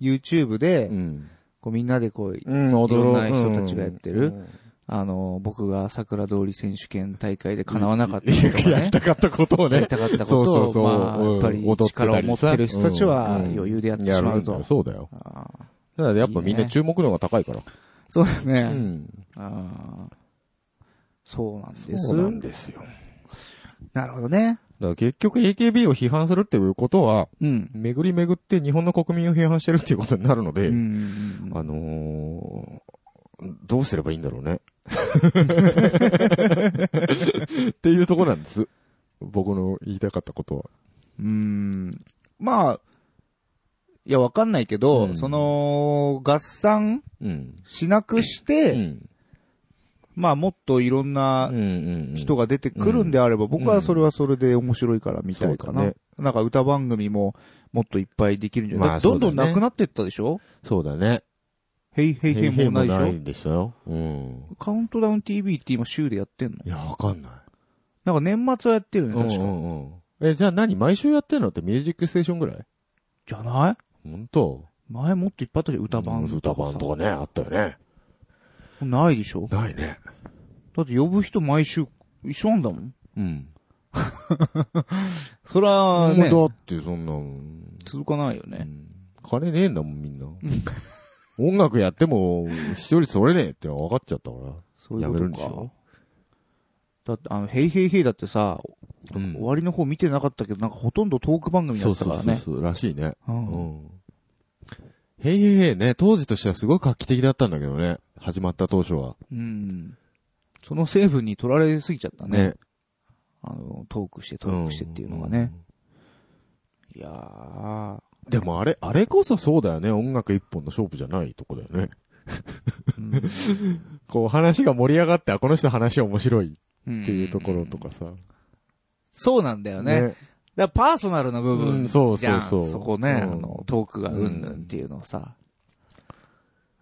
Speaker 4: YouTube で、
Speaker 1: うん。
Speaker 4: こうみんなでこう、
Speaker 1: うん、驚
Speaker 2: いろんな人たちがやってる
Speaker 1: うん
Speaker 4: あの、僕が桜通り選手権大会で叶わなかった
Speaker 1: い
Speaker 4: り
Speaker 1: や
Speaker 4: とか
Speaker 1: や
Speaker 4: ね
Speaker 1: っ。たかったことを
Speaker 2: あ、や
Speaker 1: ね
Speaker 2: り。たかったことを、
Speaker 1: そうそうそう
Speaker 2: まあ、
Speaker 1: うん
Speaker 2: やっぱり
Speaker 1: 踊ってたり
Speaker 2: 力
Speaker 1: さ
Speaker 2: を持ってる人たちは
Speaker 1: うん
Speaker 2: 余裕でやってしまう
Speaker 1: やるんだよ
Speaker 2: と。
Speaker 1: そうだよ。
Speaker 4: あー
Speaker 1: だからやっぱみんな注目度が高いから。
Speaker 4: そうだね。
Speaker 1: うん。
Speaker 4: あーそうなんです。
Speaker 1: ですよ。だ
Speaker 4: な
Speaker 1: か
Speaker 4: るほどね。
Speaker 1: ら結局 AKB を批判するっていうことは、
Speaker 4: うん。
Speaker 1: 巡り巡って日本の国民を批判してるっていうことになるので、
Speaker 4: うん
Speaker 1: あのー、どうすればいいんだろうね。っていうとこなんです。僕の言いたかったことは。
Speaker 4: うん。まあ、いや、わかんないけど、
Speaker 1: うん
Speaker 4: その、合算
Speaker 1: うん。
Speaker 4: しなくして、
Speaker 1: うん。
Speaker 2: まあもっといろんな
Speaker 1: うんうんうん。
Speaker 2: 人
Speaker 1: が
Speaker 2: が出てくるんであれば、僕はそれはそれで面白いから見たいか
Speaker 1: そ
Speaker 2: な。
Speaker 1: うだね
Speaker 2: なんか歌番組ももっといっぱいできるんじゃない、
Speaker 1: まあ
Speaker 2: だってどんどん
Speaker 1: そうだね
Speaker 2: なくなってったでしょ
Speaker 1: そうだね。
Speaker 2: へいへいへいもうないでしょ
Speaker 1: でしょうん。
Speaker 2: カウントダウン TV って今週でやってんの
Speaker 1: いや、わかんない。
Speaker 2: なんか年末はやってるね、確か。
Speaker 1: うんうんうんえ、じゃあ何毎週やってんのってミュージックステーションぐらい
Speaker 2: じゃない
Speaker 1: 本当
Speaker 2: 前もっといっぱいあったじゃん、歌番組
Speaker 1: 歌
Speaker 2: とかさ。
Speaker 1: 番とかね、あったよね。
Speaker 2: ないでしょ
Speaker 1: ないね。
Speaker 2: だって呼ぶ人毎週一緒なんだもん。
Speaker 1: うん。
Speaker 2: それはね、
Speaker 1: もうだってそんな、うん
Speaker 2: 続かないよね。
Speaker 1: 金ねえんだもんみんな。音楽やっても視聴率取れねえってのは分かっちゃったか
Speaker 2: そういう
Speaker 1: や
Speaker 2: こ
Speaker 1: め
Speaker 2: とか
Speaker 1: るんでしょ
Speaker 2: だって、あの、ヘイヘイヘイだってさ、
Speaker 1: ら。う
Speaker 2: 終わりの方見てなかったけど、なんかほとんどトーク番組や
Speaker 1: そう
Speaker 2: ってた
Speaker 1: そ
Speaker 2: か
Speaker 1: う
Speaker 2: ら
Speaker 1: そう
Speaker 2: ね。
Speaker 1: そう、らしいね。
Speaker 2: う
Speaker 1: うんん。へいへいへいね、当時としてはすごい画期的だったんだけどね。始まった当初は。
Speaker 2: うん。その成分に取られすぎちゃったね。
Speaker 1: ね。
Speaker 2: あの、トークしてトークしてっていうのがね。いやー、
Speaker 1: うん。でもあれ、あれこそそうだよね。音楽一本の勝負じゃないとこだよね。 (laughs) こう話が盛り上がって、あ、この人話面白い
Speaker 2: うん
Speaker 1: っていうところと。かさ。
Speaker 2: そうなんだよね。
Speaker 1: ね
Speaker 2: だからパーソナルな部
Speaker 1: うん
Speaker 2: 分じゃん、
Speaker 1: そうそうそう
Speaker 2: そこね、
Speaker 1: うん
Speaker 2: あの、トークがうんぬんっていうのをさ。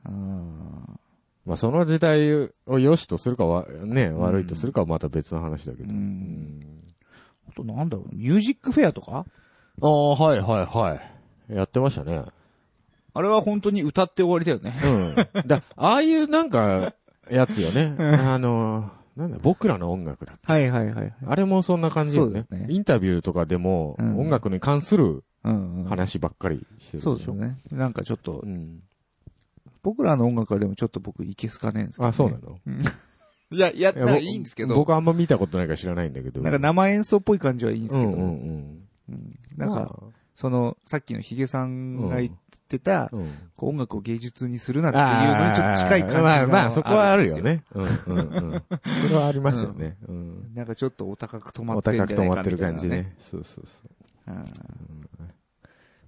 Speaker 2: うん。
Speaker 1: まあその時代を良しとするかは、ね、悪いとするかはまた別の話だけ
Speaker 2: う
Speaker 1: ど。
Speaker 2: ん。あとなんだろう、ミュージックフェアとか
Speaker 1: ああ、はいはいはい。やってましたね。
Speaker 2: あれは本当に歌って終わりだよね。
Speaker 1: うん。だ、ああいうなんか、やつよね。あの、なんだ、僕らの音楽だ。
Speaker 2: はいはいはい。
Speaker 1: あれもそんな感じよね
Speaker 2: そう。だよね
Speaker 1: インタビューとかでも、
Speaker 2: うん
Speaker 1: 音楽に関する
Speaker 2: うん、うん。
Speaker 1: 話ばっかりしてるでし
Speaker 2: そ
Speaker 1: ょ。
Speaker 2: うですよね。なんかちょっと
Speaker 1: う、ん。
Speaker 2: 僕らの音楽はでもちょっと僕いけすかねえんですけど、ね。
Speaker 1: あ、そうなの
Speaker 2: いや、やった
Speaker 1: いや
Speaker 2: ら
Speaker 1: ぼ
Speaker 2: いいんですけど。
Speaker 1: 僕あんま見たことないから知らないんだけど。
Speaker 2: なんか生演奏っぽい感じはいいんですけど。
Speaker 1: うんうんうん。
Speaker 2: なんか、
Speaker 1: ま
Speaker 2: その、さっきのヒゲさんが言ってた
Speaker 1: あ、、うん。
Speaker 2: こう音楽を芸術にするなっていうのにちょっと近い感じが
Speaker 1: まあまあ、そこはあるよ
Speaker 2: んです。
Speaker 1: ね。うんうんうん。 (laughs) それはありますよね。うん。
Speaker 2: なんかちょっとお高く止ま
Speaker 1: お
Speaker 2: ってる
Speaker 1: 高
Speaker 2: ん
Speaker 1: く
Speaker 2: じゃな
Speaker 1: 止
Speaker 2: い
Speaker 1: まっ
Speaker 2: か
Speaker 1: て
Speaker 2: み
Speaker 1: る
Speaker 2: たい
Speaker 1: 感
Speaker 2: な、
Speaker 1: じ
Speaker 2: ね。
Speaker 1: ね。そうそうそう。
Speaker 2: うん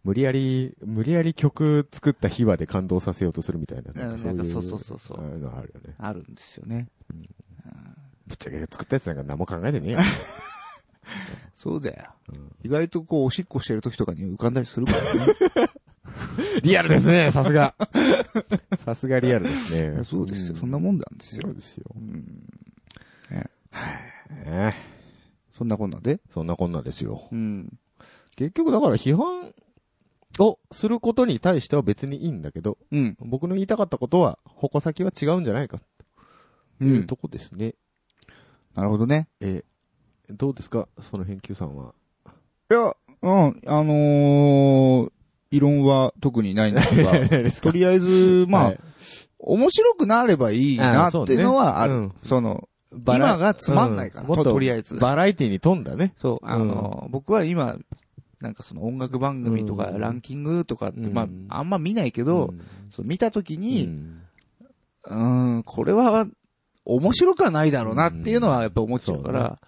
Speaker 1: 無理やり、無理やり曲作った秘話で感動させようとするみたいな。
Speaker 2: うんなんかそうそうそうそう
Speaker 1: ああいのあるよね。
Speaker 2: あるんですよね。
Speaker 1: ぶっちゃけ作ったやつなんか何も考えてねえよ。
Speaker 2: そうだよ。意外とこう、おしっこしてる時とかに浮かんだりするから
Speaker 1: (laughs)
Speaker 2: ね。
Speaker 1: リアルですね、さすが。 (laughs) さすがリアルです
Speaker 2: いや
Speaker 1: ね。
Speaker 2: そうですよ。そん
Speaker 1: な
Speaker 2: なもんなんです
Speaker 1: そ
Speaker 2: よ
Speaker 1: う。ですよ。
Speaker 2: うん
Speaker 1: ね
Speaker 2: そんなこんなで。
Speaker 1: そんなこんなですよ。
Speaker 2: うん。
Speaker 1: 結局だから批判をすることに対しては別にいいんだけど、
Speaker 2: うん。
Speaker 1: 僕の言いたかったことは、矛先は違うんじゃないか
Speaker 2: う。
Speaker 1: というんとこですね。
Speaker 2: なるほどね。
Speaker 1: えーどうですかその返球さんは。
Speaker 2: いや、うん、あのー、異論は特にないんで
Speaker 1: (laughs)
Speaker 2: すが、とりあえず、 (laughs) まあ、
Speaker 1: はい
Speaker 2: 面白くなればいいな
Speaker 1: あー
Speaker 2: っていうのはある。
Speaker 1: そ
Speaker 2: そう
Speaker 1: ねうん
Speaker 2: の、
Speaker 1: バラ
Speaker 2: 今がつまんないから、
Speaker 1: うもっ
Speaker 2: ととりあえず。
Speaker 1: バラエティに富んだね。
Speaker 2: そう、あのー、僕は今、なんかその音楽番組とか
Speaker 1: うん
Speaker 2: ランキングとかって、
Speaker 1: うん
Speaker 2: まあ、あんま見ないけど、
Speaker 1: うん
Speaker 2: そう見たとき
Speaker 1: う
Speaker 2: に、
Speaker 1: ん
Speaker 2: うーん、これは面白くはないだろうなっていうのはやっぱ思っちゃうから、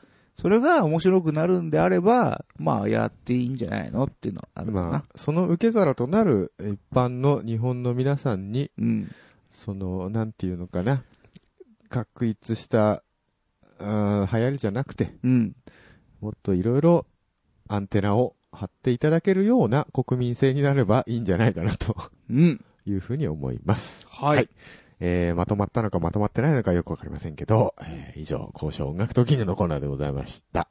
Speaker 2: それが面白くなるんであれば、まあやっていいんじゃないのっていうのはあるかな。
Speaker 1: まあ、その受け皿となる一般の日本の皆さんに、
Speaker 2: うん。
Speaker 1: その、なんていうのかな。確立した、うん流行りじゃなくて、
Speaker 2: うん。
Speaker 1: もっといろいろアンテナを張っていただけるような国民性になればいいんじゃないかなと
Speaker 2: うん。
Speaker 1: いうふうに思います。
Speaker 2: はい。
Speaker 1: えー、まとまったのかまとまってないのかよくわかりませんけど、えー以上、交渉音楽トーキングのコーナーでございました。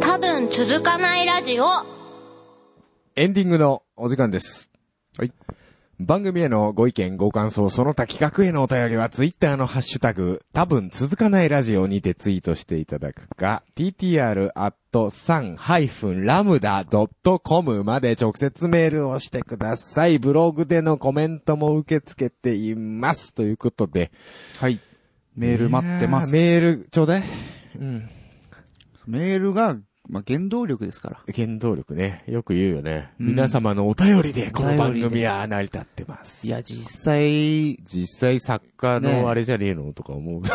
Speaker 5: 多分続かないラジオ
Speaker 1: エンディングのお時間です。
Speaker 2: はい。
Speaker 1: 番組へのご意見、ご感想、その他企画へのお便りは、ツイッターのハッシュタグ、多分続かないラジオにてツイートしていただくか、ttr.san-lambda.com まで直接メールをしてください。ブログでのコメントも受け付けています。ということで。
Speaker 2: はい。メール待ってます。
Speaker 1: いや
Speaker 2: メ
Speaker 1: ーメール、ちょうだい。うん。
Speaker 2: ールが、まあ、原動力ですから。
Speaker 1: 原動力ね。よく言うよね。
Speaker 2: うん
Speaker 1: 皆様のお便りで、この
Speaker 2: お
Speaker 1: 番
Speaker 2: 便りで
Speaker 1: 組は成り立ってます。
Speaker 2: いや、実際、
Speaker 1: 実際サッカー
Speaker 2: ね
Speaker 1: (laughs) のあれじゃねえのとか思う。うち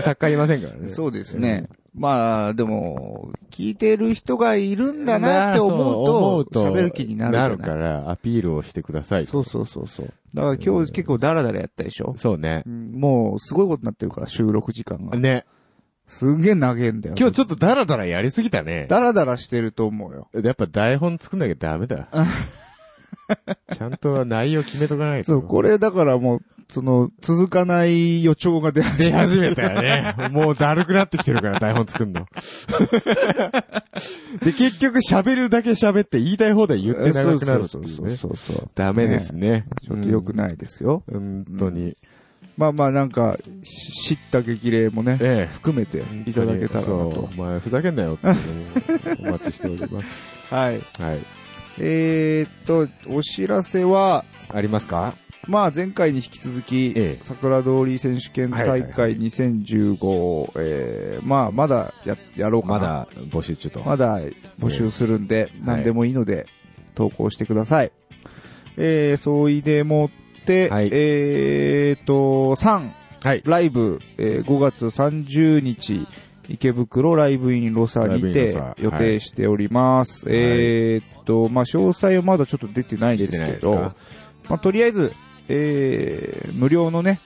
Speaker 1: サッカーいませんからね。
Speaker 2: そうですね。まあ、でも、聞いてる人がいるんだなって思うと、喋る気になるじゃ
Speaker 1: る
Speaker 2: ない
Speaker 1: から、アピールをしてください。
Speaker 2: そうそうそうそう。だから今日結構ダラダラやったでしょ、
Speaker 1: そうね。
Speaker 2: うんもうすごいことになってるから、収録時間が。
Speaker 1: ね。
Speaker 2: すんげえ長えんだよ。
Speaker 1: 今日ちょっとダラダラやりすぎたね。
Speaker 2: ダラダラしてると思うよ。
Speaker 1: やっぱ台本作んなきゃダメ
Speaker 2: (laughs)
Speaker 1: だ。ちゃんと内容決めとかないと。
Speaker 2: そう、これだからもう、その、続かない予兆が出
Speaker 1: 出
Speaker 2: 始め
Speaker 1: 始めたよね。もうだるくなってきてるから、台本作ん
Speaker 2: (laughs)
Speaker 1: の。で、結局喋るだけ喋って言いたい放題言って長くなるって
Speaker 2: そ
Speaker 1: いうう
Speaker 2: そう
Speaker 1: ね。
Speaker 2: そうそうそう。
Speaker 1: ダメですね。
Speaker 2: ちょっと良くないですよ。
Speaker 1: うん。本当に。
Speaker 2: まあまあなんか、し知った激励もね、
Speaker 1: ええ。
Speaker 2: 含めていただけたらな
Speaker 1: そう
Speaker 2: と
Speaker 1: お。前ふざけんなよっていうのをお待ちしております。
Speaker 2: はい。
Speaker 1: はい。
Speaker 2: えー、っと、お知らせは、
Speaker 1: ありますか
Speaker 2: まあ前回に引き続き、
Speaker 1: ええ
Speaker 2: 桜通り選手権
Speaker 1: はい
Speaker 2: 大
Speaker 1: はいは
Speaker 2: 会2015、えーまあまだや、やろうかな。
Speaker 1: まだ募集中と。
Speaker 2: まだ募集するんで、何でもいいので、投稿してください。えー、そいでもって、
Speaker 1: はい
Speaker 2: えーっと、3、
Speaker 1: はい。
Speaker 2: ライブ、えー5月30日、池袋ライブインロサにて
Speaker 1: ライブイン
Speaker 2: 予
Speaker 1: ロサはい
Speaker 2: 定しております。
Speaker 1: い
Speaker 2: えーっと、まあ、詳細はまだちょっと出てないん
Speaker 1: 出
Speaker 2: で
Speaker 1: て
Speaker 2: す
Speaker 1: ない
Speaker 2: け
Speaker 1: です
Speaker 2: ど、
Speaker 1: か
Speaker 2: まあ、とりあえず、えー無料のね、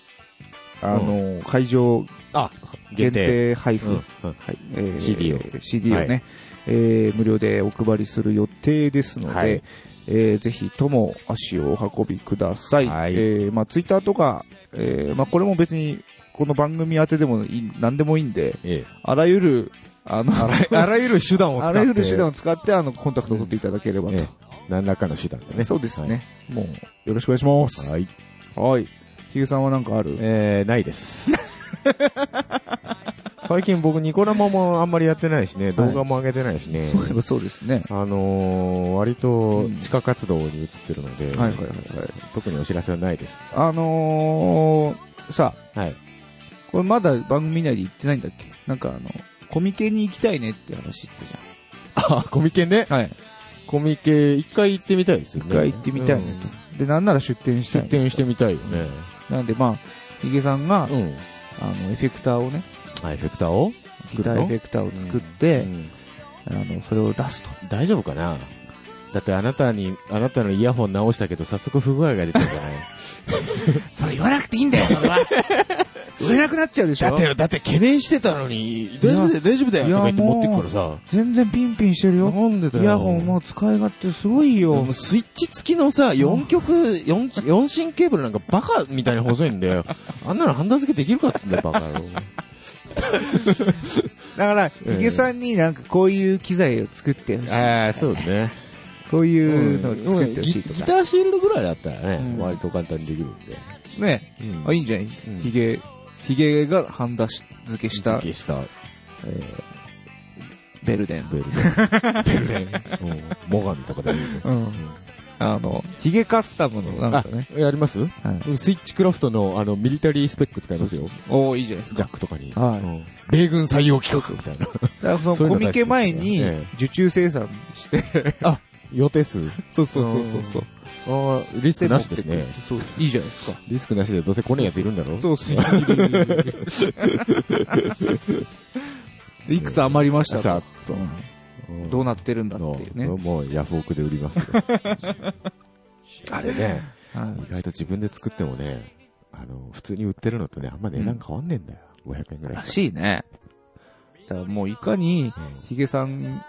Speaker 2: あの、会場
Speaker 1: あ、
Speaker 2: 限定配布、
Speaker 1: うん。うん
Speaker 2: はいえー
Speaker 1: CD を
Speaker 2: CD をね、
Speaker 1: は
Speaker 2: えー無料でお配りする予定ですので、
Speaker 1: はい
Speaker 2: えーぜひとも足をお運びください。
Speaker 1: はい
Speaker 2: えーまあ、ツイッターとか、えーまあ、これも別にこの番組宛てでもいい、何でもいいんで、
Speaker 1: ええ。
Speaker 2: あらゆる、 (laughs) あの、
Speaker 1: あらゆる手段を使
Speaker 2: あ
Speaker 1: って。
Speaker 2: らゆる手段を使って、あの、コンタクトを取っていただければと。
Speaker 1: ええ何らかの手段でね。
Speaker 2: そうですね、もう、よろしくお願いします。
Speaker 1: はい。
Speaker 2: はい。ヒゲさんはなんかある
Speaker 1: えー、ないです。 (laughs) 最近僕ニコ生もあんまりやってないしね、動画も上げてないしね。
Speaker 2: そういえば (laughs) そうですね。
Speaker 1: あのー、割と地下活動に移ってるので、
Speaker 2: はいはいはいはい
Speaker 1: 特にお知らせはないです。
Speaker 2: あのー、さあ、
Speaker 1: はい。
Speaker 2: これまだ番組内で言ってないんだっけなんかあの、コミケに行きたいねって話してたじ
Speaker 1: あ、コミケね。
Speaker 2: ゃん。はい。
Speaker 1: コミケ、一回行ってみたいですよね。
Speaker 2: 一回行ってみたいねと。で、なんなら出店した
Speaker 1: うん。
Speaker 2: い、
Speaker 1: 出店してみたいよね。
Speaker 2: なんでまあ、ヒゲさんが、
Speaker 1: うん。
Speaker 2: あの、エフェクターをね、
Speaker 1: あエフェクターを
Speaker 2: ギ
Speaker 1: 作
Speaker 2: タ
Speaker 1: る
Speaker 2: ーエ
Speaker 1: の
Speaker 2: フェクターを作
Speaker 1: う
Speaker 2: って、
Speaker 1: ん
Speaker 2: あの、それを出すと。
Speaker 1: 大丈夫かなだってあなたに、あなたのイヤホン直したけど、早速不具合が出たじゃない
Speaker 2: それ言わなくていいんだよ、それ (laughs) は。売れなくなっちゃうでしょ
Speaker 1: だって、だって懸念してたのに、大丈夫だよ、大丈夫だよ、
Speaker 2: い
Speaker 1: と
Speaker 2: や
Speaker 1: か言って持ってくからさ。
Speaker 2: 全然ピンピンしてるよ。
Speaker 1: んで
Speaker 2: イヤホンも使い勝手すごいよ。
Speaker 1: スイッチ付きのさ、4曲、4、4進ケーブルなんかバカみたいに細いんだ (laughs) よ。あんなのハンダ付けできるかっつうんだよ、バカ (laughs) 野郎。
Speaker 2: だから、
Speaker 1: え
Speaker 2: ヒゲさんになんかこういう機材を作ってほしい。
Speaker 1: ああ、そうね。
Speaker 2: こう
Speaker 1: う
Speaker 2: いうんのを作ってほしいと
Speaker 1: ギギ
Speaker 2: か。
Speaker 1: ターシールドぐらいだったら
Speaker 2: う
Speaker 1: ね
Speaker 2: ん、
Speaker 1: 割と簡単にできるんで。
Speaker 2: ね。
Speaker 1: うん
Speaker 2: あ、いいんじゃない、
Speaker 1: うん
Speaker 2: ヒゲ、ヒゲがハンダし付けした
Speaker 1: 付けした。えー
Speaker 2: ベルデン。
Speaker 1: ベルデン。 (laughs) ベルデン。モガミとかでもいいね
Speaker 2: うん。あの、ヒゲカスタムのなんかね。
Speaker 1: (laughs) やります
Speaker 2: はい
Speaker 1: スイッチクラフトの、あの、ミリタリースペック使いますよ。
Speaker 2: おおいいじゃないです
Speaker 1: ジャ
Speaker 2: か。
Speaker 1: ックとかに。
Speaker 2: はい
Speaker 1: うん米軍採用企画みたいな。
Speaker 2: だからその
Speaker 1: そういう
Speaker 2: コ
Speaker 1: の大
Speaker 2: ミ
Speaker 1: 好き
Speaker 2: ケ前に
Speaker 1: え
Speaker 2: 受注生産して、
Speaker 1: (laughs) 予定数。
Speaker 2: そうそうそうそうそう。
Speaker 1: ああ、リスクなしです
Speaker 2: 持っ
Speaker 1: ね
Speaker 2: てく。るそう、いいじゃないですか。
Speaker 1: リスクなしでどうせ来ねえやついるんだろ
Speaker 2: そうそう。いくつ余りました
Speaker 1: さ
Speaker 2: か
Speaker 1: あ
Speaker 2: と。
Speaker 1: うん
Speaker 2: どうなってるんだっていうね。
Speaker 1: も
Speaker 2: は
Speaker 1: うもうヤフオクで売り
Speaker 2: (laughs)
Speaker 1: ますよ。あれね、
Speaker 2: い
Speaker 1: 意外と自分で作ってもね、あの、普通に売ってるのとね、あんま値段変わんねえんだよ。500円ぐらい
Speaker 2: ら。しいね。だからもういかに
Speaker 1: うん
Speaker 2: ヒゲさん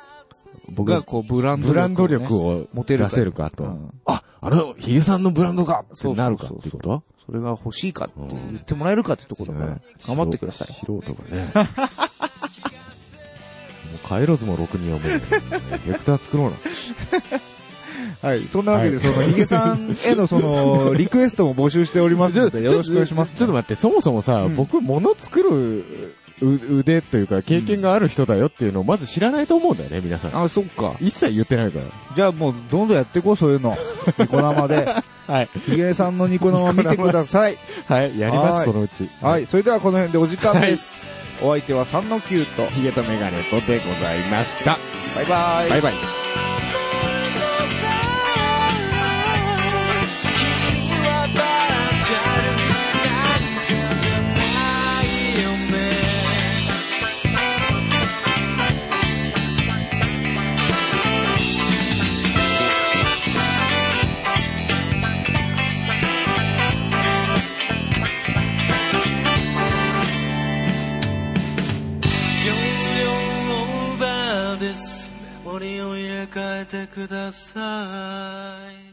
Speaker 1: 僕
Speaker 2: がこうブランド
Speaker 1: ブランド
Speaker 2: をね
Speaker 1: 力を
Speaker 2: 持てるか
Speaker 1: 出せるかと。
Speaker 2: うん
Speaker 1: あ、あの、ヒゲさんのブランドかって
Speaker 2: そうそうそう
Speaker 1: なるかっていうこと
Speaker 2: それが欲しいかって
Speaker 1: うん
Speaker 2: 言ってもらえるかってところだから、
Speaker 1: ね
Speaker 2: 頑張ってください。
Speaker 1: 素人素人がね。 (laughs) もう帰ろずもろくにはもう、ヘクター作ろうな。
Speaker 2: はい。そんなわけで、その、ヒゲさんへのそ (laughs) の、リクエストも募集しておりますので、よろしくお願いします。
Speaker 1: ちょっと待って、そもそもさ、
Speaker 2: うん
Speaker 1: 僕、物作るう腕というか、経験がある人だよっていうのをまず知らないと思うんだよね、皆さん。
Speaker 2: あ、そっか。
Speaker 1: 一切言ってないから。
Speaker 2: じゃあもう、どんどんやっていこう、そういうの。ニコ生 (laughs) で。
Speaker 1: はい。
Speaker 2: ヒゲさんのニコ生見てください。
Speaker 1: はい、やりま
Speaker 2: はい
Speaker 1: す、そのうち。。
Speaker 2: はいい。それではこの辺でお時間です。お相手は3の9と。
Speaker 1: ヒゲとメガネとでございました。
Speaker 2: バイバイ。
Speaker 1: バイバイ。
Speaker 6: 「君はバーチャルなんかじゃないよね」替えてください